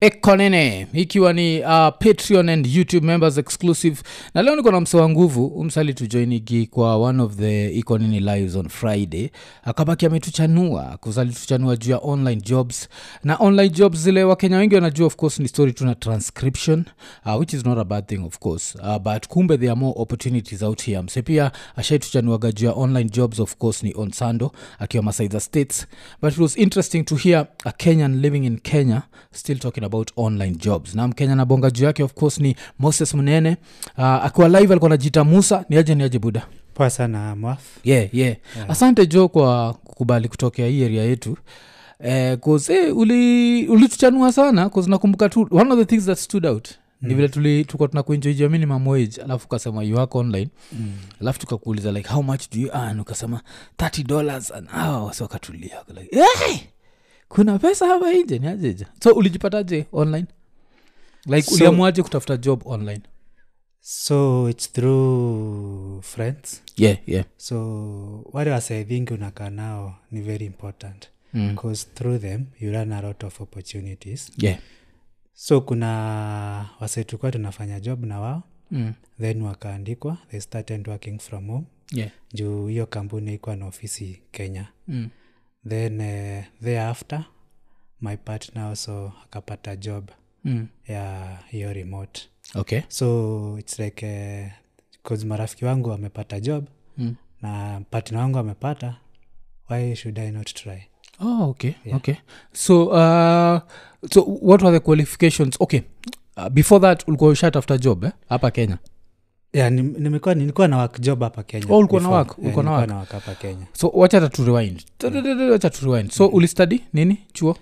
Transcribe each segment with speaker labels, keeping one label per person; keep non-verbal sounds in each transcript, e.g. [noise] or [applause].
Speaker 1: ekonene ikiwa ni uh, patreon and youtube members exclusive na leo niko na mse wa nguvu umsali tujoinigi kwa one of the ikonini lives on friday akabaki ametuchanua kusalituchanua juu ya online jobs na online jobs zile wakenya wengi wanajua of course ni story tuna transcription uh, which is not a bad thing of course uh, but kumbe there are more opportunities out here mse pia ashaituchanuaga juu ya online jobs of course ni on sando akiwa masaiza states but it was interesting to hear a kenyan living in kenya still talking about online jobs na mkenya nabonga juu yake of course ni moses mnene uh, akiwa live alikuwa najiita musa ni aje ni aje buda
Speaker 2: poa sana mwaf
Speaker 1: yeah, yeah. asante jo kwa kukubali kutokea hii eria yetu eh, kose uli ulituchanua sana cause nakumbuka tu one of the things that stood out mm. ni vile tuli tuka tunakuenjoijia minimum wage alafu ukasema you work online mm. alafu tukakuuliza like how much do you earn ukasema 30 dollars an hour wasi wakatulia wako like, hey! kuna pesa hapa nje ni ajeje so ulijipataje online like
Speaker 2: So-
Speaker 1: uliamuaje kutafuta job online
Speaker 2: so its through friends
Speaker 1: yeah yeah
Speaker 2: so wale wasee vingi unakaa nao ni very important
Speaker 1: Mm.
Speaker 2: because through them you learn a lot of opportunities
Speaker 1: yeah
Speaker 2: so kuna wasee tulikuwa tunafanya job na wao
Speaker 1: mm.
Speaker 2: then wakaandikwa they started working from home
Speaker 1: yeah
Speaker 2: juu hiyo kampuni ikuwa na ofisi kenya
Speaker 1: mm.
Speaker 2: then uh, thereafter my partner also akapata job
Speaker 1: Mm.
Speaker 2: ya hiyo remote
Speaker 1: okay
Speaker 2: so its like eh, 'cause marafiki wangu wamepata job
Speaker 1: mm.
Speaker 2: na partner wangu amepata why should i not try
Speaker 1: oh okay okay so uh, so what were the qualifications okay uh, before that ulikuwa ushatafuta job eh? hapa kenya
Speaker 2: yeah, nim- nimekuwa nilikuwa na work job hapa kenya
Speaker 1: Oh, ulikuwa na
Speaker 2: before.
Speaker 1: work,
Speaker 2: Yeah,
Speaker 1: ulikuwa na
Speaker 2: nilikuwa
Speaker 1: work.
Speaker 2: na work hapa kenya
Speaker 1: so wachata tu rewind Tudududud, wacha tu rewind
Speaker 2: Mm-hmm.
Speaker 1: so ulistudy nini chuo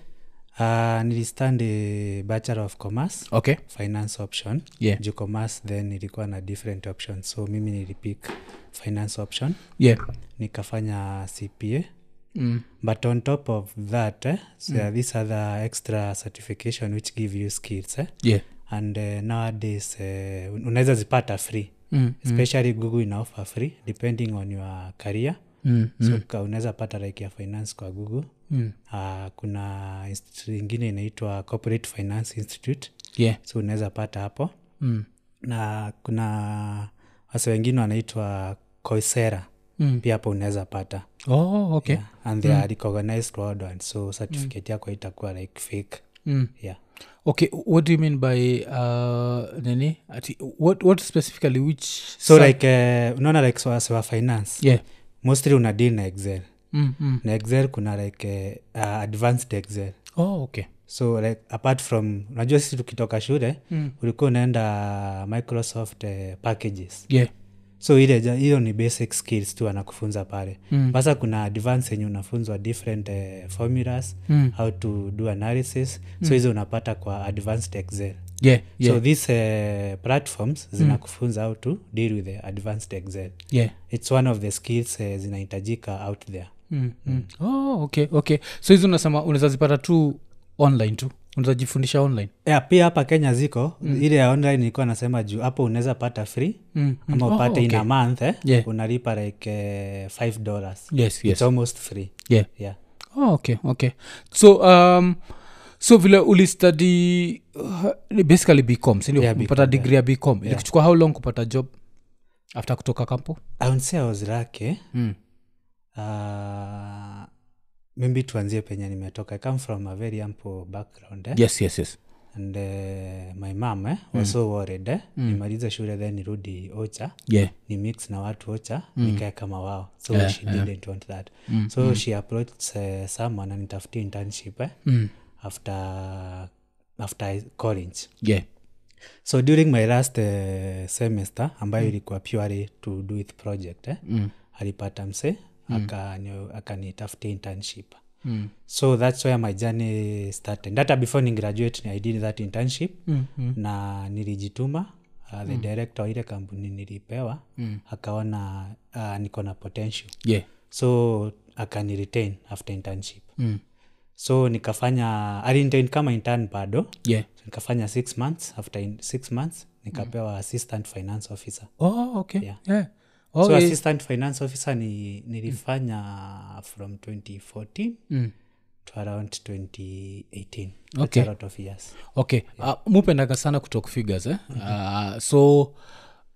Speaker 2: uh, nilistandi bachelor of commerce
Speaker 1: okay
Speaker 2: finance option
Speaker 1: yeah
Speaker 2: juu commerce then nilikuwa na different options so mimi nilipik finance option
Speaker 1: yeah
Speaker 2: nikafanya cpa
Speaker 1: mm.
Speaker 2: but on top of that eh, so
Speaker 1: Hmm.
Speaker 2: mm. this other extra certification which give you skills eh?
Speaker 1: yeah
Speaker 2: and uh, nowadays uh, unaweza zipata free
Speaker 1: mm.
Speaker 2: especially google ina offer free depending on your career
Speaker 1: Mm.
Speaker 2: so ka- unaweza pata like ya finance kwa google
Speaker 1: Mm.
Speaker 2: uh, kuna institute ingine inaitwa corporate finance institute
Speaker 1: yeah
Speaker 2: so unaweza pata hapo
Speaker 1: mm.
Speaker 2: na kuna wase wengine wanaitwa coisera
Speaker 1: Mm.
Speaker 2: pia hapo unaweza pata
Speaker 1: oh okay
Speaker 2: yeah. and they are recognized worldwide so certificate yako itakuwa like fake
Speaker 1: mm.
Speaker 2: yeah
Speaker 1: okay what do you mean by uh, nini ati what, what specifically which
Speaker 2: so
Speaker 1: sub-
Speaker 2: like uh, unaona like so wase wa finance
Speaker 1: yeah
Speaker 2: mostly una deal na excel
Speaker 1: mm. Mm.
Speaker 2: na excel kuna like uh, advanced excel
Speaker 1: oh okay
Speaker 2: so like apart from unajua sisi tukitoka shule
Speaker 1: Mm.
Speaker 2: ulikuwa unaenda microsoft uh, packages
Speaker 1: yeah
Speaker 2: so ile ja- hiyo ni basic skills tu anakufunza pale
Speaker 1: Mm.
Speaker 2: sasa kuna advance yenye unafunzwa different uh, formulas
Speaker 1: Mm.
Speaker 2: how to do analysis so hizo unapata kwa advanced excel
Speaker 1: yeah yeah Mm.
Speaker 2: so these uh, platforms zinakufunza how to deal with the advanced excel
Speaker 1: yeah
Speaker 2: its one of the skills uh, zinahitajika out there
Speaker 1: Mm, mm. oh okay okay so hizi unasema unaweza zipata tu online tu unaweza jifundisha online
Speaker 2: yeah, pia hapa kenya ziko mm. ile ya online ilikuwa nasema juu hapo unaweza pata free
Speaker 1: mm. mm.
Speaker 2: ama
Speaker 1: Oh,
Speaker 2: upate
Speaker 1: okay.
Speaker 2: in a month eh,
Speaker 1: Yeah.
Speaker 2: unalipa like eh, five dollars
Speaker 1: yes
Speaker 2: it's
Speaker 1: yes
Speaker 2: almost free
Speaker 1: yeah
Speaker 2: yeah
Speaker 1: oh, okay okay so um, so vile ulistudy uh, ni basically bcom sindio
Speaker 2: Yeah,
Speaker 1: Umepata
Speaker 2: BCom,
Speaker 1: degree ya bcom ilikuchukua how long kupata job after kutoka kampo
Speaker 2: i would say i was lucky
Speaker 1: mm.
Speaker 2: uh, maybe tuanzie penye nimetoka i come from a very ample background eh?
Speaker 1: yes yes yes
Speaker 2: and uh, my mam eh,
Speaker 1: Mm.
Speaker 2: was so worried eh? nimalize shule then nirudi ocha
Speaker 1: yeah
Speaker 2: ni mix na watu ocha mm. nikae kama wao so yeah, she yeah. didn't want that
Speaker 1: Mm,
Speaker 2: so mm. she approached uh, someone anitafutie internship eh?
Speaker 1: mm.
Speaker 2: after after I- college
Speaker 1: yeah
Speaker 2: so during my last uh, semester ambayo mm. ilikuwa purely to do with project eh?
Speaker 1: mm.
Speaker 2: alipata mse mm. akanitafutia internship
Speaker 1: Mm.
Speaker 2: so thats where my journey started hata before ni graduate i did that internship
Speaker 1: Mm, mm.
Speaker 2: na nilijituma uh, the mm. director wa ile kampuni nilipewa mm. akaona uh, niko na potential
Speaker 1: yeah
Speaker 2: so akaniretain after internship
Speaker 1: mm.
Speaker 2: so nikafanya alintain kama intern bado
Speaker 1: yeah
Speaker 2: so, nikafanya six months after in, six months
Speaker 1: Mm.
Speaker 2: nikapewa assistant finance officer
Speaker 1: oh okay yeah,
Speaker 2: Yeah.
Speaker 1: Oh,
Speaker 2: so
Speaker 1: eh,
Speaker 2: assistant finance officer ni, nilifanya from 2014
Speaker 1: mm.
Speaker 2: to around 2018
Speaker 1: Okay.
Speaker 2: That's a lot of years
Speaker 1: okay yeah. uh, mupendaga sana kutalk figures eh?
Speaker 2: Mhm.
Speaker 1: mm-hmm. uh, so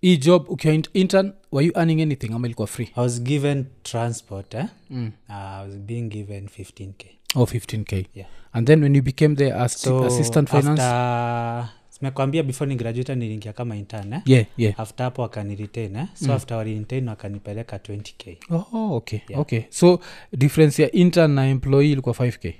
Speaker 1: hii job ukiwa in- intern were you earning anything ama ilikuwa free
Speaker 2: i was given transport eh?
Speaker 1: Mm.
Speaker 2: uh, i was being given 15k
Speaker 1: oh 15k
Speaker 2: Yeah.
Speaker 1: and then when you became the as-
Speaker 2: so
Speaker 1: assistant finance
Speaker 2: after simekwambia before ni graduate niliingia kama intern eh?
Speaker 1: yeah yeah
Speaker 2: after hapo wakaniretain eh? so mm. after waliretain wakanipeleka 20k
Speaker 1: oh okay okay so difference ya intern na employee ilikuwa 5k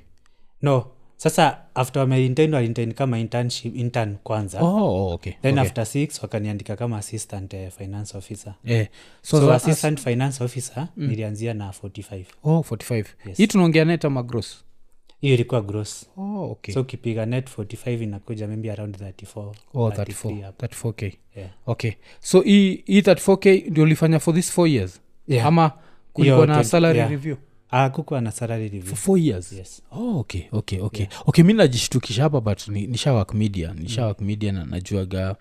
Speaker 2: no sasa after wameretain waretain kama internship intern kwanza
Speaker 1: oh okay
Speaker 2: then
Speaker 1: okay.
Speaker 2: after six wakaniandika kama assistant eh, finance officer
Speaker 1: Eh, so,
Speaker 2: so,
Speaker 1: za-
Speaker 2: assistant finance officer mm. nilianzia na 45
Speaker 1: oh 45 hii tunaongea neta magros
Speaker 2: hiyo ilikuwa gross
Speaker 1: oh okay
Speaker 2: so ukipiga net 45 inakuja maybe around 34
Speaker 1: oh
Speaker 2: 33
Speaker 1: 34
Speaker 2: hapo.
Speaker 1: 34k
Speaker 2: Yeah.
Speaker 1: okay so hii hii 34k ndio ulifanya for this four years
Speaker 2: Yeah.
Speaker 1: ama kulikuwa
Speaker 2: Hiyo
Speaker 1: na
Speaker 2: twenty-
Speaker 1: salary
Speaker 2: yeah.
Speaker 1: review
Speaker 2: Ah, kukuwa na salary review
Speaker 1: for four years
Speaker 2: yes
Speaker 1: oh, okay okay okay okay mi najishtukisha hapa but ni- nishawak media
Speaker 2: Mm.
Speaker 1: nishawak media na najuaga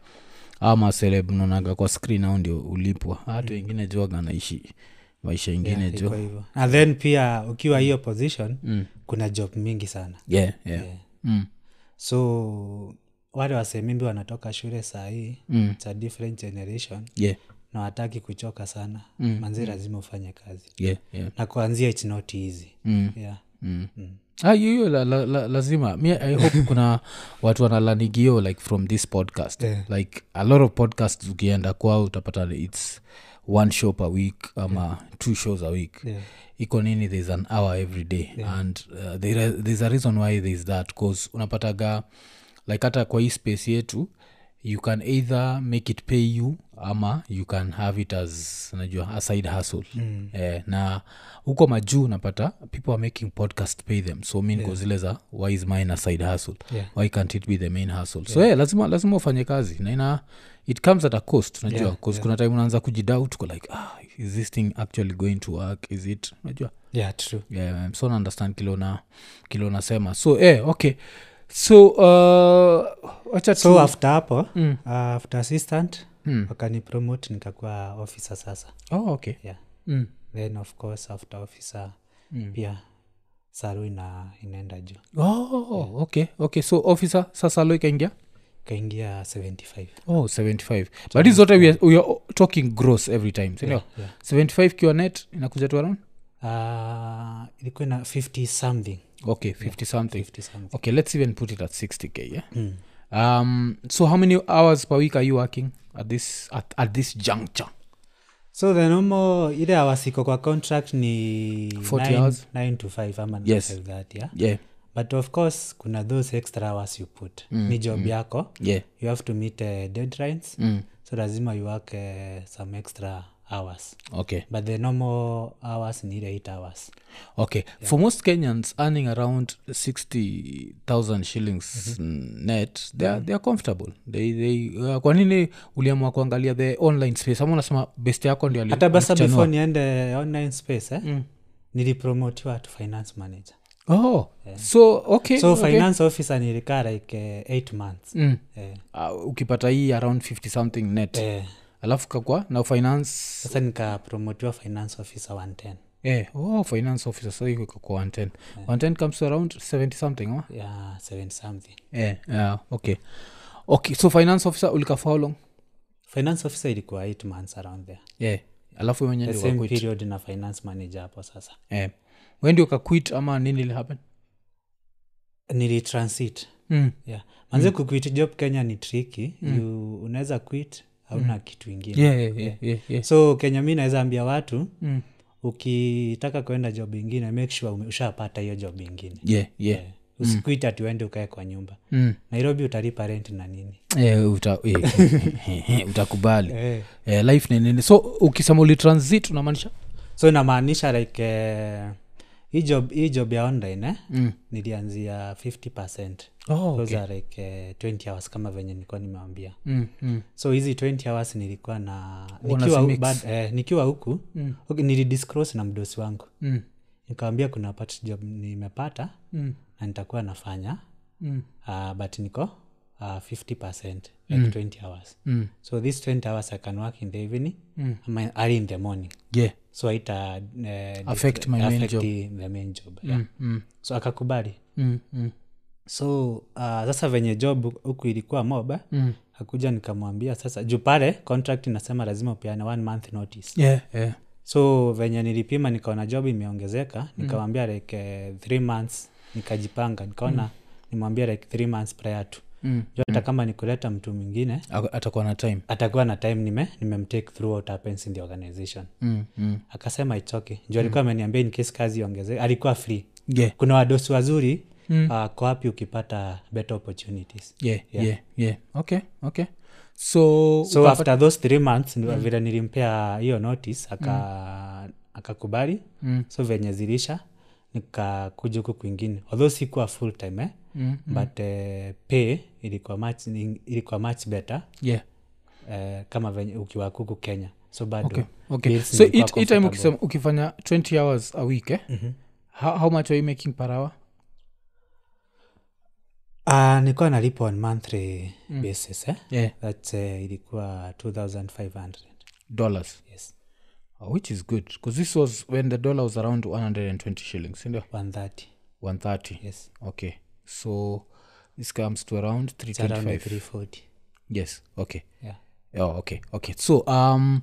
Speaker 1: ama seleb naonaga kwa screen au ndio ulipwa
Speaker 2: Mm.
Speaker 1: hata wengine juaga naishi maisha ingine yeah,
Speaker 2: kwa
Speaker 1: jo
Speaker 2: hivyo na then pia ukiwa hiyo position mm. kuna job mingi sana
Speaker 1: yeah, yeah. yeah. mm.
Speaker 2: so wale wasemimbi wanatoka shule sahii mm. cha different generation
Speaker 1: yeah.
Speaker 2: na wataki kuchoka sana mm. manzi lazima ufanye kazi
Speaker 1: yeah. yeah.
Speaker 2: na kuanzia its not easy mm. yeah.
Speaker 1: Mm. Ah, hiyo- hiyo la, la, la, lazima mi i [laughs] hope kuna watu wanalanigio like from this podcast yeah. like a lot of podcasts ukienda kwao utapata its one show per week ama yeah. two shows a week
Speaker 2: Yeah.
Speaker 1: iko nini thereis an hour every day yeah. and uh, there, are- there's a reason why thereis that bcause unapataga like hata kwa hii space yetu you can either make it pay you ama you can have it as najua a side hustle mm. eh, na huko majuu napata people are making podcast pay them so mi niko zile za why is mine a side hustle
Speaker 2: Yeah.
Speaker 1: why can't it be the main hustle so yeah, lazima lazima ufanye kazi na ina it comes at a cost najua yeah, yeah. kuna time unaanza kujidoubt uko like ah, is this thing actually going to work is it najua
Speaker 2: Yeah, true
Speaker 1: yeah, so naundestand kile una- kile unasema so eh, okay so uh, wacha tu-
Speaker 2: so after hapo mm. uh, after assistant mm. wakanipromote nikakuwa officer sasa
Speaker 1: oh, okay
Speaker 2: yeah.
Speaker 1: mm.
Speaker 2: then of course after officer mm. pia saru ina, inaenda juu
Speaker 1: oh, okay okay so officer sasa lo ikaingia
Speaker 2: kaingia 75
Speaker 1: oh 75 but hizi zote we are, we are talking gross every time sindio yeah,
Speaker 2: yeah.
Speaker 1: 75 kiwa net inakuja tu around
Speaker 2: uh, ilikuwa na 50 something
Speaker 1: okay 50 something
Speaker 2: 50 something
Speaker 1: okay let's even put it at 60k yeah? mm. um, so how many hours per week are you working at this, at, at this juncture
Speaker 2: so the normal ile awasiko kwa contract ni
Speaker 1: 40
Speaker 2: nine-
Speaker 1: hours.
Speaker 2: nine to 5 ama
Speaker 1: Yes.
Speaker 2: like that yeah
Speaker 1: yeah
Speaker 2: but of course kuna those extra hours you put mm, ni job mm. yako
Speaker 1: yeah
Speaker 2: you have to meet uh, deadlines mm. so lazima you work uh, some extra hours
Speaker 1: okay
Speaker 2: but the normal hours ni ile 8 hours
Speaker 1: okay yeah. for most kenyans earning around 60000 shillings mm-hmm. net they are, they are comfortable they, they, uh, kwa nini uliamua kuangalia the online space ama unasema best yako ndio ali-
Speaker 2: hata basa
Speaker 1: alichano-
Speaker 2: before niende online space eh? mm. nilipromotiwa to finance manager
Speaker 1: oh so okay
Speaker 2: so
Speaker 1: okay.
Speaker 2: finance officer nilikaa like uh, 8 months
Speaker 1: Mm.
Speaker 2: eh,
Speaker 1: Uh, ukipata hii around 50 something net
Speaker 2: eh,
Speaker 1: alafu kakwa na finance
Speaker 2: sasa nikapromotiwa finance officer 110
Speaker 1: eh, oh, finance officer sahivi kakwa 110 110 comes to around 70 something ama?
Speaker 2: yeah, 7 something
Speaker 1: eh, yeah, okay okay so finance officer ulikafaa how long
Speaker 2: finance officer ilikuwa 8 months around there
Speaker 1: yeah. alafu wewe mwenyewe
Speaker 2: the
Speaker 1: ndio
Speaker 2: same
Speaker 1: wakuita.
Speaker 2: period na finance manager hapo sasa
Speaker 1: eh. wendi ukaquit ama nini ilihappen
Speaker 2: nilitransit
Speaker 1: mm.
Speaker 2: yeah. manze mm. kuquit job kenya ni triki mm. you unaweza quit hauna mm. kitu ingine
Speaker 1: yeah, yeah, yeah, yeah, yeah.
Speaker 2: so kenya mi naweza ambia watu
Speaker 1: Mm.
Speaker 2: ukitaka kwenda job ingine make sure ume- ushapata hiyo job ingine
Speaker 1: Yeah, yeah.
Speaker 2: usikuit ati uende ukae kwa nyumba
Speaker 1: Mm.
Speaker 2: nairobi utalipa rent na nini
Speaker 1: Eh, uta, [laughs] eh, utakubali eh, life ni nini so ukisema ulitransit unamaanisha
Speaker 2: so inamaanisha like eh, hii job, hii job ya online eh? mm. nilianzia 50 percent
Speaker 1: oh, okay.
Speaker 2: okay. like eh, 20 hours kama venye nilikuwa nimewambia
Speaker 1: mm, mm.
Speaker 2: so hizi 20 hours nilikuwa na
Speaker 1: Unazi
Speaker 2: nikiwa, hu-
Speaker 1: mix.
Speaker 2: bad, eh, nikiwa huku mm. okay, nilidisclose na mdosi wangu mm. nikawambia kuna part job nimepata mm. na nitakuwa nafanya mm. uh, but niko uh, 50 percent like mm. 20 hours mm. so this 20 hours i can work in the evening mm. ama early in the morning
Speaker 1: yeah.
Speaker 2: so aita eh,
Speaker 1: Affect my main
Speaker 2: affect
Speaker 1: job.
Speaker 2: the- the main job yeah.
Speaker 1: mm.
Speaker 2: so akakubali
Speaker 1: mm, mm,
Speaker 2: so uh, sasa venye job huku ilikuwa moba
Speaker 1: mm.
Speaker 2: akuja nikamwambia sasa juu pale contract inasema lazima upeane one month notice
Speaker 1: yeah, yeah.
Speaker 2: so venye nilipima nikaona job
Speaker 1: Mm.
Speaker 2: imeongezeka nikamwambia like eh, three months nikajipanga nikaona nimwambia like three months prior to
Speaker 1: Mm.
Speaker 2: Juu hata kama nikuleta mtu mwingine
Speaker 1: Ako- atakuwa na time
Speaker 2: atakuwa na time nime nimemtake through what happens in the organization
Speaker 1: mm, mm.
Speaker 2: akasema it's okay juu alikuwa ameniambia in case kazi iongezeke alikuwa free
Speaker 1: yeah.
Speaker 2: kuna wadosi wazuri mm. uh, kwa wapi ukipata better opportunities
Speaker 1: Yeah, yeah. Yeah, okay okay so,
Speaker 2: so after those three months mm. vile nilimpea hiyo notice aka mm. akakubali
Speaker 1: Mm.
Speaker 2: so venye zilisha nikakuja huku kwingine although sikuwa full time eh? mm. but eh, pay ilikuwa much, ilikuwa much better
Speaker 1: yeah
Speaker 2: eh, kama venye ukiwa kuku kenya so bado
Speaker 1: okay okay
Speaker 2: bills
Speaker 1: so
Speaker 2: zilikuwa
Speaker 1: it, it time
Speaker 2: comfortable.
Speaker 1: ukisema ukifanya 20 hours a week eh? mm-hmm. how, how much are you making per hour
Speaker 2: Ah, nilikuwa nalipa on monthly
Speaker 1: Mm.
Speaker 2: basis eh?
Speaker 1: yeah
Speaker 2: that eh, ilikuwa 2500
Speaker 1: dollars
Speaker 2: yes
Speaker 1: uh, which is good because this was when the dollar was around 120 shillings sindio
Speaker 2: 130
Speaker 1: 130
Speaker 2: yes
Speaker 1: okay so this comes to around
Speaker 2: It's around
Speaker 1: 325
Speaker 2: 340
Speaker 1: yes okay
Speaker 2: yeah
Speaker 1: oh, okay okay so um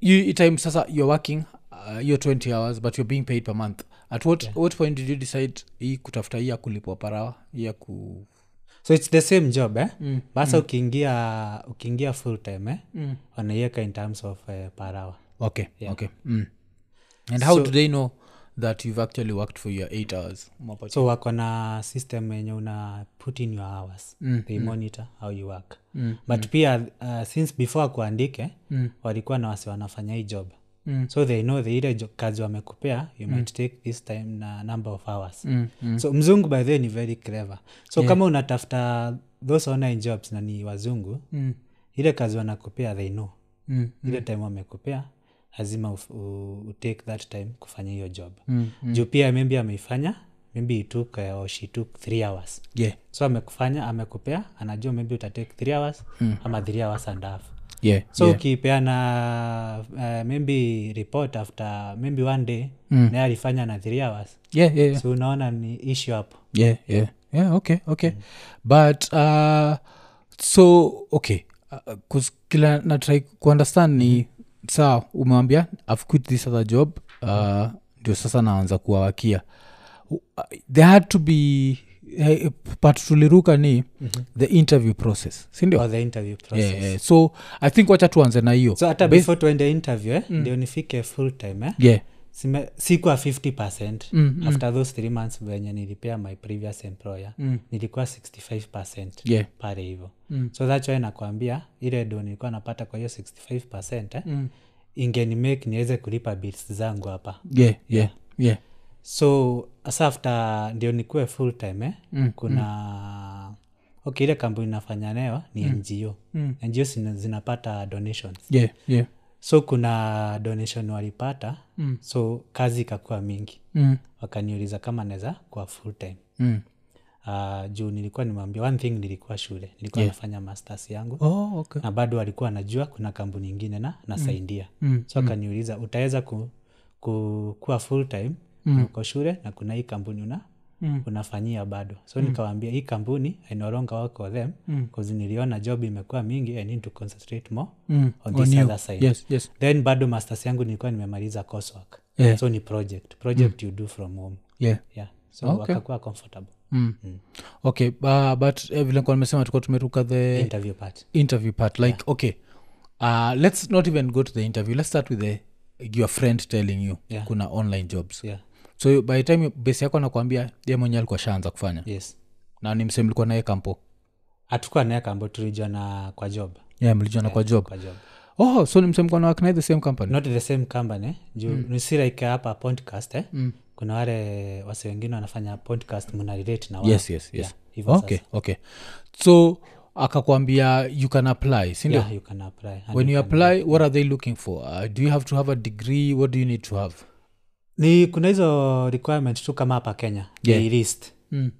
Speaker 1: you time sasa you're working uh, you're 20 hours but you're being paid per month at what, yeah. what point did you decide hii kutafuta hii ya kulipwa parawa hii ya ku
Speaker 2: so its the same job eh? mm. basa mm. ukiingia ukiingia full time eh? mm. wanaiweka in terms of uh, parawa
Speaker 1: okay yeah. okay mm. and how so, do they know that you've actually worked for your eight hours Umepata-
Speaker 2: so wako na system yenye una put in your hours mm. they monitor how you work mm. but pia uh, since before akuandike mm. walikuwa na wasi wanafanya hii job Mm. so they know the ile jo- kazi wamekupea you mm. might take this time na number of hours mm. Mm. so mzungu by the way ni very clever so yeah. kama unatafuta those online jobs na ni wazungu mm. ile kazi wanakupea they know
Speaker 1: Mm,
Speaker 2: ile time wamekupea lazima uf- u- utake that time kufanya hiyo job mm, mm. juu pia maybe ameifanya maybe it took uh, or she took three hours
Speaker 1: yeah
Speaker 2: so amekufanya amekupea anajua maybe utatake three hours mm. ama three hours and a half
Speaker 1: yeah
Speaker 2: so yeah. ukipeana uh, maybe report after maybe one day mm. naye alifanya na three hours
Speaker 1: yeah yeah yeah
Speaker 2: so unaona ni issue hapo
Speaker 1: yeah yeah yeah okay okay but uh, so okay uh, 'cause kila natrai kuundestand ni saa umewambia i've quit this other job uh, ndio sasa naanza kuwawakia Uh, there had to be eh, pat tuliruka ni mm-hmm. the interview process sindio
Speaker 2: or the interview process
Speaker 1: yeah, yeah. so i think wacha tuanze na hiyo
Speaker 2: so hata
Speaker 1: Bas-
Speaker 2: before tuende interview eh, ndio nifike full time eh?
Speaker 1: yeah
Speaker 2: Sime- sikuwa 50 percent mm, after those three months venye nilipea my previous employer mm. nilikuwa 65 percent
Speaker 1: yeah
Speaker 2: pale hivo mm. so that's why nakwambia ile do nilikuwa napata kwa hiyo 65 percent eh, mm. ingenimake niweze kulipa bills zangu hapa
Speaker 1: yeah yeah yeah
Speaker 2: so asa after ndio nikuwe full time eh, mm, kuna mm. okay ile kampuni nafanya nayo ni mm. ngo mm. ngo zina- zinapata donations
Speaker 1: yeah yeah
Speaker 2: so kuna donation walipata mm. so kazi ikakuwa mingi
Speaker 1: mm,
Speaker 2: wakaniuliza kama naweza kuwa full time
Speaker 1: mm.
Speaker 2: uh, juu nilikuwa nimwambia one thing nilikuwa shule nilikuwa yeah. nafanya masters yangu
Speaker 1: oh okay
Speaker 2: na bado walikuwa wanajua kuna kampuni ingine na nasaidia mm. so akaniuliza utaweza ku, ku, kuwa full time mm. uko shule na kuna hii kampuni una Mm. unafanyia bado so mm. nikawaambia hii kampuni I no longer work with them mm. niliona job imekuwa mingi i need to concentrate more
Speaker 1: Mm,
Speaker 2: on this
Speaker 1: you.
Speaker 2: other side
Speaker 1: yes yes
Speaker 2: then bado masters yangu nilikuwa nimemaliza coursework
Speaker 1: Yeah.
Speaker 2: so ni project project mm. you do from home
Speaker 1: yeah
Speaker 2: yeah so okay. wakakuwa comfortable
Speaker 1: mm. okay uh, but eh, vile nikuwa nimesema tukuwa tumeruka the
Speaker 2: interview part
Speaker 1: interview part like okay uh, let's not even go to the interview let's start with the your friend telling you
Speaker 2: Yeah.
Speaker 1: kuna online jobs
Speaker 2: yeah
Speaker 1: so by the time besi yako anakuambia ye mwenyewe alikuwa shaanza kufanya
Speaker 2: yes
Speaker 1: na ni msee mlikuwa naye kampo
Speaker 2: hatukuwa naeka ambao tulijuana kwa job
Speaker 1: yeah, mlijuana kwa job
Speaker 2: kwa job
Speaker 1: oh so ni msee mlikuwa na work naye the same company
Speaker 2: not the same company juu mm. nisiraika hapa podcast eh? mm. kuna wale wase wengine wanafanya podcast mna relate na wao
Speaker 1: yes yes yes
Speaker 2: yeah, hivyo
Speaker 1: okay okay so akakwambia you can apply sindio
Speaker 2: sasa yeah, you can apply And
Speaker 1: when you apply what are they looking for uh, do you have to have a degree what do you need to have
Speaker 2: ni kuna hizo requirement tu kama hapa kenya
Speaker 1: Yeah.
Speaker 2: they list
Speaker 1: Mm.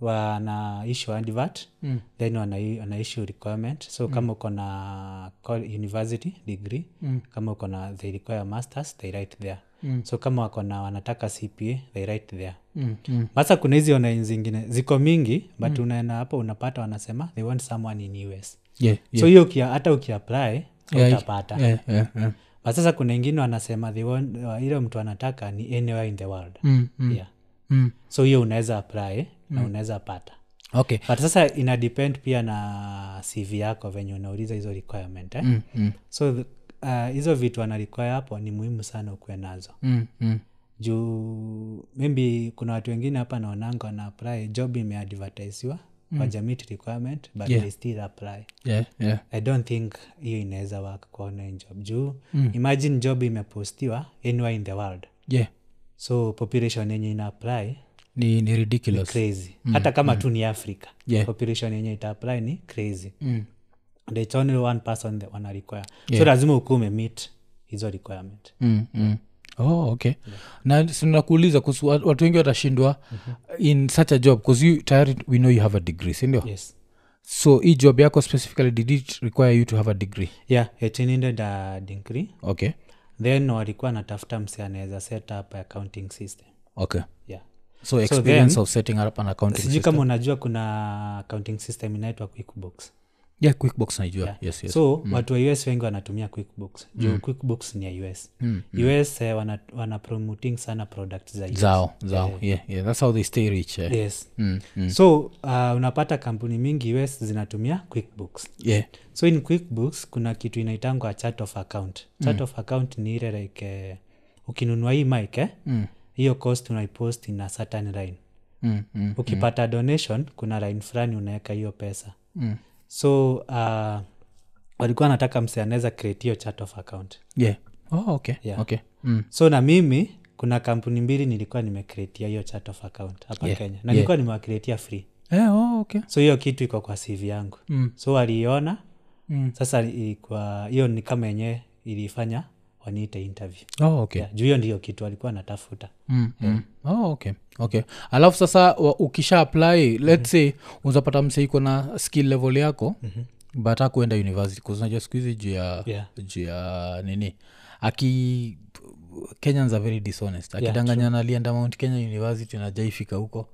Speaker 2: wanaishu advert mm. then wanai- wanaishu requirement so mm. kama uko na co- university degree mm. kama uko na they require masters they write there mm. so kama wako na wanataka cpa they write there
Speaker 1: Mm, mm.
Speaker 2: sasa kuna hizi online zingine ziko mingi but mm. unaenda hapo unapata wanasema they want someone in us
Speaker 1: Yeah,
Speaker 2: so
Speaker 1: yeah.
Speaker 2: hiyo ukia- hata ukiapply
Speaker 1: Yeah,
Speaker 2: utapata
Speaker 1: yeah, yeah, yeah.
Speaker 2: but sasa kuna ingine wanasema they want, uh, ile mtu anataka ni anywhere in the world
Speaker 1: Mm, mm,
Speaker 2: yeah.
Speaker 1: mm.
Speaker 2: so hiyo unaweza apply eh, na unaweza pata
Speaker 1: okay
Speaker 2: but sasa ina depend pia na cv yako venye unauliza hizo requirement eh?
Speaker 1: Mm, mm,
Speaker 2: so th- uh, hizo vitu ana require hapo ni muhimu sana ukuwe nazo
Speaker 1: mm, mm.
Speaker 2: juu maybe kuna watu wengine hapa naonanga wana apply job imeadvertisiwa mm. wajamit requirement but
Speaker 1: Yeah.
Speaker 2: they still apply
Speaker 1: Yeah, yeah.
Speaker 2: i don't think hiyo inaweza work kwa online job juu
Speaker 1: Mm.
Speaker 2: imagine job imepostiwa anywhere in the world
Speaker 1: Yeah.
Speaker 2: so population yenye ina apply
Speaker 1: ni, ni ridiculous
Speaker 2: crazy hata kama tu ni africa
Speaker 1: Mm, Yeah.
Speaker 2: population yenye ita apply ni crazy
Speaker 1: Mm.
Speaker 2: And it's only one person that wana require so lazima ukuwa umemit hizo requirement
Speaker 1: mm, mm. Oh, okay na si nakuuliza kuhusu wa- watu wengi watashindwa in such a job bcause you tayari we know you have a degree sindio
Speaker 2: yes
Speaker 1: so hii job yako specifically did it require you to have a degree
Speaker 2: yeah it needed a degree
Speaker 1: okay
Speaker 2: then walikuwa natafuta msi anaweza set up accounting system
Speaker 1: okay
Speaker 2: yeah
Speaker 1: so experience
Speaker 2: then-
Speaker 1: of setting up an accounting
Speaker 2: sijui
Speaker 1: system.
Speaker 2: kama unajua kuna accounting system inaitwa quickbooks
Speaker 1: yeah quickbox naijua yes, Mm. yes.
Speaker 2: so watu wa us wengi wanatumia quickbooks juu quickbooks ni ya us
Speaker 1: Mm.
Speaker 2: us eh, wana, wana promoting sana product za us
Speaker 1: zao zao yeah. Yeah, that's how they stay rich eh.
Speaker 2: yes
Speaker 1: Mm, mm.
Speaker 2: so uh, unapata kampuni mingi us zinatumia quickbooks
Speaker 1: yeah.
Speaker 2: so in quickbooks kuna kitu inaitangwa chart of account chart
Speaker 1: Mm.
Speaker 2: of account ni ile like eh, ukinunua hii mic eh, hiyo cost unaipost in a certain line
Speaker 1: Mm, mm.
Speaker 2: ukipata donation kuna line fulani unaweka hiyo pesa mm. so uh, walikuwa anataka mse anaweza create hiyo chart of account
Speaker 1: yeah. oh, okay.
Speaker 2: Yeah.
Speaker 1: okay. Mm.
Speaker 2: so na mimi kuna kampuni mbili nilikuwa nimekreatia hiyo chart of account hapa
Speaker 1: Yeah.
Speaker 2: kenya na
Speaker 1: Yeah.
Speaker 2: nilikuwa nimewakreatia free
Speaker 1: Eh, oh, okay.
Speaker 2: so hiyo kitu iko kwa cv yangu
Speaker 1: Mm.
Speaker 2: so waliiona
Speaker 1: Mm.
Speaker 2: sasa ilikuwa hiyo ni kama yenyewe ilifanya waniite interview
Speaker 1: Oh, okay.
Speaker 2: yeah. juu hiyo ndiyo kitu alikuwa anatafuta
Speaker 1: Mm, mm. Oh, okay okay alafu sasa wa- ukisha apply let's say unzapata mse iko na skill level yako mm-hmm. but akuenda university 'cause unajua siku hizi juu ya
Speaker 2: Yeah.
Speaker 1: juu ya nini aki kenyans are very dishonest akidanganyana alienda mount kenya university na jaifika huko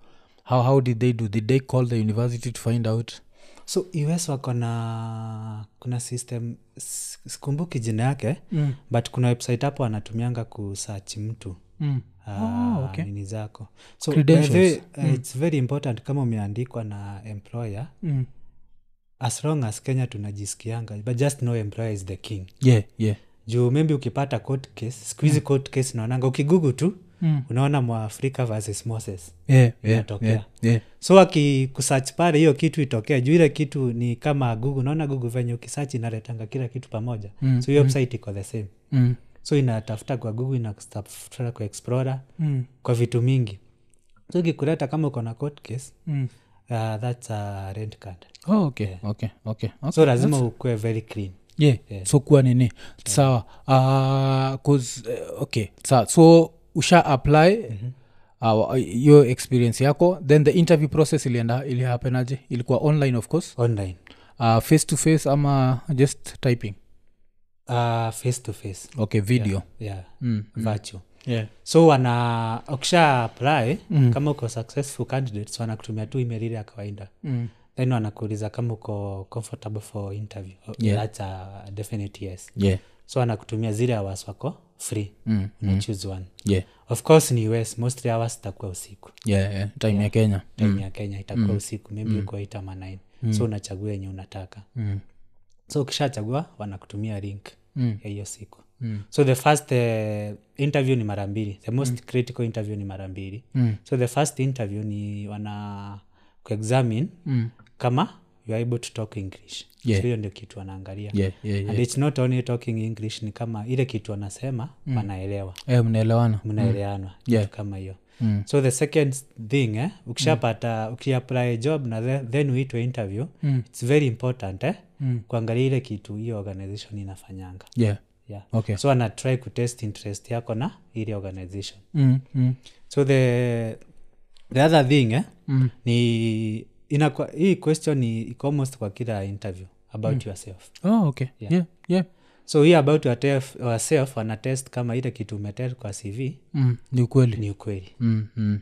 Speaker 1: how, how did they do did they call the university to find out
Speaker 2: so us wako na kuna system s- sikumbuki jina yake mm. but kuna website hapo anatumianga kusearch mtu
Speaker 1: mm.
Speaker 2: ah, nini zako so by the
Speaker 1: Credentials.
Speaker 2: way, uh, its very important kama umeandikwa na employer
Speaker 1: Mm.
Speaker 2: as long as kenya tunajisikianga but just know employer is the king
Speaker 1: yeah yeah
Speaker 2: juu maybe ukipata court case siku hizi court case naonanga ukigugu tu
Speaker 1: Mm.
Speaker 2: unaona mwafrika versus moses
Speaker 1: yeah yeah
Speaker 2: Inatokea.
Speaker 1: yeah, yeah.
Speaker 2: so akikusach pale hiyo kitu itokea juu ile kitu ni kama google naona google venye ukisach inaletanga kila kitu pamoja mm. so hiyo website iko the same
Speaker 1: Mm.
Speaker 2: so inatafuta kwa google inatafuta kwa explorer
Speaker 1: Mm.
Speaker 2: kwa vitu mingi so ikikuleta kama uko na court case
Speaker 1: Mm.
Speaker 2: uh, thats a rent card
Speaker 1: Oh, okay. okay okay okay
Speaker 2: so lazima ukuwe very clean
Speaker 1: yeah. so kuwa nini sawa Ah, 'cause, eh, okay sawa so usha apply ah, hiyo experience yako then the interview process ilienda ilihapenaje ilikuwa online of course
Speaker 2: online
Speaker 1: Ah, face to face ama just typing
Speaker 2: uh, face to face
Speaker 1: okay video
Speaker 2: yeah mm. virtual
Speaker 1: yeah.
Speaker 2: so wana ukisha apply mm. kama uko successful candidates wanakutumia tu email ile ya kawaida
Speaker 1: Mm.
Speaker 2: then wanakuuliza kama uko comfortable for interview
Speaker 1: Yeah.
Speaker 2: yeah. that's a definite yes
Speaker 1: Yeah.
Speaker 2: so wanakutumia zile hours wako free
Speaker 1: Mm.
Speaker 2: una choose one
Speaker 1: Yeah.
Speaker 2: of course ni us mostly hours itakuwa usiku
Speaker 1: Yeah, yeah. time ya kenya
Speaker 2: time ya kenya itakuwa usiku maybe uko eight ama nine so unachagua yenye unataka
Speaker 1: Mm.
Speaker 2: so ukishachagua wanakutumia link
Speaker 1: Mm.
Speaker 2: ya hiyo siku mm. so the first uh, interview ni mara mbili the most mm. critical interview ni mara mbili mm. so the first interview ni wana kuexamine mm. kama you are able to talk english
Speaker 1: Yeah.
Speaker 2: so hiyo ndio kitu wanaangalia
Speaker 1: yeah, yeah, yeah.
Speaker 2: and it's not only talking english ni kama ile kitu wanasema mm. wanaelewa
Speaker 1: Eh, mnaelewana mm,
Speaker 2: mnaeleanwa
Speaker 1: Yeah.
Speaker 2: kitu kama hiyo so the second thing eh, ukishapata ukiapply job na the, then uitwe interview mm. its very important eh, mm. kuangalia ile kitu hiyo organization inafanyanga
Speaker 1: yeah.
Speaker 2: yeah.
Speaker 1: Okay.
Speaker 2: so anatry kutest interest yako na ile organization
Speaker 1: Mm. Mm.
Speaker 2: so the the other thing eh? mm. ni inakwa, hii question ni iko almost kwa kila interview about mm. yourself
Speaker 1: oh, okay yeah.
Speaker 2: Yeah.
Speaker 1: Yeah, yeah.
Speaker 2: so hii about yourself, yourself wanatest kama ile kitu umetest kwa cv
Speaker 1: Mm, ni ukweli
Speaker 2: ni ukweli
Speaker 1: mm, mm.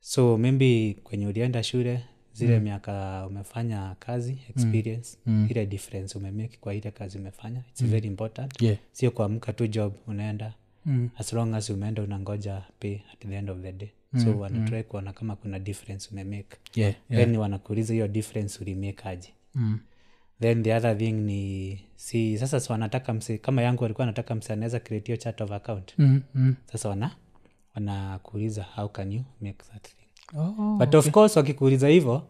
Speaker 2: so maybe kwenye ulienda shule zile mm. miaka umefanya kazi experience mm. ile difference umemake kwa ile kazi umefanya its mm. very important
Speaker 1: Yeah.
Speaker 2: sio kuamka tu job unaenda
Speaker 1: Mm.
Speaker 2: as long as umeenda unangoja pay at the end of the day so mm. wanatrai kuona kama kuna difference umemake
Speaker 1: Yeah, yeah.
Speaker 2: yeah. then wanakuuliza hiyo difference ulimake aje
Speaker 1: Mm.
Speaker 2: then the other thing ni si sasa si wanataka msi kama yangu walikuwa anataka msi anaweza create hiyo chart of account
Speaker 1: Mm, mm.
Speaker 2: sasa wana wanakuuliza how can you make that thing
Speaker 1: Oh.
Speaker 2: but of course wakikuuliza hivyo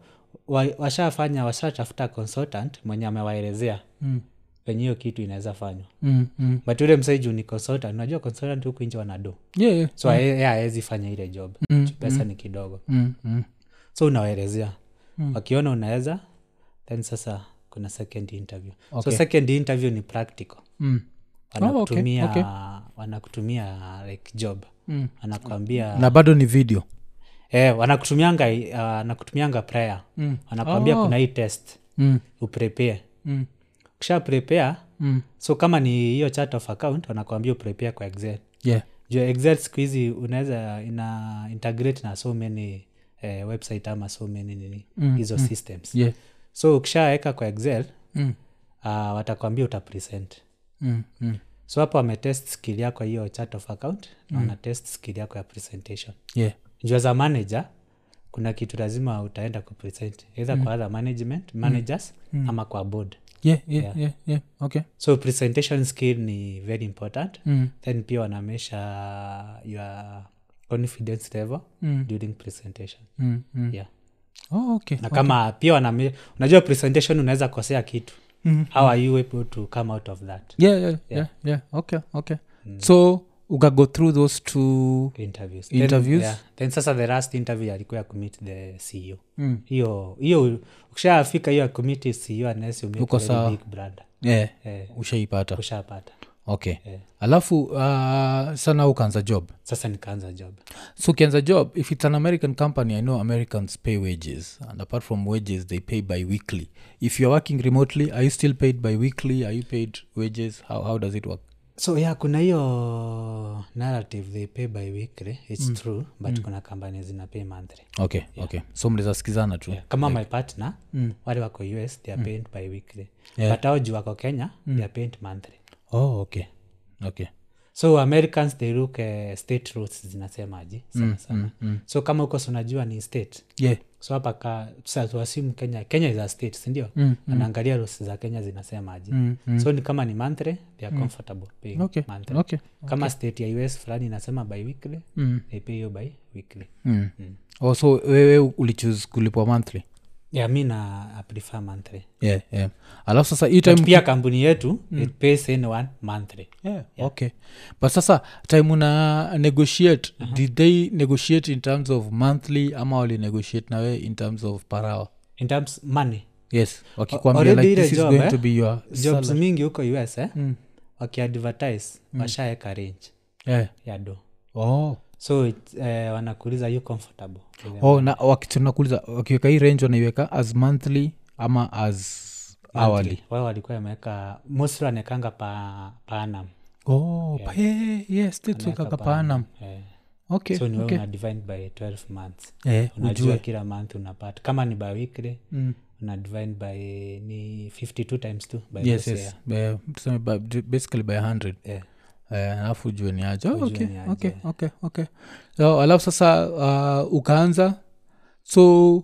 Speaker 2: wa, washafanya washatafuta consultant mwenye amewaelezea
Speaker 1: Mm.
Speaker 2: venye hiyo kitu inaweza fanywa
Speaker 1: Mm, mm.
Speaker 2: but ule msee juu ni consultant unajua consultant huku nje wanado
Speaker 1: Yeah, yeah.
Speaker 2: so mm. awezi fanya ile job mm. pesa ni kidogo
Speaker 1: Mm, mm.
Speaker 2: so unawaelezea mm. wakiona unaweza then sasa kuna second interview okay. so second interview ni practical
Speaker 1: Mm. Oh, okay,
Speaker 2: wanakutumia oh, okay, Hmm. okay. wanakutumia like job
Speaker 1: Mm.
Speaker 2: wanakwambia
Speaker 1: na bado ni video
Speaker 2: eh, wanakutumianga uh, wanakutumianga prayer mm. wanakwambia oh. kuna hii test
Speaker 1: mm.
Speaker 2: uprepare
Speaker 1: Mm.
Speaker 2: ukisha prepare
Speaker 1: Mm.
Speaker 2: so kama ni hiyo chart of account wanakwambia uprepare kwa excel
Speaker 1: Yeah.
Speaker 2: juu excel siku hizi unaweza ina integrate na so many eh, website ama so many nini hizo mm, systems
Speaker 1: Yeah.
Speaker 2: so ukishaweka kwa excel
Speaker 1: Mm.
Speaker 2: uh, watakwambia utapresent
Speaker 1: Mm. Mm.
Speaker 2: so hapo wametest skill yako hiyo chart of account na wanatest skill yako ya presentation
Speaker 1: Yeah.
Speaker 2: juu as a manager kuna kitu lazima utaenda kupresent either kwa other management managers ama kwa board
Speaker 1: Yeah, yeah, yeah. Yeah, yeah. Okay.
Speaker 2: so presentation skill ni very important
Speaker 1: Mm.
Speaker 2: then pia wanamesha your confidence level
Speaker 1: Mm.
Speaker 2: during presentation
Speaker 1: Mm. Mm.
Speaker 2: yeah
Speaker 1: Oh, okay.
Speaker 2: na kama pia waname, unajua presentation unaweza kosea kitu
Speaker 1: Mm.
Speaker 2: how are you able to come out of that
Speaker 1: Yeah, yeah, yeah, yeah. Mm. Okay, okay. So uka go through those two
Speaker 2: interviews
Speaker 1: Interviews?
Speaker 2: then, yeah. then sasa the last interview alikuwa ya kumit the ceo
Speaker 1: Mm.
Speaker 2: hiyo hiyo ukishafika hiyo ya kumit ceo unless you make
Speaker 1: Uko
Speaker 2: a very
Speaker 1: sawa.
Speaker 2: big brand
Speaker 1: yeah.
Speaker 2: eh,
Speaker 1: ushaipata
Speaker 2: ushapata
Speaker 1: okay
Speaker 2: Yeah.
Speaker 1: alafu uh, sana ukaanza job
Speaker 2: sasa nikaanza job
Speaker 1: so ukianza job if it's an american company i know americans pay wages and apart from wages they pay by weekly if you're working remotely are you still paid by weekly are you paid wages how, how does it work
Speaker 2: so yeah kuna hiyo narrative they pay by weekly its mm. true but mm. kuna kampani zina pay monthly
Speaker 1: okay okay so mnaweza sikizana tu
Speaker 2: yeah. kama my partner mm. wale wako us they are mm. paid by weekly
Speaker 1: Yeah.
Speaker 2: but au juu wako kenya mm. they are paid monthly
Speaker 1: oh okay okay
Speaker 2: so americans they look uh, state rules zinasemaji sana mm, sana mm, mm. so kama huko sunajua ni state
Speaker 1: yeah
Speaker 2: so hapa ka sa- tuasimu kenya kenya is a state sindio
Speaker 1: Mm,
Speaker 2: anaangalia rules za kenya zinasemaji
Speaker 1: Mm,
Speaker 2: so ni kama ni monthly they are comfortable paying
Speaker 1: okay
Speaker 2: monthly
Speaker 1: okay
Speaker 2: kama state ya us fulani inasema by weekly
Speaker 1: Mm.
Speaker 2: they pay you by weekly
Speaker 1: mm. oh so wewe ulichuse kulipwa monthly
Speaker 2: yeah mi na I prefer monthly
Speaker 1: yeah yeah alafu sasa hii
Speaker 2: but
Speaker 1: time
Speaker 2: pia kampuni yetu
Speaker 1: Mm.
Speaker 2: it pays anyone monthly
Speaker 1: yeah, okay but sasa time una negotiate uh-huh. did they negotiate in terms of monthly ama wali negotiate nawe in terms of per hour
Speaker 2: in terms money
Speaker 1: yes wakikwambia
Speaker 2: already
Speaker 1: like
Speaker 2: ile
Speaker 1: this is
Speaker 2: job,
Speaker 1: going
Speaker 2: eh?
Speaker 1: to be your
Speaker 2: jobs
Speaker 1: salary.
Speaker 2: mingi huko us eh? mm. wakiadvertise mm. washaeka range
Speaker 1: yeah.
Speaker 2: ya do
Speaker 1: oh.
Speaker 2: so it, eh, wanakuuliza you comfortable with them?
Speaker 1: oh na wakitunakuliza wakiweka hii range wanaiweka as monthly ama as hourly
Speaker 2: wao walikuwa wameweka mostly wanaekanga pa, paanam
Speaker 1: oh yeah. pe yes tetwekaka paanam
Speaker 2: eh.
Speaker 1: okay
Speaker 2: so ni
Speaker 1: okay
Speaker 2: okay. una divide by 12 months
Speaker 1: eh,
Speaker 2: unajua
Speaker 1: ujue
Speaker 2: kila month unapata kama ni by weekly mm. una divide by ni 52 times 2 by
Speaker 1: yes
Speaker 2: those
Speaker 1: yes
Speaker 2: year.
Speaker 1: Eh, tuseme by- basically by 100
Speaker 2: Yeah.
Speaker 1: Eh, alafu ujue ni aje. Oh,
Speaker 2: Ujue
Speaker 1: okay,
Speaker 2: ni aje.
Speaker 1: okay, okay, okay. So, alafu sasa uh, ukaanza so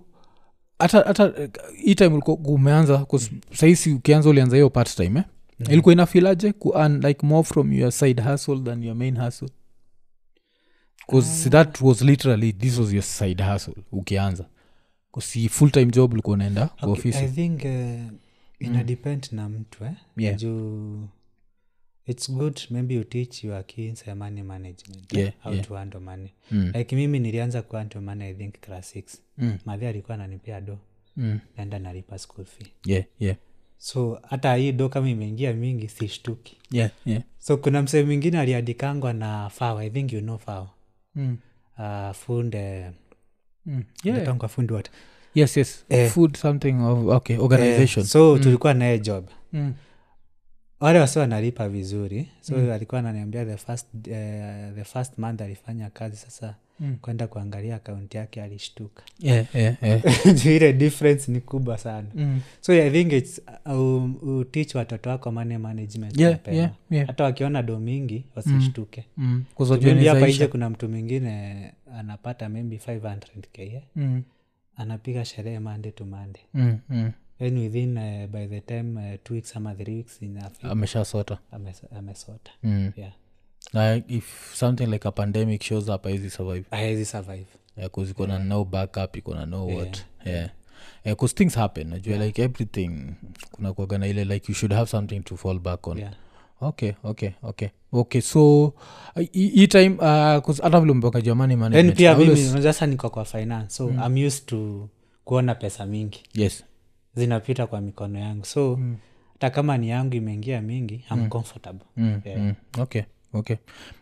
Speaker 1: hata hata eh, hii time ulikuwa umeanza 'cause
Speaker 2: Mm.
Speaker 1: sahisi ukianza ulianza hiyo part time eh? mm-hmm. ilikuwa inafilaje ku earn like more from your side hustle than your main hustle
Speaker 2: Ah.
Speaker 1: bcause that was literally this was your side hustle ukianza 'Cause si full time job ulikuwa unaenda kwa
Speaker 2: Okay,
Speaker 1: ofisi
Speaker 2: i think uh, ina depend na mtu eh?
Speaker 1: Yeah.
Speaker 2: juu its good maybe you teach your kids your money management eh.
Speaker 1: Yeah,
Speaker 2: how
Speaker 1: yeah.
Speaker 2: to handle money
Speaker 1: Mm.
Speaker 2: like mimi nilianza ku handle money i think class six
Speaker 1: Mm.
Speaker 2: madhi alikuwa ananipea do
Speaker 1: mm.
Speaker 2: naenda nalipa school fee
Speaker 1: yeah, yeah.
Speaker 2: so hata hii do kama imeingia mingi sishtuki
Speaker 1: Yeah, yeah.
Speaker 2: so kuna msee mwingine aliadikangwa na fawa i think you know fawa
Speaker 1: Mm.
Speaker 2: uh, fund uh,
Speaker 1: mm.
Speaker 2: yeah.
Speaker 1: yeah.
Speaker 2: fundi what
Speaker 1: yes yes
Speaker 2: Eh.
Speaker 1: food something of okay
Speaker 2: eh,
Speaker 1: organization
Speaker 2: so mm. tulikuwa naye job
Speaker 1: mm.
Speaker 2: wale wasi wanalipa vizuri so mm. alikuwa ananiambia the first, uh, the first month alifanya kazi sasa
Speaker 1: Mm.
Speaker 2: kwenda kuangalia akaunti yake alishtuka [laughs]
Speaker 1: yeah,
Speaker 2: eh,
Speaker 1: yeah, yeah.
Speaker 2: Juu ile difference ni kubwa sana
Speaker 1: mm.
Speaker 2: so i think its uh, um, utich watoto wako money management
Speaker 1: Yeah,
Speaker 2: mapema.
Speaker 1: yeah, yeah.
Speaker 2: hata wakiona do mingi wasishtuke
Speaker 1: mm.
Speaker 2: Maybe hapa
Speaker 1: kuzojuenizaisha
Speaker 2: nje kuna mtu mwingine anapata maybe 500k eh?
Speaker 1: mm.
Speaker 2: anapiga sherehe monday to monday
Speaker 1: mm. mm.
Speaker 2: then within uh, by the time uh, two weeks ama three weeks inafi
Speaker 1: ameshasota
Speaker 2: amesota
Speaker 1: mm.
Speaker 2: yeah
Speaker 1: na if something like a pandemic shows up aizi survive
Speaker 2: haezi survive
Speaker 1: because iko na no backup iko na no what yeah because things happen najua like everything kuna kuaga na ile like you should have something to fall back on
Speaker 2: yeah
Speaker 1: okay okay okay okay so hi- hi time uh, 'cause hata vile umepanga jua money
Speaker 2: then
Speaker 1: management,
Speaker 2: pia
Speaker 1: I always-
Speaker 2: mimi unajua sasa niko kwa finance so mm. i'm used to kuona pesa mingi
Speaker 1: yes
Speaker 2: zinapita kwa mikono yangu so hata kama ni yangu imeingia mingi am comfortable
Speaker 1: Mm, mm. okay okay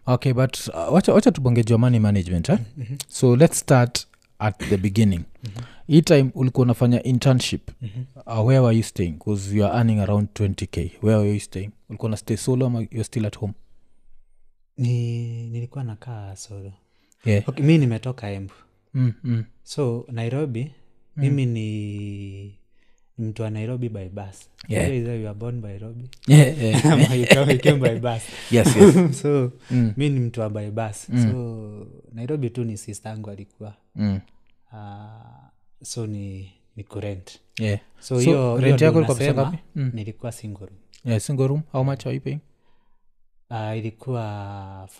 Speaker 1: okay but uh, wacha, wacha tubonge jua money management eh? mm-hmm. so let's start at the beginning mm-hmm. hii time ulikuwa unafanya internship mm-hmm. uh, where were you staying bcause you are earning around 20k where were you staying ulikuwa na stay solo ama you're still at home
Speaker 2: ni nilikuwa nakaa solo
Speaker 1: yeah
Speaker 2: okay, mi nimetoka embu
Speaker 1: mm, mm.
Speaker 2: so nairobi mm. mimi ni ni mtu wa nairobi by bus
Speaker 1: Yeah.
Speaker 2: Either you are born by nairobi
Speaker 1: yeah, [laughs] yeah.
Speaker 2: ama you come- you came by
Speaker 1: [laughs]
Speaker 2: bus
Speaker 1: yes, yes.
Speaker 2: so
Speaker 1: Mm.
Speaker 2: mi ni mtu wa by bus so nairobi tu ni sistangu alikuwa
Speaker 1: Mm.
Speaker 2: uh, so ni ni kurent
Speaker 1: yeah.
Speaker 2: so
Speaker 1: So,
Speaker 2: hiyo
Speaker 1: rent
Speaker 2: hiyo
Speaker 1: yako
Speaker 2: ndio
Speaker 1: ilikuwa pesa
Speaker 2: nasema
Speaker 1: ngapi? Mm.
Speaker 2: nilikuwa single room.
Speaker 1: yeah single room how much are you paying
Speaker 2: uh, ilikuwa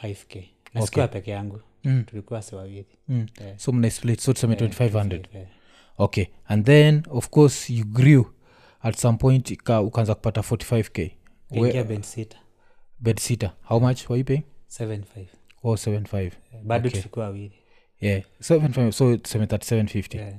Speaker 2: 5k nasikuwa peke yangu
Speaker 1: Mm.
Speaker 2: tulikuwa Eh, siwawili
Speaker 1: mm.
Speaker 2: Yeah.
Speaker 1: so mna split so tuseme 2500
Speaker 2: Yeah.
Speaker 1: okay and then of course you grew at some point ika- ukaanza kupata 45k
Speaker 2: ingia bench sita
Speaker 1: bed sitter how much were you paying
Speaker 2: 75
Speaker 1: oh 75
Speaker 2: bado tulikuwa wawili
Speaker 1: yeah 75 so tuseme 3750 yeah.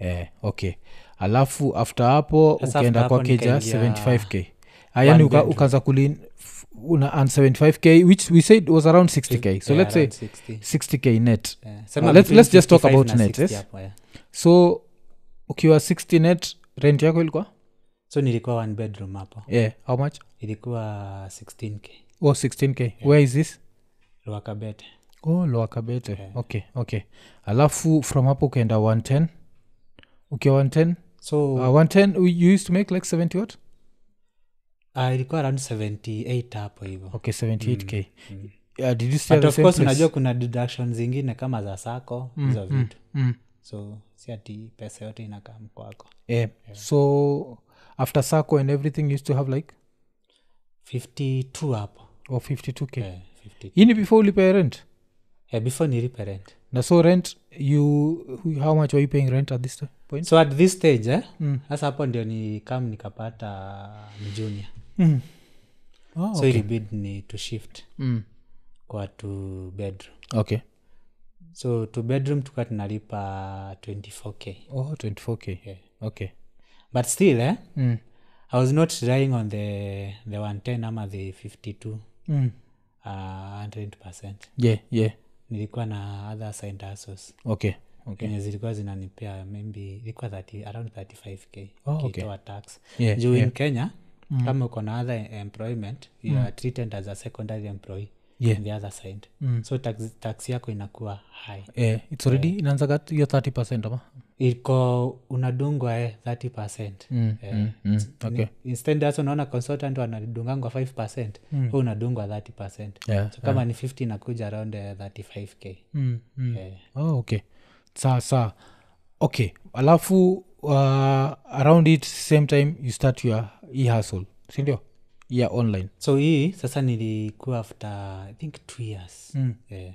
Speaker 2: Yeah.
Speaker 1: okay alafu after hapo
Speaker 2: Sasa
Speaker 1: ukaenda
Speaker 2: after
Speaker 1: kwa
Speaker 2: hapo
Speaker 1: keja
Speaker 2: nikaingia
Speaker 1: 75k ayani Ah, uka,
Speaker 2: bedroom.
Speaker 1: ukaanza kulin f- una earn 75k which we said was around 60k so
Speaker 2: Yeah,
Speaker 1: let's say
Speaker 2: around 60.
Speaker 1: 60k net
Speaker 2: Yeah.
Speaker 1: Uh,
Speaker 2: Sema
Speaker 1: let's-
Speaker 2: between
Speaker 1: let's just talk
Speaker 2: 55
Speaker 1: about
Speaker 2: na
Speaker 1: net,
Speaker 2: 60
Speaker 1: yes?
Speaker 2: hapo, yeah.
Speaker 1: so ukiwa 60 net rent yako ilikuwa
Speaker 2: so nilikuwa one bedroom hapo
Speaker 1: yeah how much
Speaker 2: ilikuwa 16k
Speaker 1: oh 16k where is this
Speaker 2: ruakabete
Speaker 1: oh lower kabete okay okay alafu from hapo ukaenda 110 ukiwa 110
Speaker 2: so
Speaker 1: uh, 110 u- you used to make like 70 what
Speaker 2: uh, ilikuwa around 78 hapo hivo
Speaker 1: okay 78k Uh, did you stay at
Speaker 2: but
Speaker 1: the
Speaker 2: of
Speaker 1: same
Speaker 2: course
Speaker 1: place? Mm,
Speaker 2: unajua kuna deduction zingine kama za sako hizo vitu so si ati pesa yote inakaa mkwako
Speaker 1: Eh, so after saco and everything you used to have like
Speaker 2: 52 hapo
Speaker 1: oh, 52k
Speaker 2: Eh, 52.
Speaker 1: hii ni before ulipe rent
Speaker 2: Eh, before nilipe rent
Speaker 1: na so rent you who- how much were you paying rent at this ti- point
Speaker 2: so at this stage eh,
Speaker 1: Mm.
Speaker 2: sasa hapo ndio nikam nikapata mjunia
Speaker 1: Mm. oh,
Speaker 2: so ilibid ni to shift
Speaker 1: mm.
Speaker 2: kwa two bedroom
Speaker 1: okay
Speaker 2: so two bedroom tukuwa tunalipa 24k
Speaker 1: oh 24k
Speaker 2: Yeah.
Speaker 1: okay
Speaker 2: but still eh,
Speaker 1: mm.
Speaker 2: i was not relying on the, the 110 ama the 52
Speaker 1: Mm.
Speaker 2: uh, 100
Speaker 1: yeah yeah
Speaker 2: nilikuwa na other side hustles
Speaker 1: okay okay
Speaker 2: enye zilikuwa zinanipea maybe ilikuwa 30, around 35k
Speaker 1: Oh, okay.
Speaker 2: ukitoa tax
Speaker 1: Yeah, Mm.
Speaker 2: juu in kenya kama uko na other employment you are treated as a secondary employee
Speaker 1: Yeah.
Speaker 2: on the other side so tax, tax yako inakuwa high
Speaker 1: eh, its already yeah. inaanzaga hiyo 30 percent ama
Speaker 2: iko unadungwa eh, 30 percent mm, eh,
Speaker 1: mm, okay.
Speaker 2: instead hasa unaona consultant wanadungangwa 5 percent hu unadungwa 30 percent
Speaker 1: Yeah,
Speaker 2: so kama ni 50 inakuja around eh, 35k
Speaker 1: mm, mm.
Speaker 2: eh,
Speaker 1: oh, okay saa saa okay alafu uh, around it same time you start your e-hustle sindio ya online
Speaker 2: so hii sasa nilikuwa after i think two years mm. eh,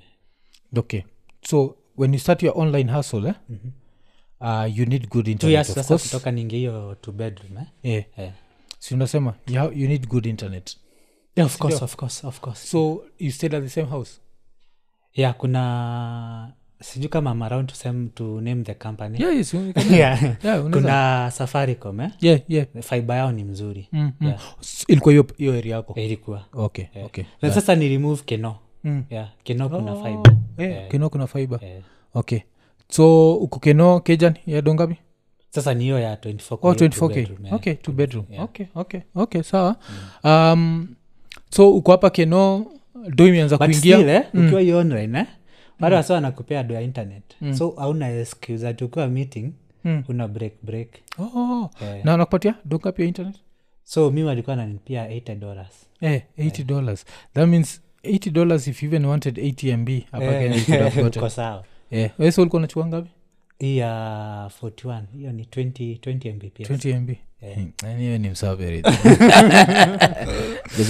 Speaker 1: okay so when you start your online hustle eh, mm-hmm. uh, you need good
Speaker 2: Mhm. two
Speaker 1: internet
Speaker 2: years
Speaker 1: of
Speaker 2: sasa
Speaker 1: course
Speaker 2: kutoka ningi hiyo two bedroom eh?
Speaker 1: yeah.
Speaker 2: Eh.
Speaker 1: si unasema you, have, you need good internet
Speaker 2: Yeah, of course, of course, of course.
Speaker 1: so you stayed at the same house
Speaker 2: yeah kuna sijui kama I'm around to, same, to name the company
Speaker 1: yeah, yes, you can-
Speaker 2: [laughs]
Speaker 1: [laughs]
Speaker 2: yeah.
Speaker 1: yeah, unaweza-
Speaker 2: kuna safaricom eh?
Speaker 1: yeah, yeah.
Speaker 2: fibe yao ni mzuri
Speaker 1: Mm, mm. S- ilikuwa hiyo- hiyo area yako
Speaker 2: Eh, ilikuwa
Speaker 1: okay okay
Speaker 2: na sasa nilimove keno
Speaker 1: Mm.
Speaker 2: yeah, keno kuna
Speaker 1: Oh,
Speaker 2: fibe
Speaker 1: eh, kino kuna fibe
Speaker 2: Eh.
Speaker 1: okay so ukukeno kejan yadongapi
Speaker 2: sasa ni hiyo ya 24
Speaker 1: oh,
Speaker 2: kwa hiyo two
Speaker 1: 24k
Speaker 2: bedroom, Mm. eh.
Speaker 1: okay two bedroom okay okay okay sawa um, so uko hapa keno do imeanza
Speaker 2: But
Speaker 1: kuingia Mm.
Speaker 2: still, eh, ukiwa hii online eh, bado wasa wanakupea do ya internet
Speaker 1: Mm.
Speaker 2: so hauna excuse ati ukiwa meeting una break break
Speaker 1: oh, na wanakupatia dongapi ya internet
Speaker 2: so mi walikuwa nanipia 8 dollars
Speaker 1: eh, 80 dollars that means 80 dollars if you even wanted 80 mb hapa
Speaker 2: Eh.
Speaker 1: Kenya you
Speaker 2: [laughs]
Speaker 1: could have gotten
Speaker 2: uko sawa
Speaker 1: eh, wewe so ulikuwa unachukua ngapi
Speaker 2: hii ya 41 hiyo ni 20, 20 mbps
Speaker 1: 20 mb Eh, niwe ni msaverekasi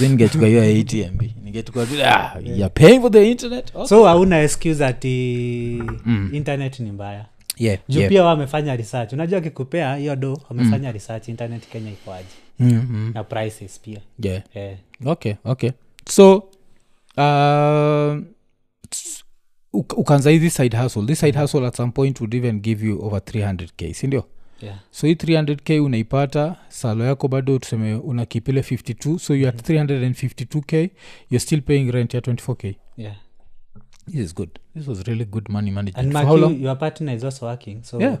Speaker 1: ningechukua hiyo ya 80 mb ningechukua tu ah, you're paying for the internet oh.
Speaker 2: so hauna excuse ati
Speaker 1: Mm.
Speaker 2: internet ni mbaya
Speaker 1: yeah,
Speaker 2: juu
Speaker 1: yeah.
Speaker 2: pia wamefanya research unajua akikupea hiyo do wamefanya research internet kenya ikoaji
Speaker 1: Mm, mm,
Speaker 2: na prices pia
Speaker 1: yeah.
Speaker 2: eh.
Speaker 1: okay okay so uh, s- uk- ukaanza hii this side hustle this side hustle at some point would even give you over 300k sindio
Speaker 2: yeah.
Speaker 1: so hii 300k unaipata salo yako bado tuseme una kipile 52 so you at 352k you're still paying rent ya 24k
Speaker 2: yeah.
Speaker 1: this is good this was really good money
Speaker 2: and
Speaker 1: management for
Speaker 2: Mark,
Speaker 1: how
Speaker 2: you,
Speaker 1: long
Speaker 2: your partner is also working so
Speaker 1: Yeah.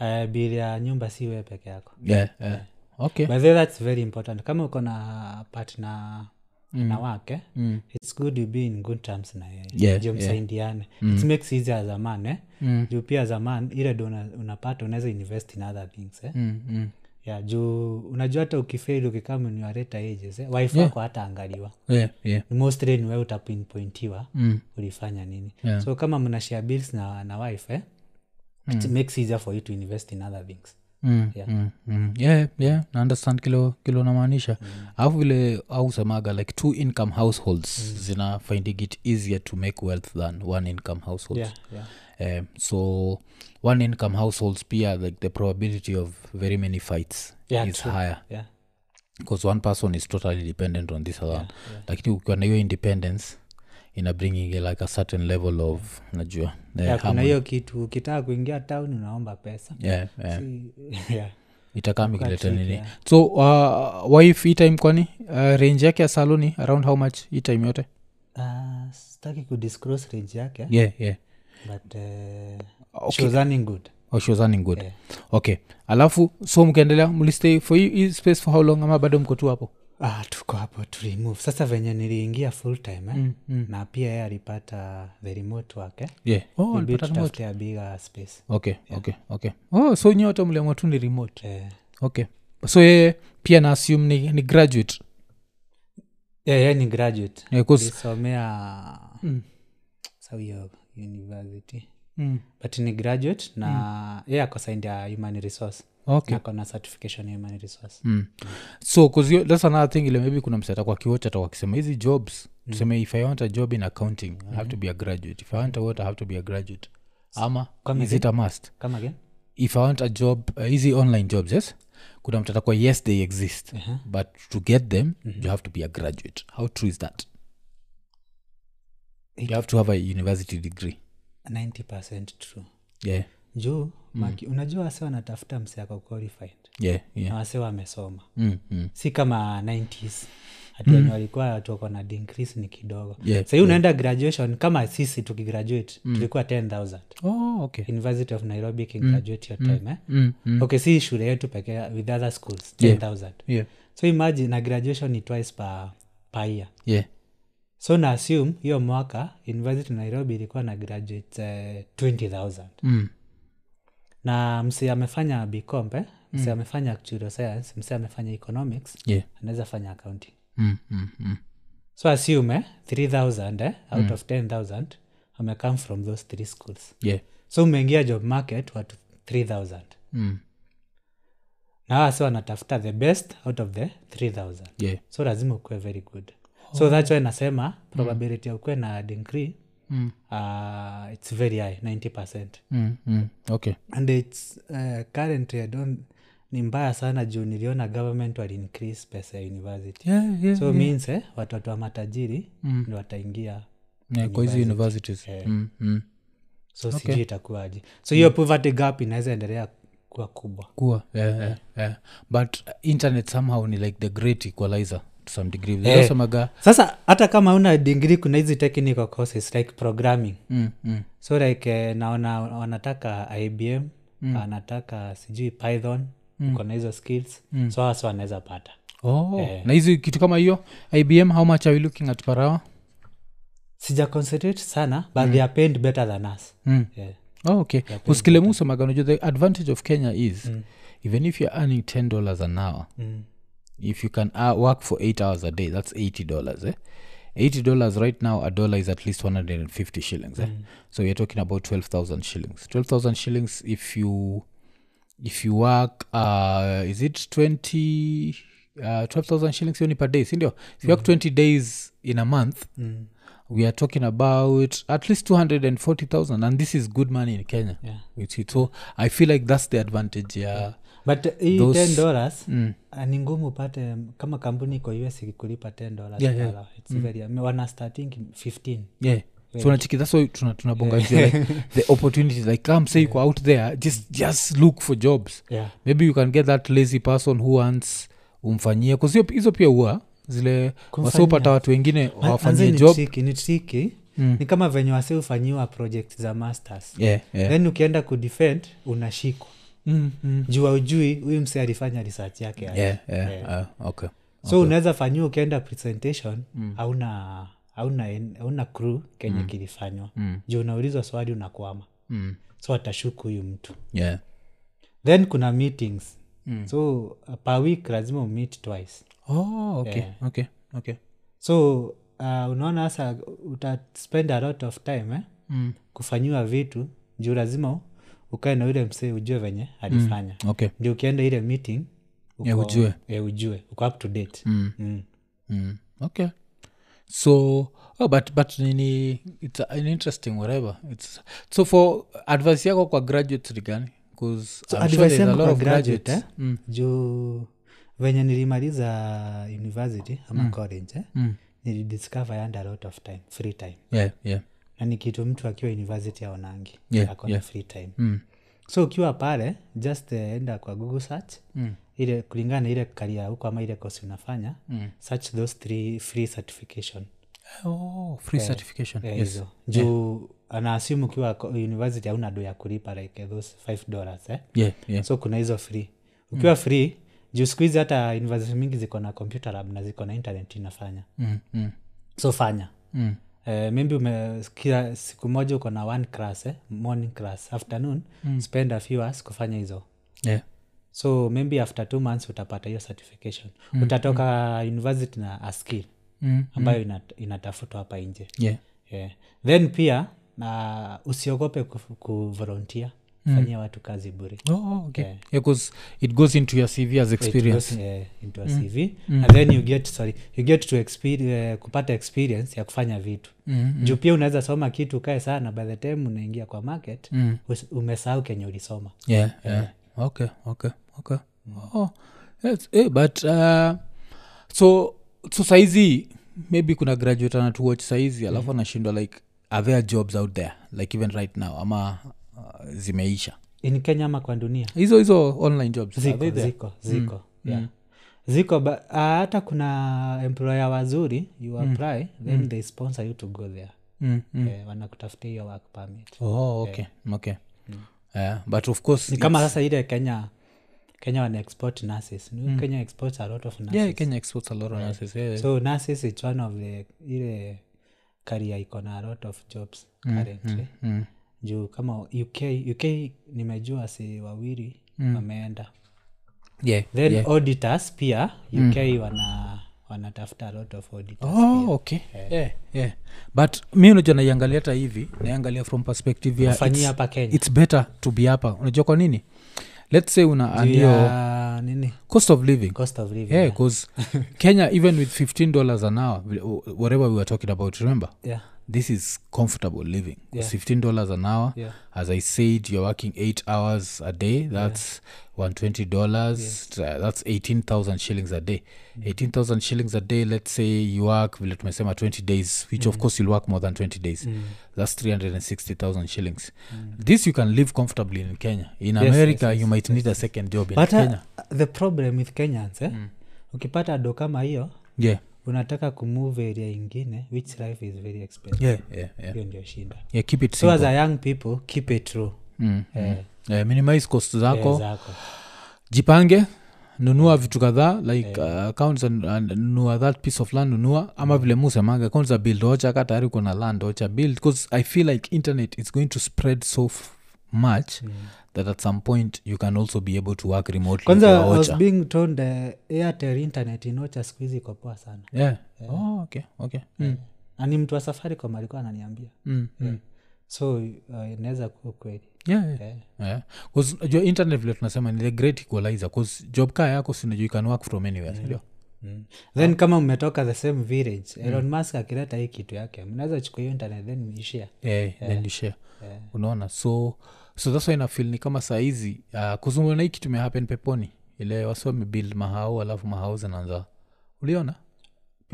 Speaker 2: uh, bili ya nyumba si wewe peke yako
Speaker 1: yeah, yeah. okay
Speaker 2: by the way, that's very important kama uko na partner na wake mm. its good you be in good terms na yeye
Speaker 1: Yeah,
Speaker 2: Juu
Speaker 1: yeah. Mm.
Speaker 2: msaidiane it makes easy as a man eh? juu pia as a man ile do una- unapata unaweza invest in other things eh?
Speaker 1: mm, mm.
Speaker 2: yeah, juu unajua hata ukifail ukikama ni wareta ages eh? wife wako hata angaliwa
Speaker 1: yeah, yeah.
Speaker 2: mostly ni wewe utapinpointiwa
Speaker 1: Mm.
Speaker 2: ulifanya nini
Speaker 1: Yeah.
Speaker 2: so kama mna share bills na, na wife eh? it makes easier for you to invest in other things
Speaker 1: Mm,
Speaker 2: Yeah.
Speaker 1: mm, mm. yeah, yeah. na understand kilo kilo namaanisha
Speaker 2: Mm.
Speaker 1: alafu vile ausemaga like two income households
Speaker 2: Mm.
Speaker 1: zina finding it easier to make wealth than one income households
Speaker 2: yeah, yeah.
Speaker 1: um, so one income households pia like the probability of very many fights
Speaker 2: Yeah,
Speaker 1: is
Speaker 2: true.
Speaker 1: higher
Speaker 2: Yeah.
Speaker 1: because one person is totally dependent on this other one lakini ukiwa na hiyo independence ina bringing like a certain level of najua eh,
Speaker 2: Yeah, kuna
Speaker 1: harmony.
Speaker 2: hiyo kitu ukitaka kuingia town unaomba pesa
Speaker 1: yeah, yeah.
Speaker 2: Si- [laughs] yeah.
Speaker 1: itakaa mikileta
Speaker 2: tricky,
Speaker 1: nini
Speaker 2: yeah.
Speaker 1: so uh, wife hii time kwani uh, range yake ya saloni around how much hii time yote
Speaker 2: Ah, sitaki kudisclose range yake
Speaker 1: yeah, yeah.
Speaker 2: but eh, she was earning good
Speaker 1: Oh, she was earning good okay alafu so mkaendelea mlistay for hii- hii space for how long ama bado mko tu hapo
Speaker 2: ah, tuko hapo to remove sasa venye niliingia full time eh? mm, mm. na pia yeye alipata the remote wake
Speaker 1: yeah. oh,
Speaker 2: Ilibidi
Speaker 1: alipata remote.
Speaker 2: tutafute a bigger space
Speaker 1: okay okay okay oh, so nyote mliamua tu ni remote
Speaker 2: eh,
Speaker 1: okay so yeye pia na assume ni, ni graduate
Speaker 2: yeah, yeah, ni graduate
Speaker 1: Yeah, 'cause-
Speaker 2: lisomea sahiyo university
Speaker 1: mm.
Speaker 2: but ni graduate na mm. yeah, akosaidia human resource
Speaker 1: okay
Speaker 2: Na ako na certification ya human resource
Speaker 1: mm. so 'cause you- that's another thing ile maybe kuna mseta kwa kiwocha atakuwa akisema hizi jobs tuseme if i want a job in accounting i have to be a graduate if i want a what i have to be a graduate ama
Speaker 2: Come
Speaker 1: is it a must
Speaker 2: kama again
Speaker 1: if i want a job uh, hizi online jobs yes kuna mtu atakuwa yes they exist but to get them you have to be a graduate how true is that you have to have a university degree
Speaker 2: 90 true
Speaker 1: yeah
Speaker 2: juu
Speaker 1: Mm.
Speaker 2: maki unajua wase wanatafuta mse ako qualified
Speaker 1: yeah
Speaker 2: na
Speaker 1: yeah
Speaker 2: wase wamesoma
Speaker 1: mm, mm.
Speaker 2: si kama 90s hati wenye walikuwa watu wako na dincrease ni kidogo
Speaker 1: Yeah, Mm.
Speaker 2: sahii unaenda graduation kama sisi tukigraduate tulikuwa 10000
Speaker 1: oh okay
Speaker 2: university of nairobi ikigraduate your time eh?
Speaker 1: mm, mm.
Speaker 2: okay si shule yetu pekee with other schools
Speaker 1: Yeah.
Speaker 2: 10000
Speaker 1: yeah
Speaker 2: so imagine na graduation ni twice per, per year
Speaker 1: yeah
Speaker 2: so na assume hiyo mwaka university of nairobi ilikuwa na graduate eh, 20000
Speaker 1: mm.
Speaker 2: na msi amefanya bicompe msi
Speaker 1: Mm.
Speaker 2: amefanya actuarial science msi amefanya economics
Speaker 1: yeah
Speaker 2: anaweza fanya accounting
Speaker 1: mm, mm, mm.
Speaker 2: so assume 3000 eh, out of 10000 amecome from those three schools
Speaker 1: yeah
Speaker 2: so umeingia job market watu 3000
Speaker 1: mm.
Speaker 2: na wasi wanatafuta the best out of the 3000
Speaker 1: yeah
Speaker 2: so lazima ukuwe very good so that's why nasema probability ya ukuwe na degree
Speaker 1: Mm.
Speaker 2: uh, its very high 90 percent
Speaker 1: mm, mm. okay
Speaker 2: and its uh, currently I don't, ni mbaya sana juu niliona government wali increase pesa ya university
Speaker 1: yeah, yeah,
Speaker 2: so
Speaker 1: yeah.
Speaker 2: means eh, watoto wa matajiri mm. ndo wataingia
Speaker 1: Yeah, kwa hizi universities mm, mm.
Speaker 2: so okay. sijui itakuwaji so hiyo poverty gap inaweza endelea kuwa kubwa
Speaker 1: kuwa yeah, yeah, yeah. but uh, internet somehow ni like the great equalizer to some degree vilosemaga
Speaker 2: sasa hata kama una degree kuna hizi technical courses like programming
Speaker 1: mm, mm,
Speaker 2: so like eh, naona wanataka ibm mm. anataka sijui python mm. uko na hizo skills mm. so hasa wanaweza pata
Speaker 1: oh na hizi kitu kama hiyo ibm how much are we looking at parawa
Speaker 2: sija concentrate sana but mm. they are paid better than us
Speaker 1: mm.
Speaker 2: yeah.
Speaker 1: oh, okay usikile musemaga unajua the advantage of kenya is mm. even if you're earning 10 dollars an hour
Speaker 2: mm.
Speaker 1: if you can uh, work for eight hours a day that's 80 dollars eh? 80 dollars right now a dollar is at least 150 shillings eh?
Speaker 2: Mm.
Speaker 1: so we're talking about 12000 shillings 12000 shillings if you if you work uh, is it 20 uh, 12000 shillings only per day sindio if you work 20 days in a month
Speaker 2: Mm.
Speaker 1: we are talking about at least 240000 and this is good money in kenya
Speaker 2: Yeah.
Speaker 1: It's- it's- so i feel like that's the advantage yeah,
Speaker 2: but eh, hii
Speaker 1: Those-
Speaker 2: ten dollars ah, ni ngumu upate mm, kama kampuni iko us ikikulipa ten dollars
Speaker 1: Yeah, yeah.
Speaker 2: Mm. wana starting 15
Speaker 1: yeah so nachiki that's why tuna- tunabonga hizo, like the opportunities like come say yeah. out there just just look for jobs
Speaker 2: yeah.
Speaker 1: maybe you can get that lazy person who wants umfanyie kazio hizo pia huwa zile wasiopata watu wengine wafanyie job
Speaker 2: Ah, ni Mm. triki ni kama venye wase hufanyiwa project za masters
Speaker 1: yeah, yeah.
Speaker 2: then ukienda kudefend unashikwa
Speaker 1: Mm, mm.
Speaker 2: juu aujui huyu mse alifanya research yake aje.
Speaker 1: yeah, yeah, ah, okay. Mm.
Speaker 2: so unaweza fanyiwa ukienda presentation hauna hauna en- hauna crew kenye kilifanywa juu unaulizwa swali unakwama
Speaker 1: Mm,
Speaker 2: so atashuku huyu mtu
Speaker 1: yeah.
Speaker 2: then kuna meetings
Speaker 1: Mm.
Speaker 2: so uh, per week lazima umeet twice
Speaker 1: oh okay okay okay
Speaker 2: so uh, unaona sasa utaspend a lot of time eh? mm. kufanyiwa vitu juu lazima ukae na yule msee ujue venye alifanya mm.
Speaker 1: okay
Speaker 2: ndio ukienda ile meeting uko,
Speaker 1: Yeah, ujue.
Speaker 2: yeah, ujue uko up to date mm. Mm.
Speaker 1: mm. okay so oh, but but nini it's an interesting whatever it's so for advice yako kwa graduates ni gani bcause
Speaker 2: so advice yangu kwa graduate eh? juu venye nilimaliza university ama college eh? mm. nilidiscover I had a lot of time free time
Speaker 1: yeah yeah
Speaker 2: na ni kitu mtu akiwa university aonangi
Speaker 1: Yeah,
Speaker 2: akona
Speaker 1: yeah.
Speaker 2: free time
Speaker 1: Mm.
Speaker 2: so ukiwa pale just eh, enda kwa google search mm. ile kulingana na ile karia huko ama ile kosi unafanya mm. search those three free certification
Speaker 1: oh free certification
Speaker 2: eh,
Speaker 1: yes
Speaker 2: hizo juu anaasimu ukiwa ko- university hauna do ya kulipa like eh, those five dollars eh?
Speaker 1: yeah yeah
Speaker 2: so kuna hizo free ukiwa free juu siku hizi hata university mingi ziko na computer lab na ziko na internet inafanya
Speaker 1: mm, mm,
Speaker 2: so fanya
Speaker 1: mm.
Speaker 2: Uh, maybe ume, kila siku moja uko na one class eh? morning class afternoon mm. spend a few hours kufanya hizo
Speaker 1: yeah
Speaker 2: so maybe after two months utapata hiyo certification mm. utatoka university na a skill
Speaker 1: Mm,
Speaker 2: ambayo inat, inatafutwa hapa nje
Speaker 1: yeah
Speaker 2: yeah. then pia na usiogope ku- kuvolunteer fanyia watu kazi bure
Speaker 1: oh okay yeah. cause it goes into your cv as experience
Speaker 2: It goes, eh, into a cv and then you get sorry you get to experience, kupata experience ya kufanya vitu mm-hmm. juu pia unaweza soma kitu ukae sana by the time unaingia kwa market mm. umesahau kenye ulisoma
Speaker 1: yeah, yeah. okay okay okay
Speaker 2: Mm.
Speaker 1: oh, yes, eh, but uh, so so saizi maybe kuna graduate anatuwatch saizi
Speaker 2: Mm.
Speaker 1: alafu anashindwa like are there jobs out there like even right now ama uh, zimeisha
Speaker 2: in kenya ama kwa dunia
Speaker 1: hizo hizo online jobs are
Speaker 2: ziko
Speaker 1: they there?
Speaker 2: ziko ziko yeah. ziko ba- ah, hata kuna employer wazuri you apply then they sponsor you to go there
Speaker 1: Mm, mm.
Speaker 2: eh, wanakutafutia hiyo work permit
Speaker 1: oh okay okay yeah, but of course
Speaker 2: Mm. ni kama sasa ile kenya kenya wana export nurses mm. kenya exports a lot of nurses
Speaker 1: yeah, kenya exports a lot of nurses yeah.
Speaker 2: so nurses is one of the ile karia iko na a lot of jobs currently
Speaker 1: mm.
Speaker 2: juu kama uk uk nimejua si wawili wameenda
Speaker 1: yeah,
Speaker 2: then
Speaker 1: Mm. yeah. Mm.
Speaker 2: auditors pia uk wana wanatafuta a lot of auditors
Speaker 1: oh okay yeah, yeah. but mi unajua naiangalia hata hivi naiangalia from perspective ya
Speaker 2: fanyia
Speaker 1: it's-
Speaker 2: hapa kenya
Speaker 1: its better to be hapa unajua kwa nini let's say una andio
Speaker 2: Ya nini
Speaker 1: cost of living
Speaker 2: cost of living
Speaker 1: yeah, 'cause kenya even with 15 dollars an hour wh- whatever we were talking about remember
Speaker 2: yeah.
Speaker 1: this is comfortable living 'Cause 15 dollars an hour
Speaker 2: Yeah.
Speaker 1: as i said you're working eight hours a day that's 120 dollars uh, that's 18000 shillings a day 18000 shillings a day let's say you work vile tumesema 20 days which
Speaker 2: Mm.
Speaker 1: of course you'll work more than 20 days that's 360000 shillings this you can live comfortably in kenya in
Speaker 2: Mm. yes,
Speaker 1: america you might need a second job in
Speaker 2: but
Speaker 1: kenya
Speaker 2: uh, the problem with kenyans eh? Mm. ukipata do kama hiyo
Speaker 1: yeah.
Speaker 2: unataka kumove area ingine which life is very expensive
Speaker 1: Yeah, yeah, yeah.
Speaker 2: hiyo ndio shida
Speaker 1: Yeah, keep it
Speaker 2: so
Speaker 1: simple.
Speaker 2: as a young people keep it true
Speaker 1: Mm,
Speaker 2: eh,
Speaker 1: mm. Eh, minimize cost zako
Speaker 2: eh, zako
Speaker 1: jipange nunua vitu kadhaa like uh, accounts and, and nunua that piece of land nunua ama vile musemaga accounts za build ocha ka tayari uko na land ocha build because i feel like internet is going to spread so f- much that at some point you can also be able to work remotely
Speaker 2: kwanza
Speaker 1: ukiwa
Speaker 2: I was
Speaker 1: Ocha.
Speaker 2: being told the airtel internet inocha siku hizi iko poa sana
Speaker 1: yeah. oh, okay, okay. Mm,
Speaker 2: na ni mtu wa safaricom alikuwa ananiambia
Speaker 1: mm, mm.
Speaker 2: so uh, inaweza kuwa kweli
Speaker 1: Yeah, yeah. Yeah. 'Cause unajua internet vile tunasema ni the great equalizer 'cause job kaa yako sinajua you can work from anywhere sindio? Mm. Ah.
Speaker 2: then kama mmetoka the same village elon musk akileta hii kitu yake mnaweza chukua hiyo internet then mishia
Speaker 1: Eh, then you share
Speaker 2: Yeah.
Speaker 1: unaona so so that's why nafeel ni kama saizi uh, kuzungumza na hiki tumehappen peponi ile wasi wamebuild mahau alafu mahau zinaanza uliona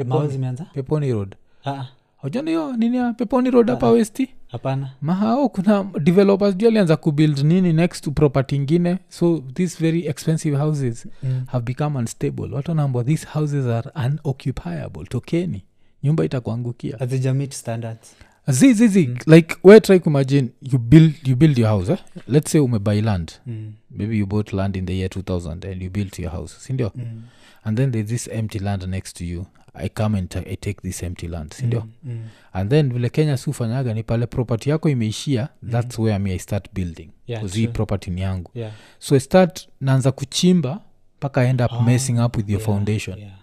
Speaker 2: mao zimeanza
Speaker 1: peponi road
Speaker 2: Ah,
Speaker 1: hujana hiyo nini ya peponi road hapa westi
Speaker 2: hapana
Speaker 1: mahao kuna developers ju alianza kubuild nini next to property ingine so these very expensive houses mm. have become unstable watu wanaambwa these houses are unoccupiable tokeni nyumba itakuangukia
Speaker 2: hazijamit standards
Speaker 1: zi zi
Speaker 2: Mm.
Speaker 1: zi like we try kuimagine you build, you build your house eh? let's say umebuy land
Speaker 2: Mm.
Speaker 1: maybe you bought land in the year 2000 and you built your house sindio mm. and then there's this empty land next to you i come and ta- i take this empty land sindio mm.
Speaker 2: Mm.
Speaker 1: and then vile kenya si ufanyaga ni pale property yako imeishia that's where me i start building
Speaker 2: Mm. Yeah,
Speaker 1: 'Cause hii property ni yangu
Speaker 2: Yeah,
Speaker 1: so i start naanza kuchimba mpaka I end up messing up with your foundation
Speaker 2: Ah, yeah.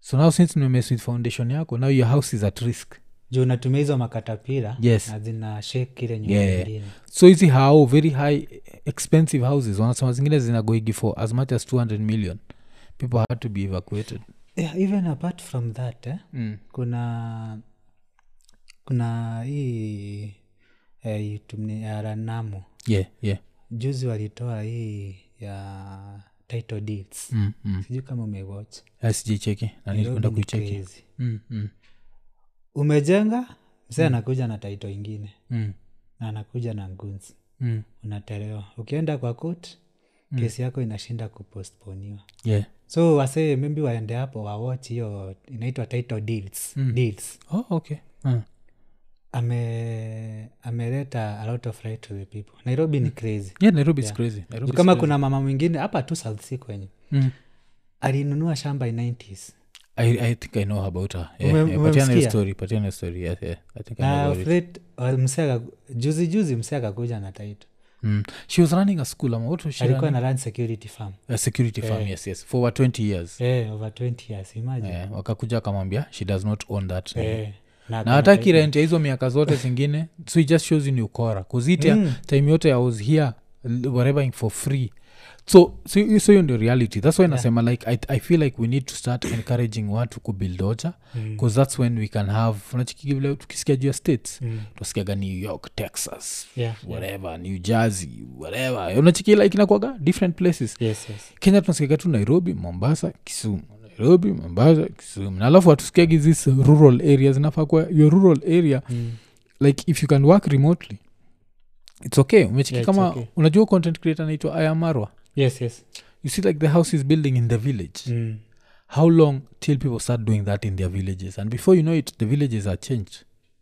Speaker 1: so now since nimemess with foundation yako now your house is at risk
Speaker 2: juu unatumia hizo makatapira
Speaker 1: Yes.
Speaker 2: na zina shek ile nyumba
Speaker 1: Yeah.
Speaker 2: ingine
Speaker 1: so hizi hao very high expensive houses wanasema zingine zinagoigi for as much as 200 million people had to be evacuated
Speaker 2: yeah, even apart from that eh, mm. kuna kuna hii eh, tumni- ya ranamu
Speaker 1: yeah yeah
Speaker 2: juzi walitoa hii ya title deeds
Speaker 1: mm, mm.
Speaker 2: sijui kama umewatch
Speaker 1: Ah, sijaicheki na nilikwenda
Speaker 2: Nairobi ni
Speaker 1: kuicheki
Speaker 2: crazy.
Speaker 1: mm, mm,
Speaker 2: umejenga msee anakuja na taito ingine
Speaker 1: mm,
Speaker 2: na anakuja na ngunzi
Speaker 1: mm.
Speaker 2: unatelewa ukienda kwa kot kesi yako inashinda kupostponiwa
Speaker 1: yeah
Speaker 2: so wasee maybe waende hapo wawatch hiyo inaitwa title deals, deals.
Speaker 1: oh okay Ah,
Speaker 2: Ame, ameleta a lot of right to the people nairobi ni crazy
Speaker 1: yeah nairobi is crazy Mm. nairobi
Speaker 2: Juu
Speaker 1: is
Speaker 2: kama kuna mama mwingine hapa tu south sea kwenye
Speaker 1: Mm.
Speaker 2: alinunua shamba 90s
Speaker 1: I, i think i know about her yeah,
Speaker 2: Umem-
Speaker 1: yeah. patiana hiyo
Speaker 2: umemsikia? Ah,
Speaker 1: story patiana hiyo story yes, yeah. i think I know
Speaker 2: na
Speaker 1: about it.
Speaker 2: Fred, wa- msee aka- juzi juzi msee akakuja na taito
Speaker 1: Mm. she was running a school ama what was she
Speaker 2: alikuwa Eh.
Speaker 1: running?
Speaker 2: na land security farm
Speaker 1: a security firm yes yes for over 20 years
Speaker 2: eh, over 20 years imagine
Speaker 1: yeah. wakakuja akamwambia she does not own that name.
Speaker 2: eh, na
Speaker 1: na hata kirent ya hizo miaka zote zingine so it just shows you ni ukora kuzita mm. time yote i was here l- whatever for free so so so hiyo ndio reality that's why nasema like I, i feel like we need to start encouraging watu kubuild ocha bcause that's when we can have unachiki vile tukisikia juu ya states mm. tuasikiaga new york texas
Speaker 2: Yeah,
Speaker 1: whatever new jersey whatever unachiki like inakwaga different places
Speaker 2: yes, yes.
Speaker 1: kenya tunasikiaga tu nairobi mombasa kisumu nairobi mombasa kisumu na alafu hatusikiagi this rural areas nafaa kuwa your rural area
Speaker 2: Mm.
Speaker 1: like if you can work remotely its okay umechiki
Speaker 2: Yeah, it's
Speaker 1: kama
Speaker 2: okay.
Speaker 1: unajua content creator anaitwa ayamarwa
Speaker 2: yes yes
Speaker 1: you see like the house is building in the village
Speaker 2: mm.
Speaker 1: how long till people start doing that in their villages and before you know it the villages are changed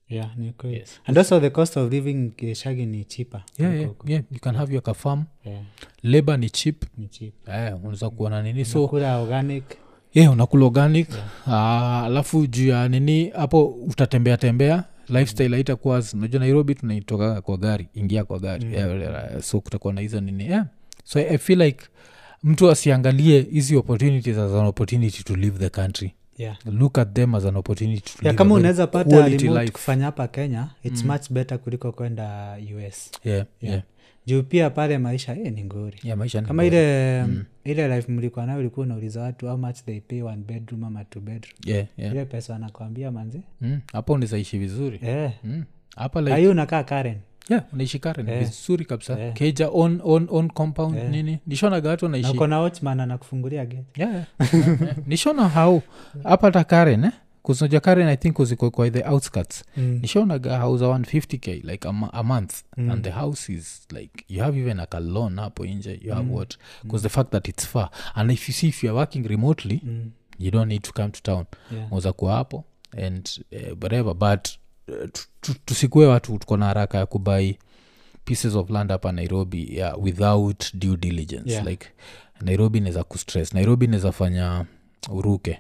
Speaker 2: yeah, ni kweli.
Speaker 1: Yes.
Speaker 2: and also the cost of living kishagi ni chipa
Speaker 1: yeah, yeah, yeah. you can have your kafam
Speaker 2: yeah,
Speaker 1: labor ni cheap
Speaker 2: ni chipa
Speaker 1: eh, unaweza kuona nini so
Speaker 2: kula organic
Speaker 1: ye yeah, unakula organic Ah, alafu juu ya nini hapo utatembea tembea lifestyle haitakuwa as- unajua nairobi tunaitoka kwa gari ingia kwa gari mm. yeah, so kutakuwa na hizo nini yeah. so i feel like mtu asiangalie hizi opportunities as an opportunity to leave the country
Speaker 2: yeah.
Speaker 1: look at them as an opportunity to
Speaker 2: ya
Speaker 1: live
Speaker 2: kama
Speaker 1: a very
Speaker 2: unaweza pata
Speaker 1: quality
Speaker 2: remote
Speaker 1: life.
Speaker 2: kufanya hapa kenya its much better kuliko kwenda us
Speaker 1: yeah, yeah. Yeah.
Speaker 2: juu pia pale maisha eh, ni ngori
Speaker 1: yeah maisha ni
Speaker 2: kama
Speaker 1: bora.
Speaker 2: ile
Speaker 1: Mm.
Speaker 2: ile life mlikuwa nayo ulikuwa unauliza watu how much they pay one bedroom ama two bedroom
Speaker 1: yeah, yeah.
Speaker 2: ile pesa wanakwambia manzi
Speaker 1: Mm, hapo unawezaishi vizuri
Speaker 2: eh.
Speaker 1: Mm, hapa like
Speaker 2: Like, ayu unakaa karen
Speaker 1: yeah, unaishi karen vizuri kabisa
Speaker 2: Yeah.
Speaker 1: keja on, on, on compound nini nishonaga watu wanaishi
Speaker 2: uko na watchman anakufungulia geti
Speaker 1: Yeah, yeah, yeah, yeah. [laughs] nishaona hau hapa hata karen eh? kuznaja karen i think kuziko kwa the outskirts
Speaker 2: Mm.
Speaker 1: nishaonaga hauza 150k like a, mo- a month and the house is like you have even like a
Speaker 2: Mm.
Speaker 1: loan hapo inje you have what because the fact that it's far and if you see if youare working remotely you don't need to come to town
Speaker 2: Yeah.
Speaker 1: unaweza kuwa hapo and uh, whatever but eh, tu- tu- tusikue watu tuko na haraka ya kubai pieces of land hapa nairobi yeah, without due diligence
Speaker 2: Yeah.
Speaker 1: like nairobi inaweza kustress nairobi inaweza fanya uruke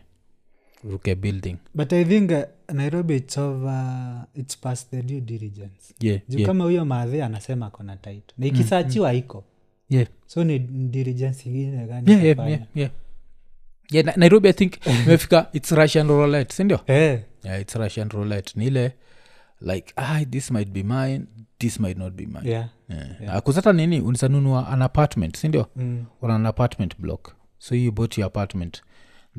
Speaker 1: uruke building
Speaker 2: but i think uh, nairobi it's over it's past the due diligence
Speaker 1: yeah,
Speaker 2: juu
Speaker 1: yeah, Mm-hmm.
Speaker 2: kama huyo maadhi anasema akona tit na ikisachiwa iko
Speaker 1: yeah.
Speaker 2: so ni ni diligence ingine gani
Speaker 1: Yeah, yeah,
Speaker 2: atafanya?
Speaker 1: yeah, yeah. Yeah, Na- nairobi i think imefika its russian roulette sindio
Speaker 2: Eh,
Speaker 1: yeah, its russian roulette ni ile like ah, this might be mine this might not be mine
Speaker 2: yeah.
Speaker 1: yeah. kuzata nini unisanunua an apartment sindio
Speaker 2: Mm.
Speaker 1: or an apartment block so you bought your apartment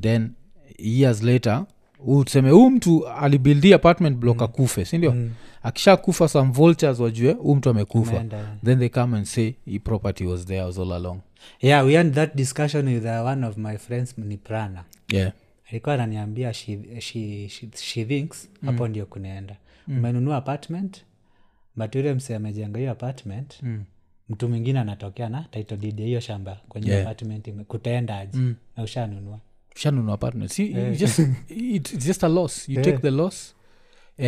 Speaker 1: then years later useme huu mtu alibildi apartment block akufe sindio mm. akisha kufa some vultures wajue huu mtu amekufa
Speaker 2: Ameenda.
Speaker 1: then they come and say hi property was theirs all along
Speaker 2: yeah we had that discussion with uh, one of my friends ni prana
Speaker 1: yeah
Speaker 2: alikuwa ananiambia she, she, she, she thinks mm. hapo ndio kunaenda mm. umenunua apartment but yule mse amejenga hiyo apartment mm. mtu mwingine anatokea na title deed ya hiyo shamba kwenye
Speaker 1: Yeah.
Speaker 2: apartment ime- kutaendaje mm. na ushanunua
Speaker 1: shanunua apartment see you
Speaker 2: Eh. [laughs]
Speaker 1: just it, it's just a loss you take the loss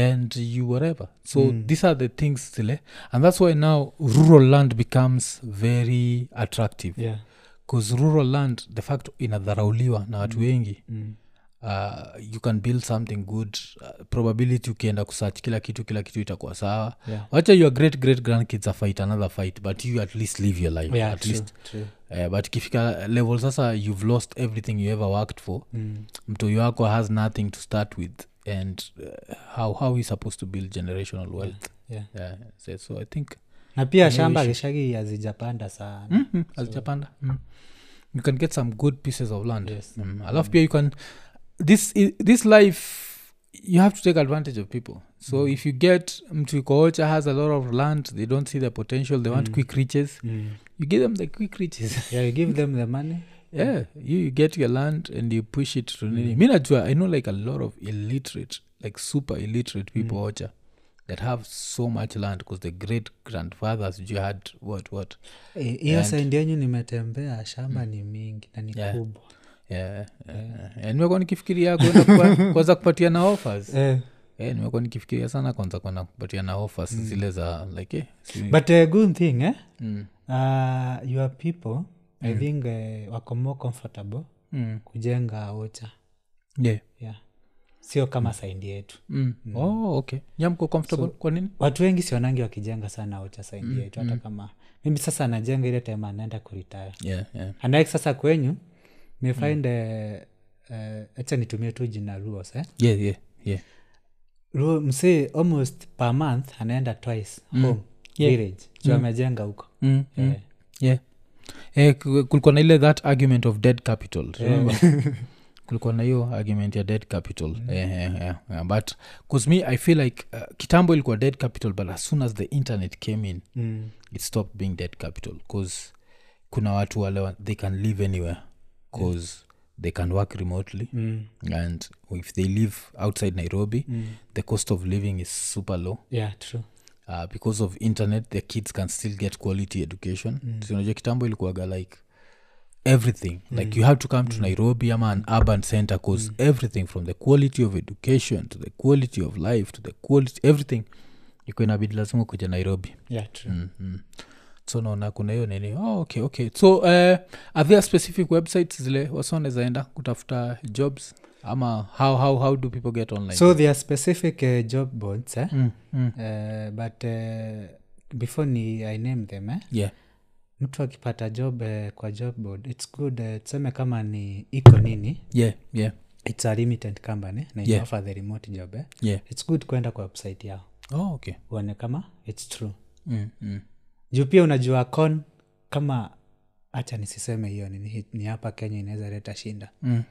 Speaker 1: and you whatever so
Speaker 2: Hmm.
Speaker 1: these are the things zile and that's why now rural land becomes very attractive
Speaker 2: yeah.
Speaker 1: because rural land the fact inadharauliwa na
Speaker 2: Hmm.
Speaker 1: watu wengi mm. Uh, you can build something good uh, probability ukienda kusearch kila kitu kila kitu itakuwa sawa
Speaker 2: Yeah.
Speaker 1: wacha your great great grandkids a fight another fight but you at least live your life
Speaker 2: Yeah,
Speaker 1: at
Speaker 2: true,
Speaker 1: least
Speaker 2: true.
Speaker 1: Eh, but ikifika level sasa you've lost everything you ever worked for mm. mtoyo wako has nothing to start with and uh, how, how he supposed to build generational wealth
Speaker 2: Yeah.
Speaker 1: yeah. so, so i think
Speaker 2: na pia shamba gishagi hazijapanda sana
Speaker 1: mm, hazijapanda mm. you can get some good pieces of land
Speaker 2: Yes.
Speaker 1: mm. alafu pia you can this, i- this life you have to take advantage of people so
Speaker 2: Mm-hmm.
Speaker 1: if you get mtu ikoocha has a lot of land they don't see the potential they want
Speaker 2: Mm-hmm.
Speaker 1: quick riches
Speaker 2: Mm.
Speaker 1: you give them the quick riches
Speaker 2: yeah, you give them the money
Speaker 1: yeah you, you get your land and you push it to nini mi najua i know like a lot of illiterate like super illiterate people ocha that have so much land because the great grandfathers you had what what
Speaker 2: Eh, Hmm. hiyo saindi yenyu nimetembea shamba ni mingi na ni
Speaker 1: Yeah.
Speaker 2: kubwa
Speaker 1: yeah, yeah. yeah. nimekuwa nikifikiria [laughs] kuenda kupa- kwanza kupatia na offers
Speaker 2: eh.
Speaker 1: yeah, nimekuwa nikifikiria sana kwanza kwenda kupatia na offers zile za like eh, si,
Speaker 2: but a good thing eh?
Speaker 1: mm,
Speaker 2: uh, your people i think uh, wako more comfortable
Speaker 1: mm,
Speaker 2: kujenga ocha
Speaker 1: yeah.
Speaker 2: yeah. sio kama saindi yetu
Speaker 1: mm. oh okay nyamko comfortable kwa nini
Speaker 2: watu wengi sionangi wakijenga sana ocha saindi yetu hata kama mimi sasa anajenga ile time anaenda kuritaya
Speaker 1: yeah, yeah.
Speaker 2: anaek sasa kwenyu nifind mm. uh, acha nitumie tu jina ruos eh?
Speaker 1: yeah yeah yeah
Speaker 2: Ruo- msee almost per month anaenda twice home village juu amejenga huko
Speaker 1: mm, mm.
Speaker 2: Eh.
Speaker 1: yeah eh, ku- kulikuwa na ile that argument of dead capital remember? kulikuwa na hiyo argument ya dead capital eh, eh, eh, eh, but bcause me i feel like uh, kitambo ilikuwa dead capital but as soon as the internet came in
Speaker 2: Mm.
Speaker 1: it stopped being dead capital bcause kuna watu wale wa- they can live anywhere bcause they can work remotely
Speaker 2: Mm.
Speaker 1: and if they live outside nairobi the cost of living is super low
Speaker 2: yeah true
Speaker 1: uh, because of internet the kids can still get quality education mm. sinajua kitambo ilikuwaga like everything mm. like you have to come to nairobi ama an urban center cause mm. everything from the quality of education to the quality of life to the quality everything iko inabidi lazima kuja nairobi
Speaker 2: yeah true
Speaker 1: mm-hmm. so naona kuna hiyo nini oh, okay okay so uh, are there specific websites zile wasonezaenda kutafuta jobs ama how, how, how do people get online
Speaker 2: so there are specific uh, job boards eh?
Speaker 1: mm, mm.
Speaker 2: uh, but uh, before ni i name them eh?
Speaker 1: yeah
Speaker 2: mtu akipata job uh, kwa job board its good uh, tuseme kama ni iko nini
Speaker 1: yeah yeah
Speaker 2: its a limited company na
Speaker 1: Yeah.
Speaker 2: yeah. offer the remote job eh?
Speaker 1: yeah
Speaker 2: its good kwenda kwa website yao
Speaker 1: oh, okay
Speaker 2: uone kama its true
Speaker 1: mm, mm.
Speaker 2: juu pia unajua con kama hacha nisiseme hiyo ni, ni, ni hapa kenya inaweza leta shinda
Speaker 1: Mm.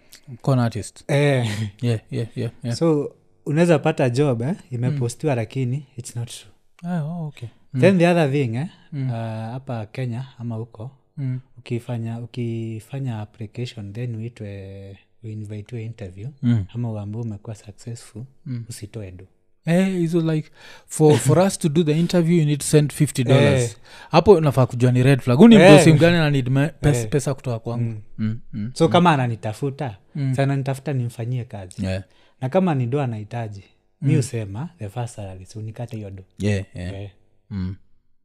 Speaker 1: Con artist
Speaker 2: eh,
Speaker 1: yeah yeah yeah, yeah.
Speaker 2: [laughs] so unaweza pata job eh? imepostiwa lakini its not true
Speaker 1: Ah, oh, okay
Speaker 2: then the other thing eh, uh, hapa kenya ama huko
Speaker 1: mm.
Speaker 2: ukifanya ukifanya application then uitwe uinvitiwe interview
Speaker 1: Mm.
Speaker 2: Mm. ama uambie umekuwa successful usitoe do
Speaker 1: eh, hizo like for, for us to do the interview you need to send 50 dollars
Speaker 2: Eh.
Speaker 1: hapo nafaa kujua ni red flag huu ni
Speaker 2: Eh.
Speaker 1: mdosi mgani na need me- pes,
Speaker 2: Eh.
Speaker 1: pesa kutoka kwangu mm. Mm,
Speaker 2: so mm. kama ananitafuta mm. sananitafuta nimfanyie kazi
Speaker 1: Yeah.
Speaker 2: na kama ni do anahitaji mi husema the first salary si unikate hiyo do
Speaker 1: Yeah, yeah.
Speaker 2: Mm. Eh,
Speaker 1: Mm.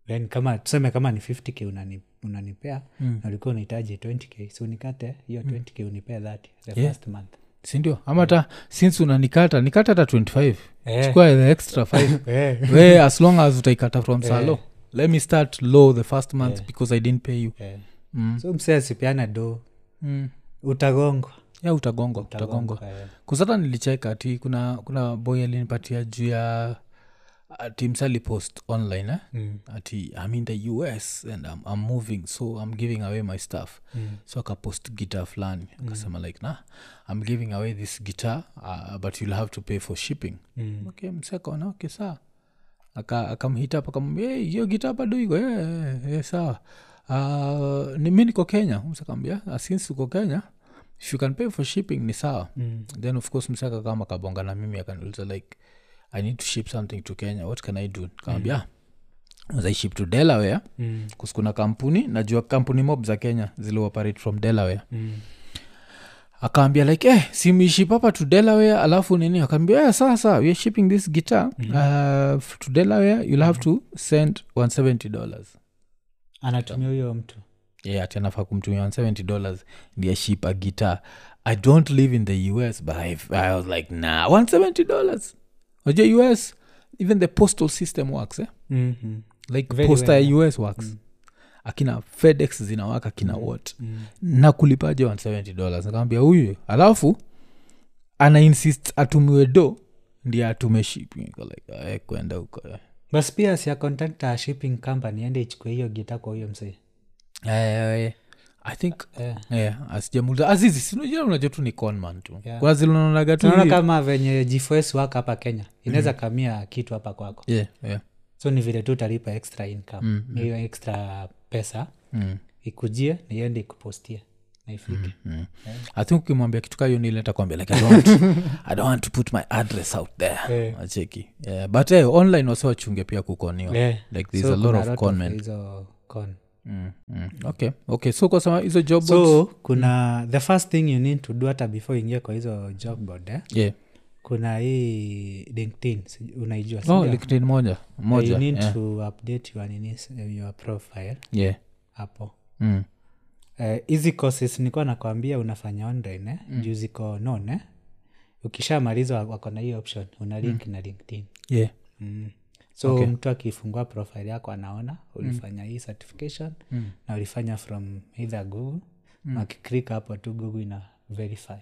Speaker 2: then kama tuseme kama ni 50k unani, unanipea na ulikuwa unahitaji 20k si unikate hiyo 20k unipee 30 the first month
Speaker 1: sindio ama hata since unanikata nikata hata 25
Speaker 2: Eh.
Speaker 1: chukua the extra [laughs] 5
Speaker 2: Eh,
Speaker 1: we as long as utaikata from salo let me start low the first month because i didn't pay you
Speaker 2: eh.
Speaker 1: Mm.
Speaker 2: so msee asipeana do
Speaker 1: mm.
Speaker 2: utagongwa
Speaker 1: ya utagongwa utagongwa
Speaker 2: Eh,
Speaker 1: kusata nilicheka ati kuna kuna boy alinipatia juu ya ati msali post online eh?
Speaker 2: Mm.
Speaker 1: ati i'm in the us and I'm, i'm moving so i'm giving away my stuff
Speaker 2: Mm.
Speaker 1: so akapost guitar fulani akasema like nah, i'm giving away this guitar uh, but you'll have to pay for shipping
Speaker 2: mm.
Speaker 1: okay msi akaona okay saa Aka- akamhita hapa akamwambia "Hey, hiyo gita hapa doigo yeah, yeah, yeah, sawa uh, ni mi niko kenya msi akaambia "Ah, since uko kenya if you can pay for shipping ni sawa
Speaker 2: Mm.
Speaker 1: then of course msaka kama akabonga na mimi akaniuliza like i need to ship something to kenya what can i do kaambia mm. ship to delaware
Speaker 2: Mm.
Speaker 1: kusikuna kampuni najua kampuni mob za kenya zilioperate from delaware
Speaker 2: Mm.
Speaker 1: akaambia like eh, simuiship hapa to delaware alafu nini akaambia eh, saa saa weare shipping this guitar mm-hmm. uh, f- to delaware you'll have to send 170 dollars
Speaker 2: anatumia huyo mtu
Speaker 1: yeah ati anafaa kumtumia 170 dollars ndi aship a guitar i don't live in the us but I, i was like nah 170 dollars najua us even the postal system works eh?
Speaker 2: mm-hmm.
Speaker 1: like
Speaker 2: Very
Speaker 1: posta
Speaker 2: well.
Speaker 1: ya us works mm. akina fedex zinawaka akina mm. what
Speaker 2: mm.
Speaker 1: na kulipaje 170 dollars nikamwambia huyu alafu ana insist atumiwe do ndiye atume shipping Niko like "Eh, kwenda huko eh."
Speaker 2: bas pia si akontakta shipping company ende ichukue hiyo gita kwa huyo msee
Speaker 1: Eh, eh, i think
Speaker 2: eh.
Speaker 1: yeah, asijamuliza azizi sinajua unajua tu ni conman tu
Speaker 2: Yeah.
Speaker 1: kwa zilionaga tu
Speaker 2: tunaona
Speaker 1: hii-
Speaker 2: kama venye gfs wako hapa kenya inaweza mm. kamia kitu hapa kwako
Speaker 1: yeah, yeah.
Speaker 2: so ni vile tu utalipa extra income mm. hiyo extra pesa
Speaker 1: Mm,
Speaker 2: ikujie na iende ikupostie na ifike
Speaker 1: mm. i think ukimwambia kitu kayo nileta kwambia like I don't, i don't want to put my address out there
Speaker 2: [laughs] Eh.
Speaker 1: acheki yeah, but eh, online wase wachunge pia kukoniwa
Speaker 2: Eh.
Speaker 1: like there's
Speaker 2: So
Speaker 1: a
Speaker 2: kuna
Speaker 1: lot of conmen
Speaker 2: hizo con
Speaker 1: mm, mm. okay okay so kwa sama hizo job boards-
Speaker 2: so kuna the first thing you need to do hata before uingie kwa hizo job board eh?
Speaker 1: yeah
Speaker 2: kuna hii linkedin si- unaijua si
Speaker 1: oh,
Speaker 2: ndio?
Speaker 1: linkedin moja moja
Speaker 2: you need
Speaker 1: yeah.
Speaker 2: to update your, nini, your profile
Speaker 1: yeah.
Speaker 2: hapo
Speaker 1: mm.
Speaker 2: Eh, hizi uh, courses nilikuwa nakwambia unafanya online eh? mm. juu ziko non eh? ukishamaliza wa- wako na hiyo option una link mm. na linkedin
Speaker 1: yeah.
Speaker 2: mm. so mtu akifungua profile yako anaona ulifanya hii certification mm. na ulifanya from either google mm. akiklik hapo tu google ina verify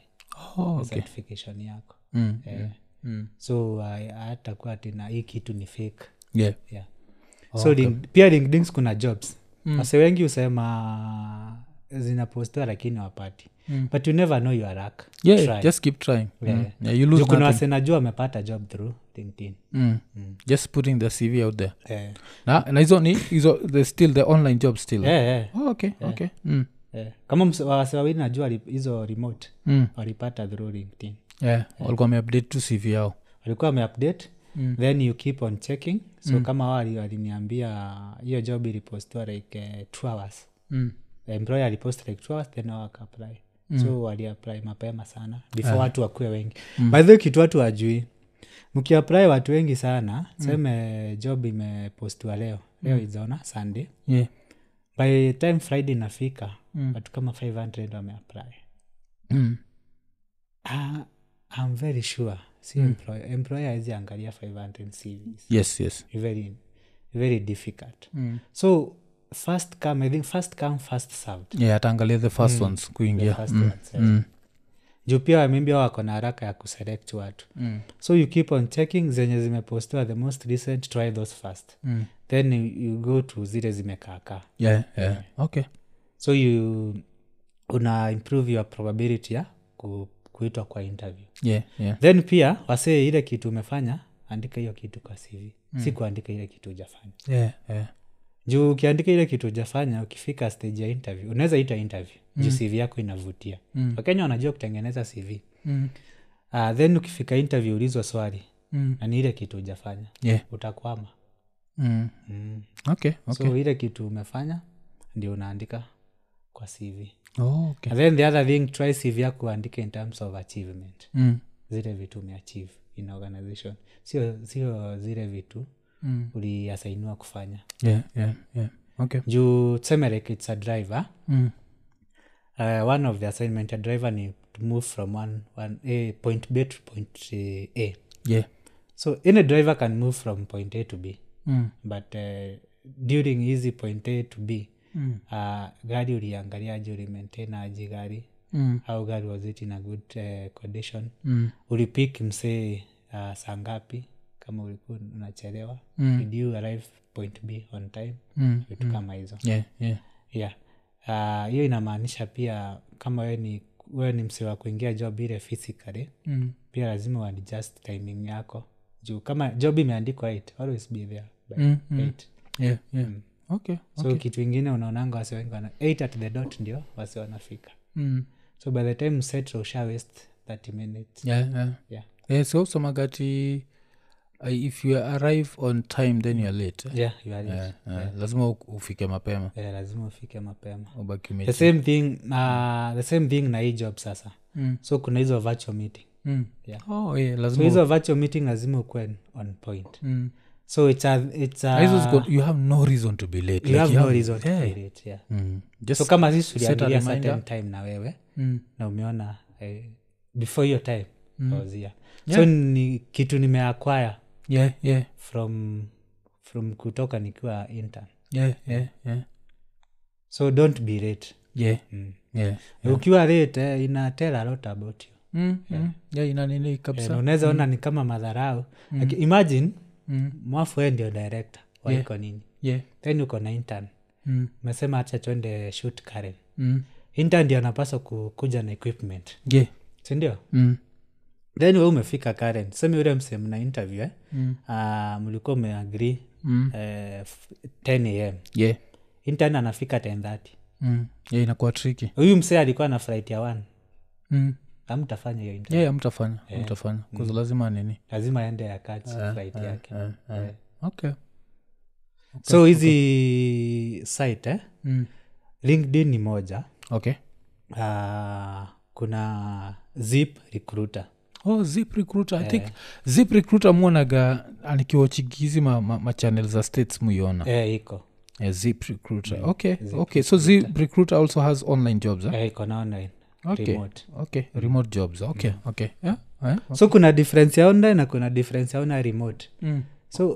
Speaker 1: Oh, okay.
Speaker 2: certification yako
Speaker 1: mm.
Speaker 2: eh.
Speaker 1: Mm.
Speaker 2: so uh, hatakuwa tena hii kitu ni fake
Speaker 1: yeah.
Speaker 2: yeah.
Speaker 1: Oh,
Speaker 2: so link, pia linkedins kuna jobs mm. wase wengi husema zinapostiwa lakini wapati mm. but you never know your luck
Speaker 1: yeah
Speaker 2: Try.
Speaker 1: just keep trying mm.
Speaker 2: Yeah.
Speaker 1: yeah, you
Speaker 2: Juu
Speaker 1: lose
Speaker 2: kuna
Speaker 1: nothing.
Speaker 2: wase najua wamepata job through linkedin
Speaker 1: Mm. just putting the cv out there
Speaker 2: eh.
Speaker 1: na, na hizo ni hizo the still the online job still
Speaker 2: eh, eh,
Speaker 1: oh, okay okay mm.
Speaker 2: eh. kama mse- wase wawili najua wali- hizo remote
Speaker 1: Mm.
Speaker 2: walipata through linkedin
Speaker 1: yeah walikuwa wameupdate tu cv yao
Speaker 2: walikuwa wameupdate mm. then you keep on checking so mm. kama wali waliniambia hiyo job ilipostiwa like eh, two hours
Speaker 1: mm.
Speaker 2: The employer alipost like two hours then wao wakaapply so waliapply mapema sana before watu wakuwe wengi Eh. mm. by the way, kitu watu wajui mkiapply watu wengi sana seme job imepostiwa leo leo izona sunday
Speaker 1: yeah
Speaker 2: by the time friday inafika watu kama 500 wameapply
Speaker 1: mm.
Speaker 2: ah, I'm very sure si employer employer hawezi angalia 500 CVs
Speaker 1: yes yes
Speaker 2: very very difficult
Speaker 1: Mm.
Speaker 2: so first come i think first come first served
Speaker 1: yeah ataangalia the first ones
Speaker 2: Mm. the
Speaker 1: kuingia Mm.
Speaker 2: first ones, yes. juu pia maybe hao wako na haraka ya kuselect watu mm. so you keep on checking zenye zimepostiwa the most recent try those first mm. then you, you go to zile zimekaakaa
Speaker 1: yeah yeah okay
Speaker 2: so you una improve your probability ya ku, kuitwa kwa interview
Speaker 1: yeah yeah
Speaker 2: then pia wasee ile kitu umefanya andika hiyo kitu kwa cv mm. si kuandika ile kitu ujafanya
Speaker 1: yeah yeah
Speaker 2: juu ukiandika ile kitu ujafanya ukifika stage ya interview unaweza ita interview juu
Speaker 1: Mm.
Speaker 2: cv yako inavutia wakenya wanajua kutengeneza cv
Speaker 1: mm.
Speaker 2: uh, then ukifika interview ulizwa swali mm. na ni ile kitu ujafanya
Speaker 1: yeah.
Speaker 2: utakwama
Speaker 1: mm.
Speaker 2: mm.
Speaker 1: okay, okay.
Speaker 2: so ile kitu umefanya ndio unaandika kwa cv
Speaker 1: oh, okay.
Speaker 2: and then the other thing try cv yako andika in terms of achievement
Speaker 1: mm.
Speaker 2: zile vitu umeachieve in organization sio sio zile vitu
Speaker 1: Mm.
Speaker 2: uliasainiwa kufanya
Speaker 1: yeah, yeah, yeah. okay.
Speaker 2: juu tuseme like its a driver
Speaker 1: mm.
Speaker 2: uh, one of the assignment ya driver ni to move from one, one, a, point b to point eh, a
Speaker 1: yeah.
Speaker 2: so any driver can move from point a to b
Speaker 1: mm.
Speaker 2: but uh, during hizi point a to b
Speaker 1: Mm.
Speaker 2: uh, gari uliangaliaji ulimaintain aji gari
Speaker 1: Mm.
Speaker 2: au gari was it in a good uh, condition
Speaker 1: Mm.
Speaker 2: ulipik msee uh, saa ngapi kama ulikuwa unachelewa
Speaker 1: Mm.
Speaker 2: did you arrive point b on time
Speaker 1: Mm.
Speaker 2: vitu kama hizo
Speaker 1: yeah, yeah.
Speaker 2: yeah Ah, hiyo uh, inamaanisha pia kama wewe ni wewe ni msee wa kuingia job ile physically
Speaker 1: Mm.
Speaker 2: pia lazima uadjust timing yako juu kama job imeandikwa 8 always be there by
Speaker 1: Mm,
Speaker 2: 8
Speaker 1: yeah, yeah. okay.
Speaker 2: so kitu ingine unaonanga wasi wengi wana 8 at the dot ndio wasi wanafika
Speaker 1: Mm.
Speaker 2: so by the time setra usha waste 30 minutes
Speaker 1: yeah, yeah.
Speaker 2: yeah.
Speaker 1: yeah, siusomagati uh, if you arrive on time then youare late eh?
Speaker 2: yeah, you are rich.
Speaker 1: Eh, eh, lazima u- ufike mapema
Speaker 2: Eh, lazima ufike mapema
Speaker 1: ubaki
Speaker 2: the
Speaker 1: umechi-
Speaker 2: same thing na the same thing na hii job sasa
Speaker 1: Mm.
Speaker 2: so kuna hizo virtual meeting
Speaker 1: Mm.
Speaker 2: Yeah.
Speaker 1: Oh, yeah,
Speaker 2: so
Speaker 1: lazima
Speaker 2: hizo virtual meeting lazima ukuwe on point
Speaker 1: Mm.
Speaker 2: so it's a, it's
Speaker 1: Na hizo
Speaker 2: a,
Speaker 1: ziko- you have no reason to be late
Speaker 2: you
Speaker 1: like
Speaker 2: have
Speaker 1: you
Speaker 2: no
Speaker 1: have-
Speaker 2: reason to
Speaker 1: yeah.
Speaker 2: be late, yeah.
Speaker 1: Mm. Just-
Speaker 2: so kama sisi
Speaker 1: set a
Speaker 2: tuliangalia
Speaker 1: reminder.
Speaker 2: certain time na wewe
Speaker 1: Mm.
Speaker 2: na umeona eh, before your time I was here. so
Speaker 1: Yeah.
Speaker 2: ni kitu nimeakwaya
Speaker 1: yeah, yeah,
Speaker 2: from from kutoka nikiwa intern
Speaker 1: yeah, yeah, yeah,
Speaker 2: so don't be late
Speaker 1: yeah,
Speaker 2: mm.
Speaker 1: yeah.
Speaker 2: ukiwa late eh, ina tell a lot about you
Speaker 1: Mm, mm. Yeah, inanili
Speaker 2: Eh,
Speaker 1: kabisa
Speaker 2: na unaweza ona ni kama madharau Like, imagine
Speaker 1: Mm.
Speaker 2: mwafu we ndio director
Speaker 1: Yeah.
Speaker 2: waiko nini
Speaker 1: Yeah.
Speaker 2: then uko na intern
Speaker 1: Mm.
Speaker 2: umesema hacha twende shoot karen
Speaker 1: Mm.
Speaker 2: intern ndio anapaswa ku- kuja na equipment
Speaker 1: Yeah.
Speaker 2: sindio
Speaker 1: Mm.
Speaker 2: then we umefika karen seme ule mse mna interview eh?
Speaker 1: Mm.
Speaker 2: uh, mlikuwa umeagri
Speaker 1: Mm.
Speaker 2: eh, f- 10 am
Speaker 1: Yeah.
Speaker 2: intern anafika 1030
Speaker 1: Mm. Yeah, inakuwa triki
Speaker 2: huyu msee alikuwa na flight ya 1
Speaker 1: mm.
Speaker 2: amtafanya hiyo interview
Speaker 1: yeah, Mm. amtafanya amtafanya yeah. lazima nini
Speaker 2: lazima aende akach flight yake
Speaker 1: Eh, eh. okay
Speaker 2: so hizi site eh?
Speaker 1: mm.
Speaker 2: linkedin ni moja
Speaker 1: okay
Speaker 2: uh, kuna zip recruiter
Speaker 1: oh zip recruiter i think zip recruiter mwonaga anikiwachigizi ma, ma, ma channel za states muiona yeah.
Speaker 2: eh, iko
Speaker 1: zip recruiter okay okay so zip recruiter also has online jobs eh?
Speaker 2: eh, iko na online
Speaker 1: okay
Speaker 2: remote
Speaker 1: okay Mm. remote jobs okay okay yeah. eh? Yeah.
Speaker 2: so kuna difference ya online na kuna difference ya online remote
Speaker 1: Mm.
Speaker 2: so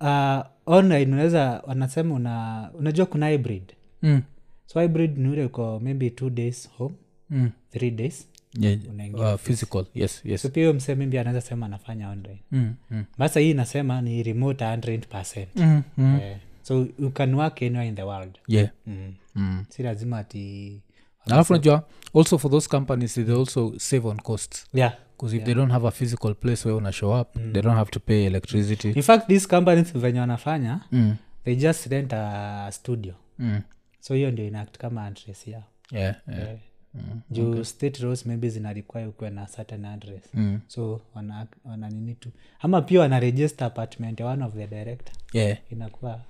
Speaker 2: uh, online unaweza wanasema una, unajua kuna hybrid
Speaker 1: Mm.
Speaker 2: so hybrid ni ule uko maybe two days home
Speaker 1: Mm.
Speaker 2: three days
Speaker 1: Yeah.
Speaker 2: Unaingia
Speaker 1: Uh, physical yes yes
Speaker 2: so pia huyo msee maybe anaweza sema anafanya online
Speaker 1: mm. Mm.
Speaker 2: basa hii inasema ni remote 100 percent Eh,
Speaker 1: Mm. Mm.
Speaker 2: so you can work anywhere in the world
Speaker 1: yeah
Speaker 2: mm.
Speaker 1: mm.
Speaker 2: si lazima ati
Speaker 1: alafu najua also for those companies they also save on costs
Speaker 2: yeah
Speaker 1: because if they don't have a physical place where una show up mm. they don't have to pay electricity
Speaker 2: in fact these companies venye wanafanya
Speaker 1: mm.
Speaker 2: they just rent a studio
Speaker 1: Mm.
Speaker 2: so hiyo ndio inact kama address yao
Speaker 1: Yeah, yeah.
Speaker 2: Eh, juu state roads maybe zinarikwa ukiwa na certain address
Speaker 1: Mm.
Speaker 2: so wana, wana nini tu ama pia wanaregister apartment ya one of the director
Speaker 1: Yeah.
Speaker 2: inakuwa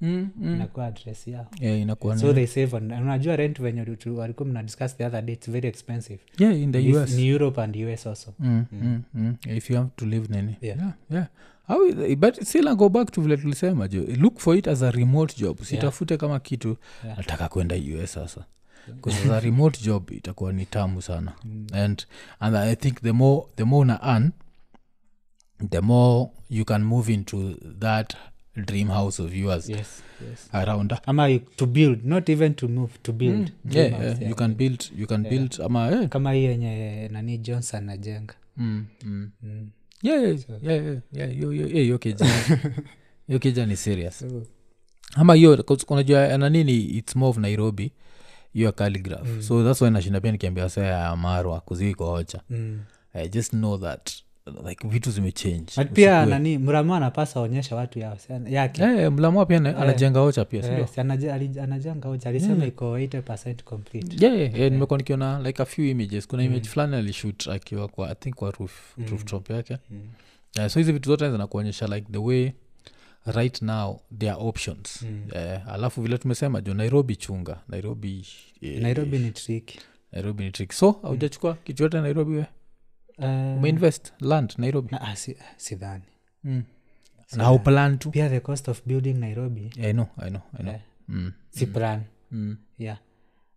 Speaker 1: Mm, mm.
Speaker 2: inakuwa address yao
Speaker 1: Yeah, inakuwa ni-
Speaker 2: so they save on, unajua rent venye tu- walikuwa mna discuss the other day it's very expensive
Speaker 1: yeah, in the
Speaker 2: If-
Speaker 1: us
Speaker 2: ni europe and us also
Speaker 1: Mm, mm, mm. if you have to live nini
Speaker 2: Yeah.
Speaker 1: yeah, yeah. How is- but still I go back to vile tulisema jo look for it as a remote job sitafute kama kitu
Speaker 2: Yeah.
Speaker 1: nataka kwenda us sasa bcause a remote job itakuwa ni tamu sana and, and i think the more, the more una earn the more you can move into that dream house of yours
Speaker 2: yes, yes.
Speaker 1: around
Speaker 2: ama you- to build not even to move to build
Speaker 1: Mm. yeah, yeah. you can build you can build ama eh. yeah.
Speaker 2: kama hii yenye nani johnson ajenga
Speaker 1: mm, mm.
Speaker 2: mm.
Speaker 1: yeah, yeah, yeah, yeah, yeah, yo- yo- yeah,
Speaker 2: [laughs]
Speaker 1: yo kija yo kija ni serious ama hiyo 'cause unajua nanini its more of nairobi hiyo ya calligraph
Speaker 2: Mm.
Speaker 1: so thats why nashinda pia nikiambia saa ya marwa kuziikohocha
Speaker 2: Mm.
Speaker 1: i just know that like vitu zimechange
Speaker 2: But pia nani mrama anapasa aonyesha watu yao si- yake
Speaker 1: Eh, mlamua pia ana- anajenga ocha pia sindio
Speaker 2: Eh, si anaje- ali- anajanga hoja
Speaker 1: Hmm.
Speaker 2: alisema iko 80 complete
Speaker 1: yeah, yeah, yeah, nimekuwa nikiona Mm. like a few images kuna image fulani alishut akiwa kwa i think kwa roof, rooftop yake yeah, so hizi vitu zote zinakuonyesha like the way right now there are options mm. eh, alafu vile tumesema jo nairobi chunga nairobi eh,
Speaker 2: nairobi ni triki
Speaker 1: nairobi ni trick so haujachukua kitu yote nairobi we Mm.
Speaker 2: Eh,
Speaker 1: umeinvest land nairobi
Speaker 2: ah, sidhani
Speaker 1: na hauplan tu
Speaker 2: pia the cost of building nairobi
Speaker 1: Yeah, I know, I know, I know. Mm.
Speaker 2: si plan
Speaker 1: Mm.
Speaker 2: yeah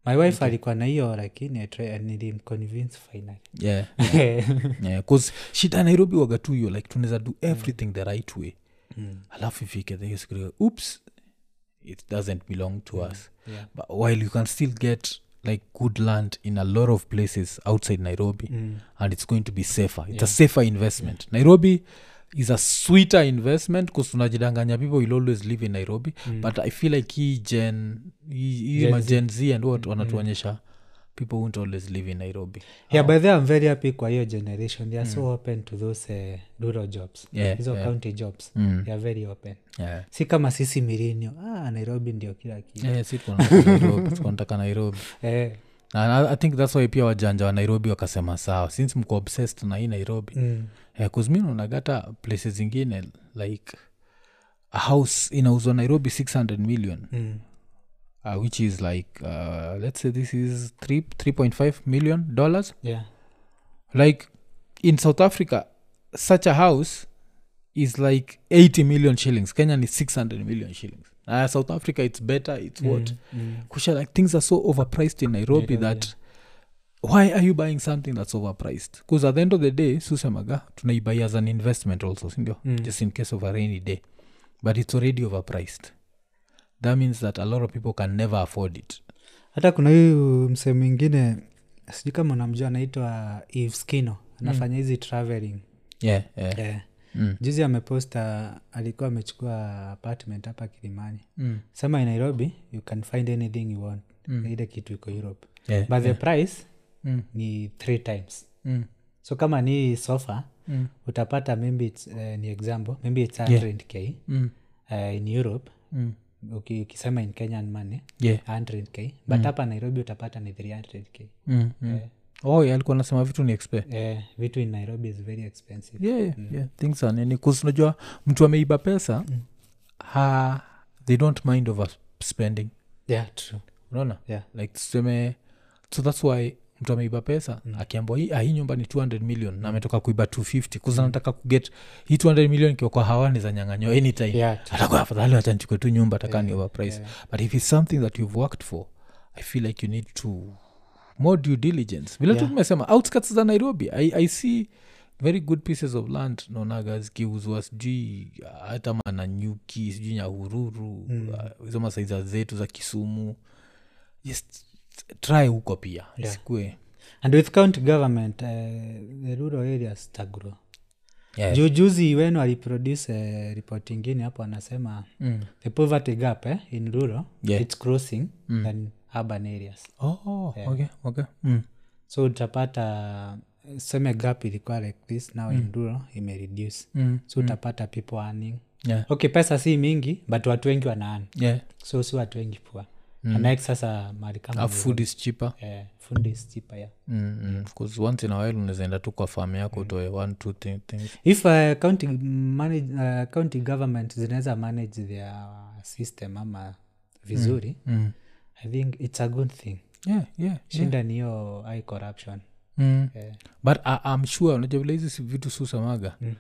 Speaker 2: my wife alikuwa na hiyo lakini I try- nilimconvince finally
Speaker 1: Yeah.
Speaker 2: [laughs]
Speaker 1: yeah, 'cause shida ya nairobi waga tu hiyo like tunaweza do everything the right way mm. alafu ifike the hiyo siku ile, oops it doesn't belong to us
Speaker 2: yeah.
Speaker 1: but while you can still get like good land in a lot of places outside nairobi
Speaker 2: Mm.
Speaker 1: and it's going to be safer it's a safer investment nairobi is a sweeter investment bcause tunajidanganya people will always live in nairobi mm. but i feel like hii gen hii- hii magen z Mm-hmm. and what wanatuonyesha people won't always live in nairobi
Speaker 2: yeah by the way, i'm very happy kwa hiyo generation they are so open to those eh, rural jobs
Speaker 1: Hmm. Yeah,
Speaker 2: hizo
Speaker 1: yeah. Hmm.
Speaker 2: county jobs they are very open
Speaker 1: yeah.
Speaker 2: si kama sisi mirinio ah, nairobi ndio kila kitu
Speaker 1: Yeah, Eh, si tunataka Nairobi, tunataka nairobi
Speaker 2: eh,
Speaker 1: Na- na- i think thats why pia wajanja wa nairobi wakasema sawa since mko obsessed na hii nairobi eh,
Speaker 2: mm,
Speaker 1: yeah, kuzmi unagata places zingine like a house inauzwa nairobi 600 million
Speaker 2: mm,
Speaker 1: uh, which is like uh, let's say this is three 3.5 million dollars
Speaker 2: yeah.
Speaker 1: like in south africa such a house is like 80 million shillings kenya ni 600 million shillings uh, south africa it's better it's mm. what
Speaker 2: mm,
Speaker 1: kusha like things are so overpriced in nairobi
Speaker 2: Nairobi,
Speaker 1: that why are you buying something that's overpriced because at the end of the day susemaga tunaibai as an investment also sindio
Speaker 2: Mm.
Speaker 1: just in case of a rainy day but it's already overpriced that means that a lot of people can never afford it
Speaker 2: hata kuna huyu msee mwingine sijui kama unamjua anaitwa evskino anafanya hizi traveling
Speaker 1: yeah, yeah.
Speaker 2: eh.
Speaker 1: Mm.
Speaker 2: juzi ameposta alikuwa amechukua apartment hapa kilimani
Speaker 1: Mm.
Speaker 2: sema in nairobi you can find anything you want ile kitu iko europe
Speaker 1: Yeah,
Speaker 2: but the price
Speaker 1: Eh. Mm.
Speaker 2: ni three times
Speaker 1: Mm.
Speaker 2: so kama ni hii sofa
Speaker 1: Mm.
Speaker 2: utapata maybe it's, eh, ni example maybe it's 100k
Speaker 1: Mm.
Speaker 2: eh, in europe
Speaker 1: Mm.
Speaker 2: uki- ukisema in kenyan money
Speaker 1: Yeah.
Speaker 2: 100k but hapa nairobi utapata ni 300k
Speaker 1: Mm. Mm. oh yeah, alikuwa anasema vitu ni expe
Speaker 2: eh, vitu in nairobi is very expensive
Speaker 1: yeah, Mm. yeah, yeah. things are nini 'Cause unajua mtu ameiba pesa ha, they don't mind over spending
Speaker 2: yeah, true.
Speaker 1: unaona
Speaker 2: Yeah.
Speaker 1: like tuseme so thats why mtu ameiba pesa mm. akiambwa hii, ah, hii nyumba ni 200 million
Speaker 2: Mm.
Speaker 1: na ametoka kuiba 250 kuza nataka kuget hii 200 million ikiwa kwa hawani za nyang'anyo anytime
Speaker 2: Yeah, true.
Speaker 1: atakuwa afadhali wachanchukue tu nyumba takaa ni overprice but if it's something that you've worked for i feel like you need to more due diligence vile tu
Speaker 2: Yeah.
Speaker 1: tumesema outskirts za nairobi I, i see very good pieces of land naonaga zikiuzwa sijui uh, hata mananyuki sijui nyahururu mm. uh, hizo masaiza zetu za kisumu just try huko pia
Speaker 2: Yeah.
Speaker 1: isikue
Speaker 2: and with county government eh, the rural areas tagro
Speaker 1: yeah.
Speaker 2: Ju- juzi wenu aliproduce eh, report ingine hapo anasema
Speaker 1: Mm.
Speaker 2: the poverty gap eh, in rural
Speaker 1: Yeah. Mm.
Speaker 2: it's crossing than urban areas
Speaker 1: oh, okay, okay. Mm.
Speaker 2: so utapata eh, seme gap ilikuwa like this now in rural imereduce
Speaker 1: Mm.
Speaker 2: so utapata people earning
Speaker 1: Yeah.
Speaker 2: okay pesa si mingi but watu wengi wanaani
Speaker 1: Yeah.
Speaker 2: so si watu wengi pua mm. anaek sasa mali kama
Speaker 1: Ah, food is cheaper
Speaker 2: eh, fundi is cheaper, yeah.
Speaker 1: Mm, mm. once in a while unawezaenda tu kwa famu yako utoe one two thi- things
Speaker 2: if uh, county, manage, uh, county government zinaweza manage their system ama vizuri
Speaker 1: mm.
Speaker 2: i think its a good thing
Speaker 1: yeah, yeah, yeah.
Speaker 2: shinda niyo high corruption
Speaker 1: Mm.
Speaker 2: Eh.
Speaker 1: but I, i'm sure unajua vile hizi si vitu susamaga mm.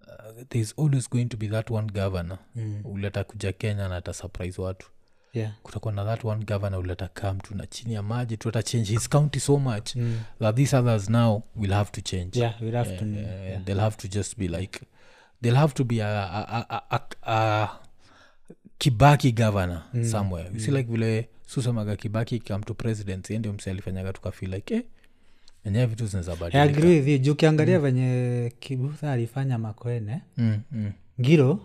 Speaker 1: uh, thereis always going to be that one governor mm. uleta kuja kenya na ata surprise watu
Speaker 2: yeah
Speaker 1: kutakuwa na that one governor uleta kam tu na chini ya maji tu ata change his county so much mm. that these others now will have to change
Speaker 2: Mm, yeah we'll have to
Speaker 1: uh, they'll have to just be like they'll have to be a, a, a, a, a, a kibaki governor mm. somewhere mm. see like vile susemaga kibaki come to presidency ndio msi alifanyaga tukafeel like eh, enyewe vitu zinaweza
Speaker 2: I
Speaker 1: badilika
Speaker 2: agree with you juu ukiangalia venye kibutha alifanya makoene
Speaker 1: Mm, mm,
Speaker 2: ngiro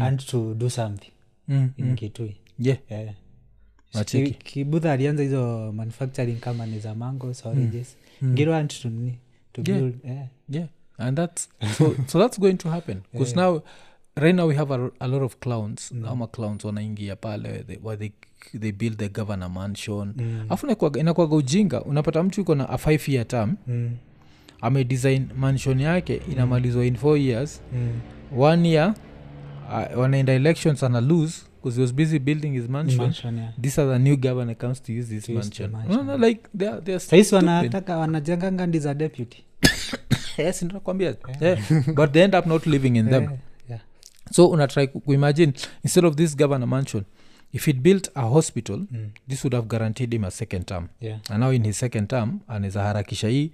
Speaker 2: and to do something
Speaker 1: mm.
Speaker 2: in kitui
Speaker 1: yeah
Speaker 2: Eh.
Speaker 1: Machiki.
Speaker 2: Ki- kibudha alianza hizo manufacturing kama ni za mango sorages ngiro and to, ni- to build eh.
Speaker 1: Mm. yeah and
Speaker 2: [laughs]
Speaker 1: that's so, so that's going to happen because now right now we have a, a lot of clowns
Speaker 2: Mm.
Speaker 1: ama clowns wanaingia pale they, where they, they build the governor mansion alafu mm. inakuaga ujinga unapata mtu yuko na a five year term amedesign mansion yake inamalizwa in four years one year uh, wanaenda elections ana lose because he was busy building his mansion
Speaker 2: Mansion, yeah.
Speaker 1: this other new governor comes to use this
Speaker 2: To use the
Speaker 1: mansion,
Speaker 2: mansion,
Speaker 1: No, no, like they are, they are
Speaker 2: sahisi
Speaker 1: stupid.
Speaker 2: wanataka wanajenganga ndi za deputy
Speaker 1: Yes, Eh, ndio nakwambia. Yeah. but they end up not living in them
Speaker 2: Eh, yeah.
Speaker 1: so unatry ku- kuimagine instead of this governor mansion if he'd built a hospital
Speaker 2: Mm.
Speaker 1: this would have guaranteed him a second term
Speaker 2: Yeah.
Speaker 1: and now in his second term anaweza harakisha hii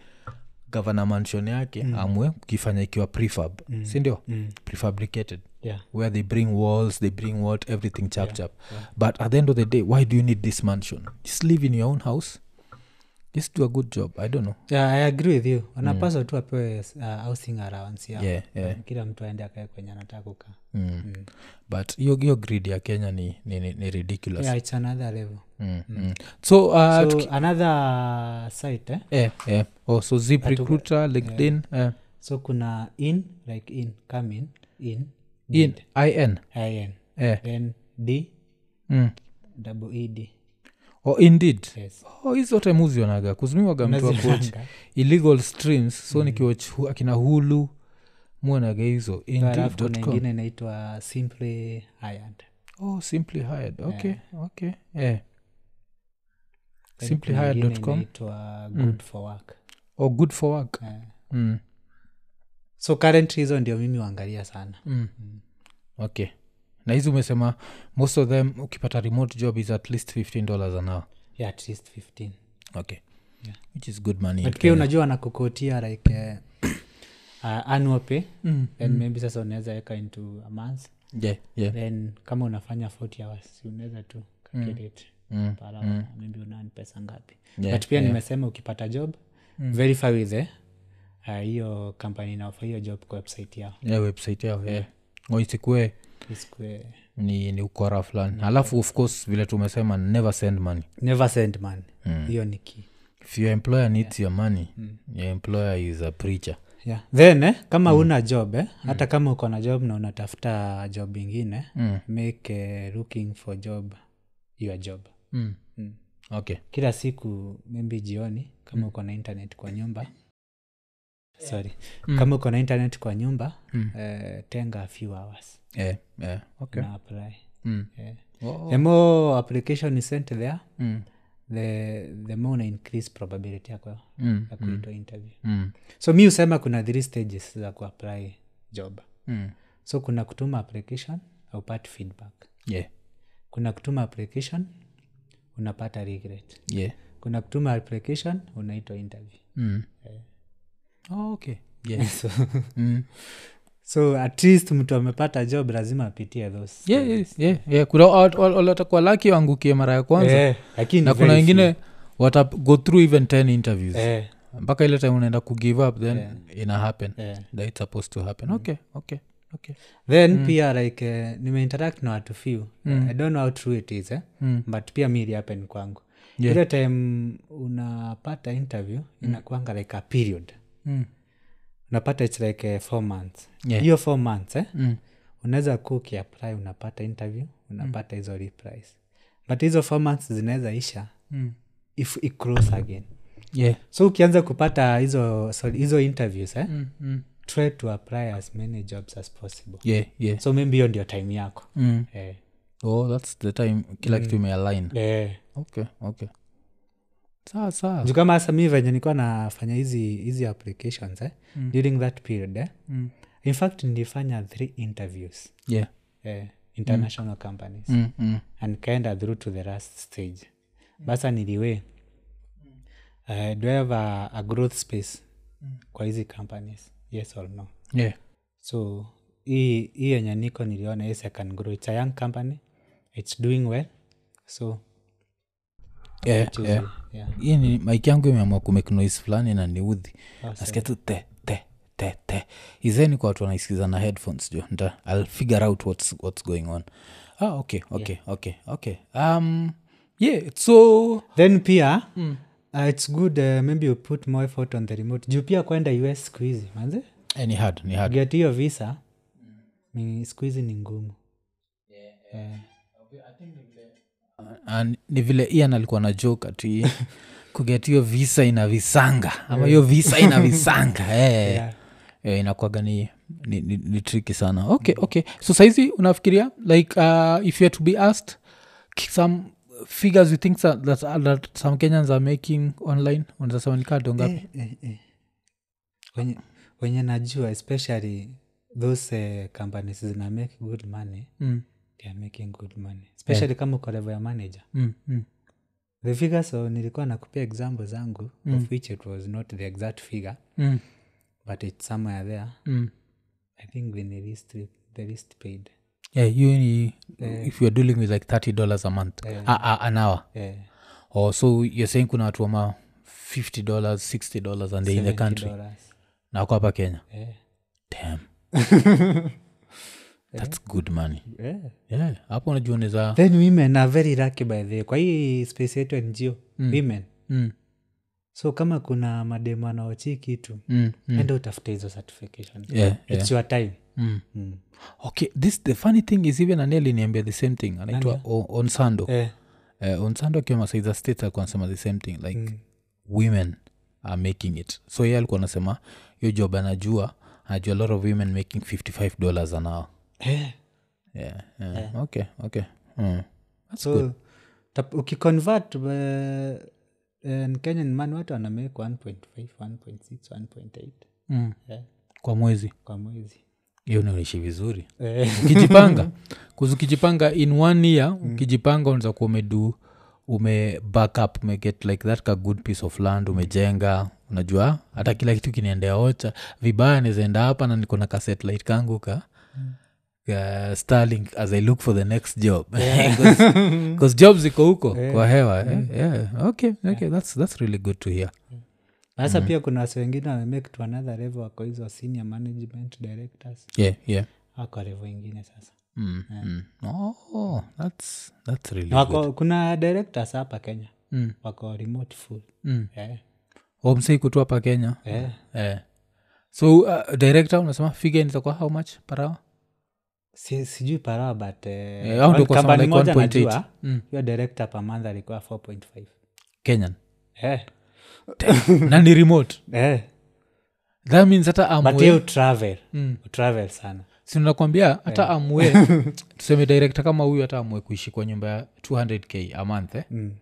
Speaker 1: gavana mansion yake mm. amwe kifanya ikiwa prefab mm. sindio
Speaker 2: Mm.
Speaker 1: prefabricated
Speaker 2: Yeah.
Speaker 1: where they bring walls they bring what everything chap chap but at the end of the day why do you need this mansion just live in your own house just do a good job i don't know
Speaker 2: Yeah, i agree with you wanapaswa tu apewe uh, housing allowance yao.
Speaker 1: Mm. yeah, yeah.
Speaker 2: kila mtu aende akae kwenye anataka kukaa
Speaker 1: Mm. but hiyo hiyo grid ya kenya ni, ni, ni, ni ridiculous
Speaker 2: yeah, it's another level
Speaker 1: mm. Mm. so, uh, tuki-
Speaker 2: so another site eh?
Speaker 1: eh, eh. Oh, so zip recruiter linkedin eh.
Speaker 2: so kuna in like in come in in
Speaker 1: in in
Speaker 2: in
Speaker 1: eh.
Speaker 2: then d
Speaker 1: mm.
Speaker 2: double E, ed
Speaker 1: oh, indeed
Speaker 2: yes
Speaker 1: Oh, hizo zote muzionaga kuzumiwaga mtu akuoch
Speaker 2: Unazipanga.
Speaker 1: illegal streams so
Speaker 2: Mm.
Speaker 1: nikiwatch hu- akina hulu muonaga hizo
Speaker 2: Alafu kuna
Speaker 1: indeed.com
Speaker 2: ingine inaitwa simply hired
Speaker 1: oh simply hired okay okay eh.
Speaker 2: Then
Speaker 1: simply
Speaker 2: kuna ingine
Speaker 1: hired.com
Speaker 2: inaitwa good for work
Speaker 1: or Oh, good for work
Speaker 2: Eh.
Speaker 1: mm.
Speaker 2: so currently hizo ndio mimi huangalia sana
Speaker 1: Mm. okay na hizi umesema most of them ukipata remote job is at least 15 dollars an hour
Speaker 2: yeah, at least 15
Speaker 1: okay
Speaker 2: Yeah.
Speaker 1: which is good money in
Speaker 2: but pia
Speaker 1: Kenya.
Speaker 2: unajua wanakukotia like eh, [coughs] uh, annual pay
Speaker 1: Mm,
Speaker 2: then maybe sasa unaweza weka into a month
Speaker 1: yeah, yeah.
Speaker 2: then kama unafanya 40 hours si unaweza tu calculate
Speaker 1: Mm,
Speaker 2: per hour, maybe una pesa ngapi
Speaker 1: Yeah, Mm.
Speaker 2: but pia nimesema ukipata job verify with the uh, hiyo kampani inaofa hiyo job kwa website yao
Speaker 1: yeah, website yao Oh, yeah. oisikue
Speaker 2: Isikue-
Speaker 1: ni, ni ukora fulani alafu of course vile tumesema never send money
Speaker 2: never send man
Speaker 1: Mm.
Speaker 2: hiyo ni key
Speaker 1: if your employer needs your money
Speaker 2: Mm.
Speaker 1: your employer is a preacher
Speaker 2: yeah. then eh,
Speaker 1: Mm.
Speaker 2: kama una job eh, hata kama uko na job na unatafuta job ingine make eh, looking for job your job
Speaker 1: mm.
Speaker 2: Mm.
Speaker 1: okay
Speaker 2: kila siku maybe jioni
Speaker 1: Mm.
Speaker 2: kama uko na internet kwa nyumba sorry
Speaker 1: Mm.
Speaker 2: kama uko na internet kwa nyumba eh, tenga a few hours
Speaker 1: yeah, yeah. okay
Speaker 2: na apply
Speaker 1: mm.
Speaker 2: yeah.
Speaker 1: oh.
Speaker 2: the more application is sent there
Speaker 1: mm.
Speaker 2: the, the more una increase probability yako
Speaker 1: Mm.
Speaker 2: ya kuitwa interview
Speaker 1: Mm.
Speaker 2: so mi husema kuna three stages za kuapply job
Speaker 1: Mm.
Speaker 2: so kuna kutuma application aupati feedback
Speaker 1: yeah
Speaker 2: kuna kutuma application unapata regret
Speaker 1: yeah
Speaker 2: kuna kutuma application unaitwa interview
Speaker 1: mm. oh, okay yeah.
Speaker 2: [laughs] so,
Speaker 1: mm.
Speaker 2: so at least mtu amepata job lazima apitie those
Speaker 1: yeah, yeah, yeah, yeah. kuna wa- wa- watakuwa laki waangukie mara ya kwanza
Speaker 2: Eh, lakini
Speaker 1: na
Speaker 2: very
Speaker 1: kuna
Speaker 2: few.
Speaker 1: wengine wata go through even 10 interviews
Speaker 2: Eh,
Speaker 1: mpaka ile time unaenda kugive up then ina happen
Speaker 2: eh.
Speaker 1: that it's supposed to
Speaker 2: Mm.
Speaker 1: happen okay okay okay
Speaker 2: then
Speaker 1: Mm.
Speaker 2: pia like uh, nimeinteract na watu few i don't know how true it is eh? but pia mi iliapen kwangu
Speaker 1: Mm. Yeah.
Speaker 2: ile time unapata interview inakuanga like a period
Speaker 1: mm.
Speaker 2: unapata its like uh, four months
Speaker 1: Yeah.
Speaker 2: hiyo four months eh?
Speaker 1: Mm.
Speaker 2: unaweza kuwa ukiapply unapata interview unapata hizo replies but hizo four months zinaweza isha
Speaker 1: Mm.
Speaker 2: if it cross again
Speaker 1: yeah
Speaker 2: so ukianza kupata hizo sorry, hizo interviews eh?
Speaker 1: mm. Mm.
Speaker 2: try to apply as many jobs as possible
Speaker 1: yeah yeah
Speaker 2: so maybe hiyo ndio time yako
Speaker 1: mm.
Speaker 2: eh.
Speaker 1: oh that's the time kila kitu imealign
Speaker 2: Eh.
Speaker 1: okay okay sawa sawa
Speaker 2: juu kama sasa mi venye nikuwa nafanya hizi hizi applications eh?
Speaker 1: Mm.
Speaker 2: during that period eh? in fact nilifanya three interviews
Speaker 1: yeah
Speaker 2: eh, international companies
Speaker 1: mm. Mm.
Speaker 2: and kaenda through to the last stage basa niliwe
Speaker 1: Mm.
Speaker 2: uh, do I have a, a growth space kwa hizi companies yes or no
Speaker 1: yeah
Speaker 2: so hii hii yenye niko niliona yes i can grow it's a young company it's doing well so
Speaker 1: yeah
Speaker 2: choose
Speaker 1: yeah
Speaker 2: it. yeah.
Speaker 1: hii ni maiki yangu imeamua kumake noise fulani na niudhi
Speaker 2: Ah, sawa.
Speaker 1: nasikia tu te te te te izeni kwa watu wanaisikiza na headphones jo nta ill figure out what's, what's going on ah okay okay okay okay um yeah so
Speaker 2: then pia
Speaker 1: Mm.
Speaker 2: uh, it's good uh, maybe you put more effort on the remote juu pia kwenda us siku hizi manze
Speaker 1: eh, ni hard ni hard
Speaker 2: get hiyo visa ni siku hizi ni ngumu
Speaker 1: Ah, ni vile ian alikuwa na joke ati kuget hiyo visa ina visanga ama hiyo visa
Speaker 2: [laughs]
Speaker 1: ina visanga hey.
Speaker 2: Yeah.
Speaker 1: Eh, inakuwaga ni, ni, ni, ni triki sana okay okay so saizi unafikiria like uh, if you are to be asked ki- some figures you think that, that, that some kenyans are making online unazasema nikadongapi
Speaker 2: Eh, eh, eh. wenye, wenye najua especially those eh, companies zina make good money
Speaker 1: mm,
Speaker 2: they are making good money especially kama uko level ya manager
Speaker 1: mm, mm,
Speaker 2: the figure so nilikuwa nakupia example zangu of which it was not the exact figure
Speaker 1: mm,
Speaker 2: but it's somewhere there
Speaker 1: mm.
Speaker 2: i think the least the least paid
Speaker 1: Yeah, you ni, if you are dealing with like 30 dollars a month a, a, an hour
Speaker 2: eh,
Speaker 1: oh, so you're saying kuna watu wama 50 dollars 60 dollars and they're in the country
Speaker 2: $70.
Speaker 1: na wako hapa kenya
Speaker 2: Eh,
Speaker 1: damn
Speaker 2: [laughs]
Speaker 1: that's good money
Speaker 2: eh.
Speaker 1: yeah hapo unajua unaweza
Speaker 2: then women are very lucky by the way. kwa hii space yetu ngo women
Speaker 1: mm,
Speaker 2: so kama kuna mademu anaochii kitu
Speaker 1: mm, mm.
Speaker 2: enda utafute hizo certification
Speaker 1: yeah, yeah.
Speaker 2: its your time
Speaker 1: Mm.
Speaker 2: Mm.
Speaker 1: okay this the funny thing is even aneli niambia the same thing anaitwa O- onsando
Speaker 2: Eh,
Speaker 1: uh, onsando akiwa masaiza state alikuwa anasema the same thing like
Speaker 2: Mm.
Speaker 1: women are making it so ye alikuwa anasema hiyo job anajua anajua a lot of women making 55 dollars an hour
Speaker 2: eh.
Speaker 1: yeah, yeah. okay okay mm.
Speaker 2: so tap- ukiconvert uh, uh, kenyan man watu anamake 1.5 1.6 1.8
Speaker 1: Mm.
Speaker 2: Yeah.
Speaker 1: kwa mwezi
Speaker 2: kwa mwezi
Speaker 1: hiyo naoneshi vizuri
Speaker 2: Eh,
Speaker 1: ukijipanga kuzi ukijipanga in one year ukijipanga unaweza kuwa umedu ume back up umeget like that ka good piece of land umejenga unajua hata kila kitu kinaendea ocha vibaya nizaenda hapa na niko na ka satellite kangu ka ka starlink as i look for the next job [laughs] bcause job ziko huko kwa hewa eh? yeah. okay, okay. That's, that's really good to hear
Speaker 2: sasa
Speaker 1: Mhm.
Speaker 2: pia kuna wasi wengine wamemake to another level wako hizo senior management directors
Speaker 1: yeah, yeah.
Speaker 2: wako level ingine sasa
Speaker 1: Mm, mm. Oh, that's, that's really
Speaker 2: Na wako, kuna directors hapa kenya
Speaker 1: Mm.
Speaker 2: wako remote full
Speaker 1: Mm.
Speaker 2: eh,
Speaker 1: omsei kutu hapa kenya
Speaker 2: eh.
Speaker 1: eh. so uh, director unasema figure nitakuwa how much per hour
Speaker 2: Si, sijui parawa but eh,
Speaker 1: Eh, au ndio kwa
Speaker 2: company
Speaker 1: sababu like
Speaker 2: moja
Speaker 1: 1.8.
Speaker 2: najua,
Speaker 1: Mm.
Speaker 2: hiyo director per month alikuwa 4.5
Speaker 1: kenyan
Speaker 2: eh,
Speaker 1: na ni remote
Speaker 2: eh.
Speaker 1: that means hata
Speaker 2: but hiyo
Speaker 1: amwe
Speaker 2: utravel
Speaker 1: Mm.
Speaker 2: utravel sana
Speaker 1: sinakwambia hata amwe tuseme director kama huyu hata amwe kuishi kwa nyumba ya 200k a month eh?
Speaker 2: Mm.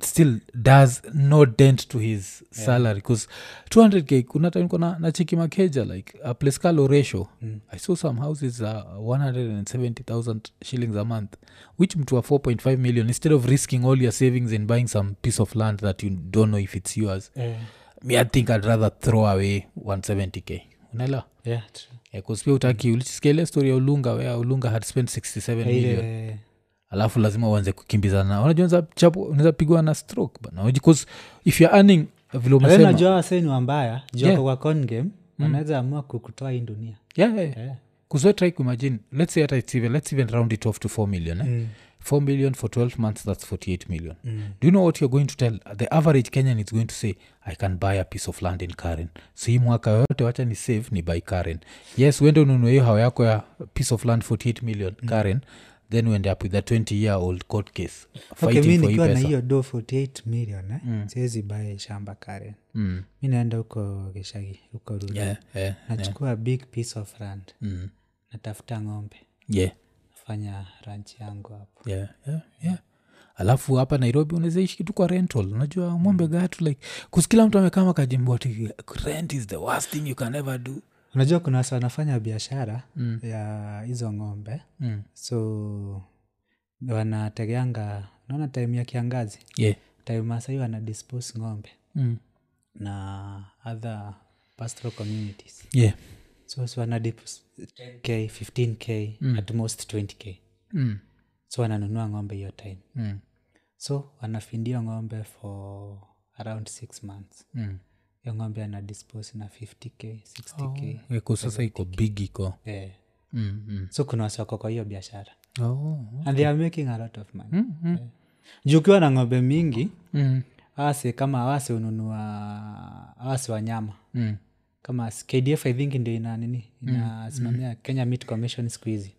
Speaker 1: still does no dent to his salary bcause 200k kuna time kona nachiki makeja like a place calo ratio mm. i saw some houses uh, 170000 shillings a month which mtu wa 4.5 million instead of risking all your savings in buying some piece of land that you don't know if it's yours
Speaker 2: Eh,
Speaker 1: me i think i'd rather throw away 170k unaelewa
Speaker 2: yeah, true.
Speaker 1: bcause Eh, pia utaki ulichisikiaile story ya ulunga wea ulunga had spent 67 million
Speaker 2: Eh, Ile-
Speaker 1: alafu lazima uanze kukimbizana unajua unaweza pigwa na stroke bana Unajua, 'cause if you're earning vile
Speaker 2: Wewe
Speaker 1: umesema
Speaker 2: unajua wasee ni wambaya
Speaker 1: Yeah. Mm.
Speaker 2: juako kwa con game wanaweza amua kukutoa hii dunia
Speaker 1: yeah, yeah.
Speaker 2: Eh.
Speaker 1: Kuzwe try kuimagine let's say hata it's even, let's even round it off to 4 million eh?
Speaker 2: Mm.
Speaker 1: 4 million for 12 months that's 48 million
Speaker 2: Mm.
Speaker 1: do you know what you're going to tell the average kenyan is going to say i can buy a piece of land in karen so hii mwaka yote wacha ni save ni buy karen yes uende ununue hiyo hawa yako ya piece of land 48 million
Speaker 2: Mm.
Speaker 1: karen then you end up with a 20 year old court case
Speaker 2: Okay,
Speaker 1: fighting
Speaker 2: mi
Speaker 1: for hii
Speaker 2: nikiwa na
Speaker 1: pesa
Speaker 2: hiyo do 48 million eh? siwezi bae shamba karen
Speaker 1: Mm.
Speaker 2: mi naenda huko geshagi huko ruri
Speaker 1: yeah, yeah,
Speaker 2: nachukua big piece of land
Speaker 1: mm.
Speaker 2: natafuta ng'ombe
Speaker 1: yeah.
Speaker 2: nafanya ranchi yangu hapo
Speaker 1: yeah, yeah, yeah. alafu hapa nairobi unawezaishi kitu kwa rental unajua mwombe gatu like kus kila mtu amekama kajimbo ti rent is the worst thing you can ever do
Speaker 2: unajua kuna wasi wanafanya biashara ya hizo ng'ombe
Speaker 1: mm.
Speaker 2: so wanategeanga naona time ya kiangazi
Speaker 1: yeah.
Speaker 2: time masai wana dispose ng'ombe
Speaker 1: mm.
Speaker 2: na other pastoral communities
Speaker 1: yeah.
Speaker 2: so si wana dis- 10k 15k at most 20k
Speaker 1: mm.
Speaker 2: so wananunua ng'ombe hiyo time
Speaker 1: mm.
Speaker 2: so wanafindia ng'ombe for around six months
Speaker 1: mm.
Speaker 2: hiyo ng'ombe ana dispose na 50k 60k
Speaker 1: Okay. Eko sasa iko big iko
Speaker 2: eh.
Speaker 1: mm. mm.
Speaker 2: so kuna wasi wako kwa hiyo biashara
Speaker 1: oh.
Speaker 2: and they are making a lot of money mm-hmm. eh. juu ukiwa na ng'ombe mingi
Speaker 1: mm.
Speaker 2: awase kama awase ununua awase wanyama
Speaker 1: Mm.
Speaker 2: kama s- kdf i think ndio ina nini
Speaker 1: Mm.
Speaker 2: inasimamia kenya meat commission siku hizi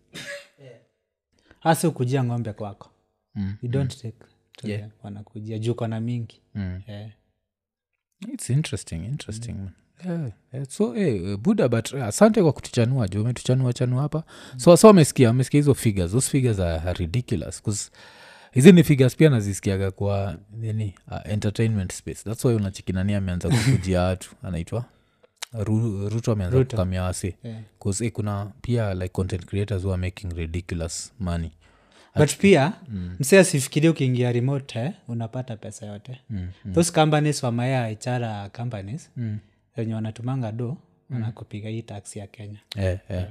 Speaker 2: hasa ukujia ng'ombe kwako
Speaker 1: Mm,
Speaker 2: you don't take
Speaker 1: Yeah.
Speaker 2: yeah. wanakujia juu kona mingi
Speaker 1: Mm.
Speaker 2: yeah.
Speaker 1: its interesting interesting mm. Yeah, yeah. so hey, buda but uh, asante kwa kutuchanua juu umetuchanua chanua hapa so so amesikia amesikia hizo figures those figures are, are ridiculous 'cause hizi ni figures pia nazisikiaga kwa nini uh, entertainment space thats why unachikinani ameanza kukujia watu anaitwa Ru- ruto ameanza
Speaker 2: Ruto.
Speaker 1: kukamia wasi
Speaker 2: Yeah.
Speaker 1: bcause eh, kuna pia like content creators who are making ridiculous money
Speaker 2: but pia mm. msee asifikiri ukiingia remote eh, unapata pesa yote mm, mm. those companies wamaya ichara companies mm. wenye wanatumanga
Speaker 1: Mm.
Speaker 2: do wanakupiga hii tax ya kenya
Speaker 1: yeah, yeah.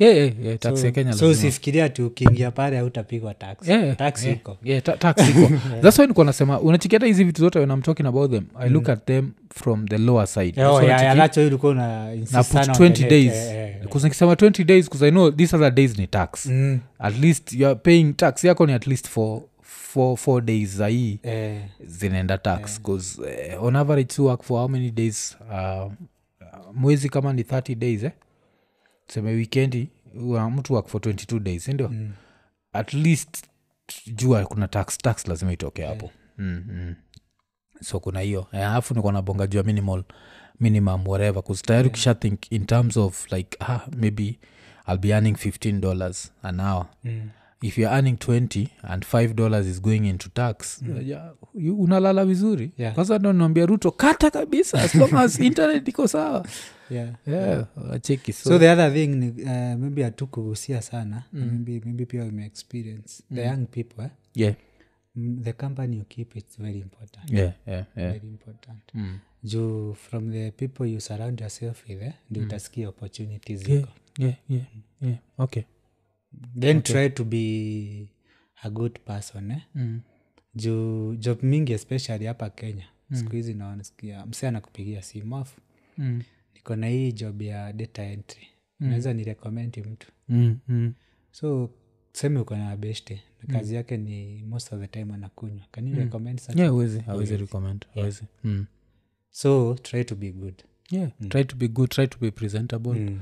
Speaker 1: Yeah, yeah, yeah, tax ya kenya
Speaker 2: so usifikiria ati ukiingia pale autapigwa tax
Speaker 1: Yeah,
Speaker 2: tax
Speaker 1: yeah,
Speaker 2: iko
Speaker 1: yeah, ta- tax
Speaker 2: [laughs]
Speaker 1: iko thats why niko nasema unachikiata hizi vitu zote when I'm talking about them i look at them from the lower side That's
Speaker 2: Mm. Oh,
Speaker 1: why
Speaker 2: yeah, yeah,
Speaker 1: nachiki-
Speaker 2: nacho ilikuwa una insist
Speaker 1: na put
Speaker 2: sana
Speaker 1: 20
Speaker 2: waendelee.
Speaker 1: days
Speaker 2: Eh, eh.
Speaker 1: 'Cause nikisema 20 days 'cause i know these other days ni tax
Speaker 2: Mm,
Speaker 1: at least you are paying tax yako ni at least for for four days za hii
Speaker 2: eh,
Speaker 1: zinaenda tax bcause eh, on average you work for how many days uh, mwezi kama ni 30 days eh? seme wikendi wa- mtu work for 22 days sindio mm. at least jua kuna tax tax lazima itoke hapo mm, mm. so kuna hiyo Eh, alafu niko nabonga jua minimal minimum whatever bcause tayari ukisha think in terms of like ah, maybe i'll be earning 15 dollars an hour
Speaker 2: mm.
Speaker 1: if youare earning 20 and 5 dollars is going into tax mm. yeah, you- unalala vizuri
Speaker 2: Yeah.
Speaker 1: kwanza ndo naambia ruto kata kabisa as long as internet iko sawa
Speaker 2: yeah.
Speaker 1: yeah, acheki so,
Speaker 2: so, the other thing ni uh, maybe hatukuhusia sana mm. maybe, maybe pia umeexperience mm. the young people eh?
Speaker 1: yeah,
Speaker 2: Mm, the company you keep it's very important
Speaker 1: yeah, yeah, yeah. Mm.
Speaker 2: very important juu from the people you surround yourself with eh, ndi utasikia opportunities ziko
Speaker 1: Mm. Yeah, yeah, yeah, yeah. okay
Speaker 2: then try to be a good person eh?
Speaker 1: Mm.
Speaker 2: juu job mingi especially hapa kenya siku hizi naonasikia mse anakupigia simu afu
Speaker 1: Mm.
Speaker 2: niko na hii job ya data entry naweza nirekomendi mtu
Speaker 1: Mm, mm.
Speaker 2: so seme uko na beshte na kazi yake ni most of the time anakunywa can you recommend such-
Speaker 1: Mm. yeah awezi awezi recommend awezi mm.
Speaker 2: so try to be good
Speaker 1: yeah try to be good try to be presentable
Speaker 2: Mm.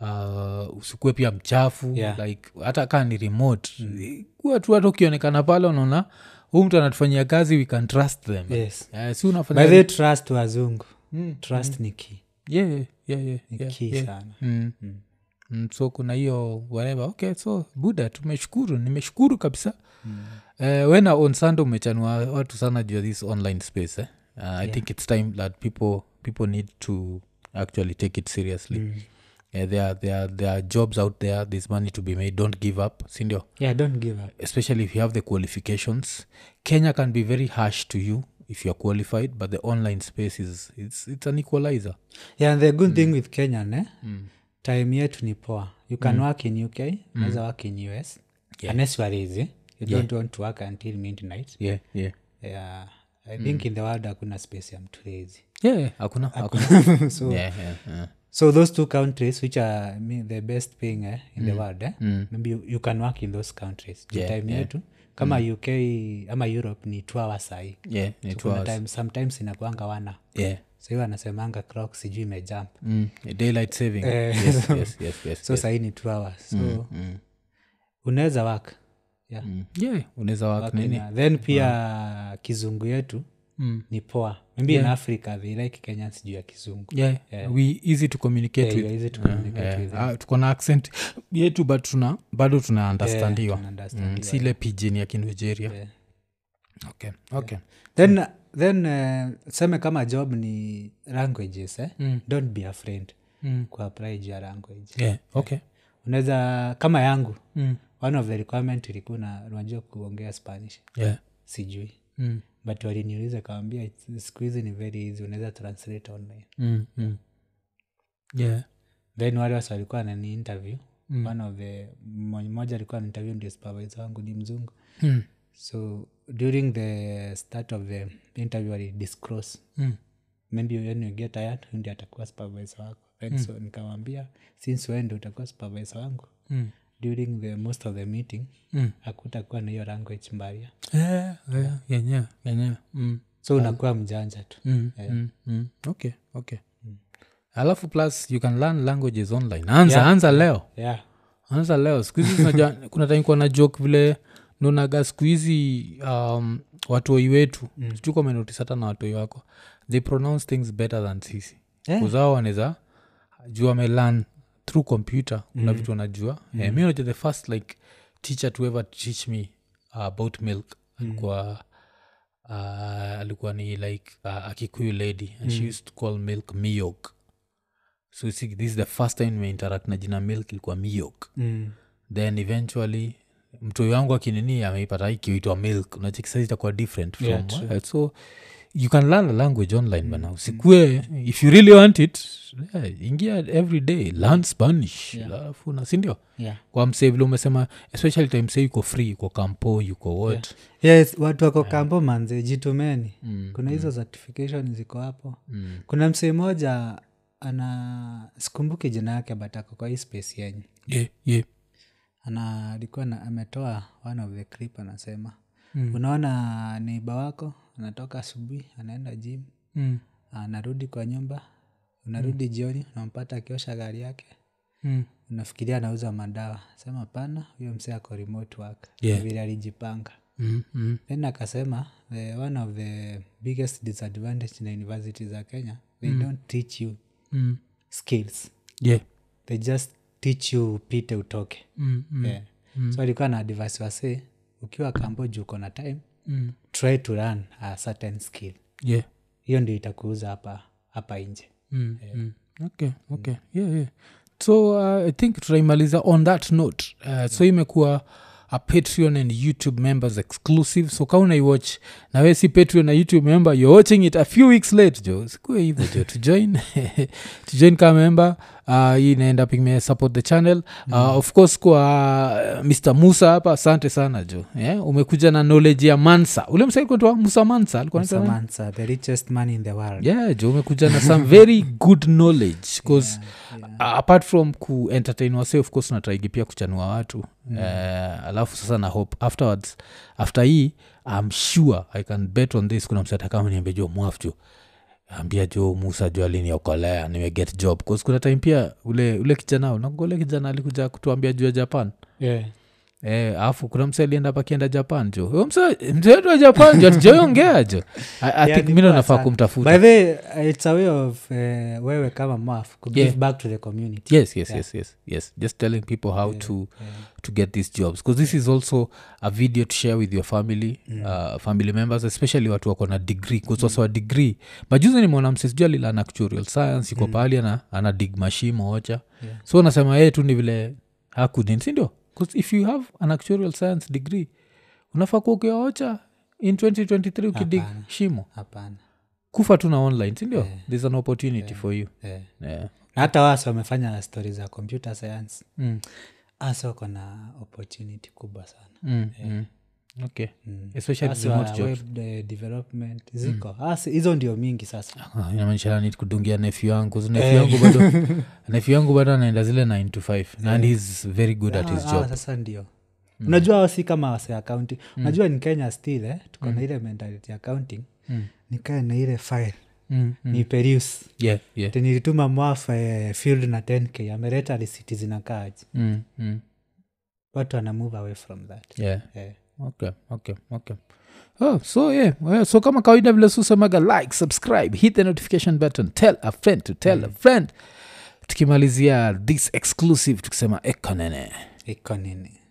Speaker 1: uh, usikue pia mchafu
Speaker 2: Yeah.
Speaker 1: like hata kaa ni remote mm. kuwa tu hata ukionekana pale unaona huu mtu anatufanyia kazi we can trust them
Speaker 2: yes
Speaker 1: Eh, si
Speaker 2: by
Speaker 1: unafanya
Speaker 2: the way, trust wazungu
Speaker 1: Mm,
Speaker 2: trust ni key
Speaker 1: yeah, yeah, yeah, yeah,
Speaker 2: ni
Speaker 1: yeah,
Speaker 2: key
Speaker 1: yeah.
Speaker 2: sana
Speaker 1: Mm.
Speaker 2: Mm.
Speaker 1: Mm, so kuna hiyo whatever okay so buda tumeshukuru nimeshukuru kabisa mm. uh, wena on sunday umechanua watu sana juu ya this online space eh? uh, yeah. i think it's time that people people need to actually take it seriously mm. uh, there, are, there, are, there are jobs out there there's money to be made don't give up sindio
Speaker 2: yeah don't give up
Speaker 1: especially if you have the qualifications kenya can be very harsh to you if you're qualified but the online space is it's, it's an equalizer
Speaker 2: yeah and the
Speaker 1: Mm.
Speaker 2: good thing with kenya ne time yetu ni poa you
Speaker 1: Mm.
Speaker 2: can work in uk unaweza work in us unless you are lazy eh? you don't want to work until midnight
Speaker 1: yeah yeah
Speaker 2: yeah i
Speaker 1: Mm.
Speaker 2: think in the world hakuna space ya mtu lazy
Speaker 1: yeah, yeah. hakuna hakuna [laughs]
Speaker 2: so
Speaker 1: yeah, yeah, yeah.
Speaker 2: so those two countries which are me- the best thing eh, in the world eh? maybe you, you can work in those countries Juu
Speaker 1: Mm. Yeah, Mm.
Speaker 2: time yetu kama uk ama europe ni two hours sahii
Speaker 1: yeah, it
Speaker 2: Kuna
Speaker 1: was
Speaker 2: time- sometimes inakuanga wana
Speaker 1: yeah
Speaker 2: sahiyo anasemanga croc sijui imejump
Speaker 1: mm, daylight saving
Speaker 2: Eh,
Speaker 1: yes, yes, yes, yes,
Speaker 2: so
Speaker 1: yes.
Speaker 2: sahii ni two hours so unaweza wak yeah.
Speaker 1: Mm. yeah unaweza work
Speaker 2: Work in
Speaker 1: nini Ah.
Speaker 2: a- then pia kizungu yetu
Speaker 1: Mm.
Speaker 2: ni poa maybe in africa they like kenyans juu ya kizungu
Speaker 1: yeah, we easy to communicate
Speaker 2: Yeah,
Speaker 1: with
Speaker 2: you are easy to communicate
Speaker 1: Yeah.
Speaker 2: with them.
Speaker 1: Ah, tuko na accent yetu but tuna bado tuna understandiwa
Speaker 2: tuna
Speaker 1: mm,
Speaker 2: understandiwa,
Speaker 1: si ile pijin ya kinigeria
Speaker 2: Yeah.
Speaker 1: okay okay Mm.
Speaker 2: then then uh, seme kama job ni languages eh?
Speaker 1: Mm.
Speaker 2: don't be afraid
Speaker 1: Mm.
Speaker 2: kuapply juu ya language
Speaker 1: yeah okay
Speaker 2: unaweza kama yangu
Speaker 1: Mm.
Speaker 2: one of the requirement ilikuwa na unajua kuongea spanish
Speaker 1: yeah
Speaker 2: sijui
Speaker 1: mm.
Speaker 2: but waliniuliza kawambia "It's- siku hizi ni very easy unaweza translate online
Speaker 1: Mm. Mm. yeah
Speaker 2: then wale wasi walikuwa nani interview mm. one of the mo- mmoja alikuwa na interview ndio supervisor wangu ni mzungu
Speaker 1: mm.
Speaker 2: so during the start of the interview alidisclose
Speaker 1: Mm.
Speaker 2: maybe when you get tired huyu ndiye atakuwa supervisor wako then so nikamwambia since wewe ndio utakuwa supervisor wangu
Speaker 1: Mm.
Speaker 2: during the most of the meeting
Speaker 1: Mm.
Speaker 2: hakutakuwa na hiyo language mbaria
Speaker 1: yeah yeah yenyewe yenyewe mm.
Speaker 2: so unakuwa mjanja tu
Speaker 1: Mm, mm, mm. okay okay Mm. alafu plus you can learn languages online anza yeah. anza leo
Speaker 2: yeah
Speaker 1: [laughs] anza leo sikuhizi kuna time kuwa na joke vile naonaga siku hizi um, watoi wetu mm. sijukomenotisi hata na watoi wako they pronounce things better than sisi
Speaker 2: Eh.
Speaker 1: uzao wanaweza juu amelan through computer kuna vitu wanajua mm. eh, mi naja the first like teacher to ever teach me uh, about milk alikuwa uh, alikuwa ni like uh, akikuyu lady and she used to call milk miok so see, this is the first time nimeinteract na jina milk ilikuwa miok
Speaker 2: mm.
Speaker 1: then eventually mtoi wangu akinini ameipata ikiitwa milk unachekisaizi itakuwa different from
Speaker 2: Yeah, true.
Speaker 1: uh, so you can learn a language online bana usikue if you really want it yeah, ingia every day learn spanish
Speaker 2: Yeah.
Speaker 1: alafu na sindio
Speaker 2: yeah.
Speaker 1: kwa msee vile umesema especially time say yuko free uko kampo yuko what
Speaker 2: yes watu wako kambo manze jitumeni kuna hizo certification ziko hapo
Speaker 1: Mm.
Speaker 2: kuna msee moja ana sikumbuki jina yake but ako kwa hii space yenyu
Speaker 1: yeah. yeah.
Speaker 2: ana alikuwa na, ametoa one of the clip anasema mm. unaona neiba wako anatoka asubuhi anaenda gym
Speaker 1: Mm.
Speaker 2: anarudi kwa nyumba unarudi jioni unampata akiosha gari yake
Speaker 1: Mm.
Speaker 2: unafikiria anauza madawa sema pana huyo msee ako remote work
Speaker 1: Yeah.
Speaker 2: Na vile alijipanga
Speaker 1: Mm. Mm.
Speaker 2: then akasema the, one of the biggest disadvantage na university za kenya they mm. don't teach you
Speaker 1: Mm.
Speaker 2: skills
Speaker 1: yeah
Speaker 2: they just teach you upite utoke
Speaker 1: Mm. Mm.
Speaker 2: yeah. mm. so alikuwa na advice wase ukiwa kambo juu uko na time
Speaker 1: Mm.
Speaker 2: try to run a certain skill
Speaker 1: yeah
Speaker 2: hiyo ndio itakuuza hapa hapa nje
Speaker 1: Mm, mm. okay okay yeah, yeah. so uh, i think tutaimaliza on that note uh, so imekuwa a patreon and youtube members exclusive so kauna iwatch na we si patreon na youtube member you're watching it a few weeks late jo sikue hivyo [laughs] jo to join to join ka member uh, hii inaenda pime support the channel uh, of course kwa uh, mr musa hapa asante sana jo yeah? umekuja na knowledge ya mansa ule msaikunaitwa musa mansa alikuwa anaitwa nani?
Speaker 2: Samansa, the richest man in the world
Speaker 1: yeah jo umekuja na some very good knowledge bcause uh, apart from kuentertain wase of course unataigi pia kuchanua watu mm. uh, alafu sasa na hope afterwards after hii im sure i can bet on this kuna msata kama niambia jo mwaf jo ambia jo musa jo aliniokolea nimeget job bcause kuna time pia ule ule kijana unakumbuka ule kijana alikuja kutuambia juu ya japan
Speaker 2: yeah.
Speaker 1: Eh, alafu kuna mse alienda pakienda japan jo Huyo mse- mse wetu wa japan jo atujaongea jo
Speaker 2: [laughs]
Speaker 1: I- i think
Speaker 2: ni
Speaker 1: mi ndo
Speaker 2: poa
Speaker 1: nafaa
Speaker 2: sana.
Speaker 1: kumtafuta
Speaker 2: By the way, it's a way of uh, wewe kama mwaf ku give
Speaker 1: Yeah.
Speaker 2: back to the community
Speaker 1: yes yes yes yes yes just telling people how to to get these jobs because this is also a video to share with your family
Speaker 2: Mm.
Speaker 1: uh, family members especially watu wako na degree bcause wasewa degree majuzi nimeona msesiju alilana actuarial science iko pahali ana, ana dig mashimo ocha
Speaker 2: Mm. Yeah.
Speaker 1: so nasema yeye tu ni vile hakudin sindio bcause if you have an actuarial science degree unafaa kuwa ukiwaocha in 2023 ukidig
Speaker 2: Hapana.
Speaker 1: shimo
Speaker 2: hapana
Speaker 1: kufa tu na online sindio there's an opportunity for you
Speaker 2: yeah.
Speaker 1: yeah.
Speaker 2: na hata wasi wamefanya stori za computer science
Speaker 1: mm.
Speaker 2: hasa wako na opportunity kubwa sana
Speaker 1: Mm, mm. okay
Speaker 2: Mm.
Speaker 1: especially
Speaker 2: Hasa
Speaker 1: remote
Speaker 2: wa
Speaker 1: jobs Mm.
Speaker 2: web de- development ziko Hasa hizo ndio mingi sasa
Speaker 1: Ah, inamaanisha nani kudungia nefu yangu So nefu yangu [laughs] bado nefu yangu bado anaenda zile 9 to 5 and he's very good at his
Speaker 2: Ah,
Speaker 1: job Mm.
Speaker 2: ah, sasa ndio unajua hao si kama wase accounting unajua ni kenya still eh, tuko na ile mentality ya accounting nikae na ile file
Speaker 1: Mm,
Speaker 2: ni peruse
Speaker 1: yeah yeah
Speaker 2: Ati nilituma mwafa eh, field na 10k ameleta risiti zinakaaji
Speaker 1: Mm, mm.
Speaker 2: watu wana move away from that
Speaker 1: yeah
Speaker 2: Eh,
Speaker 1: okay okay okay Oh, so yeah well, so kama kawaida vile susemaga like subscribe hit the notification button tell a friend to tell a friend tukimalizia this exclusive tukisema ekonene
Speaker 2: iko nini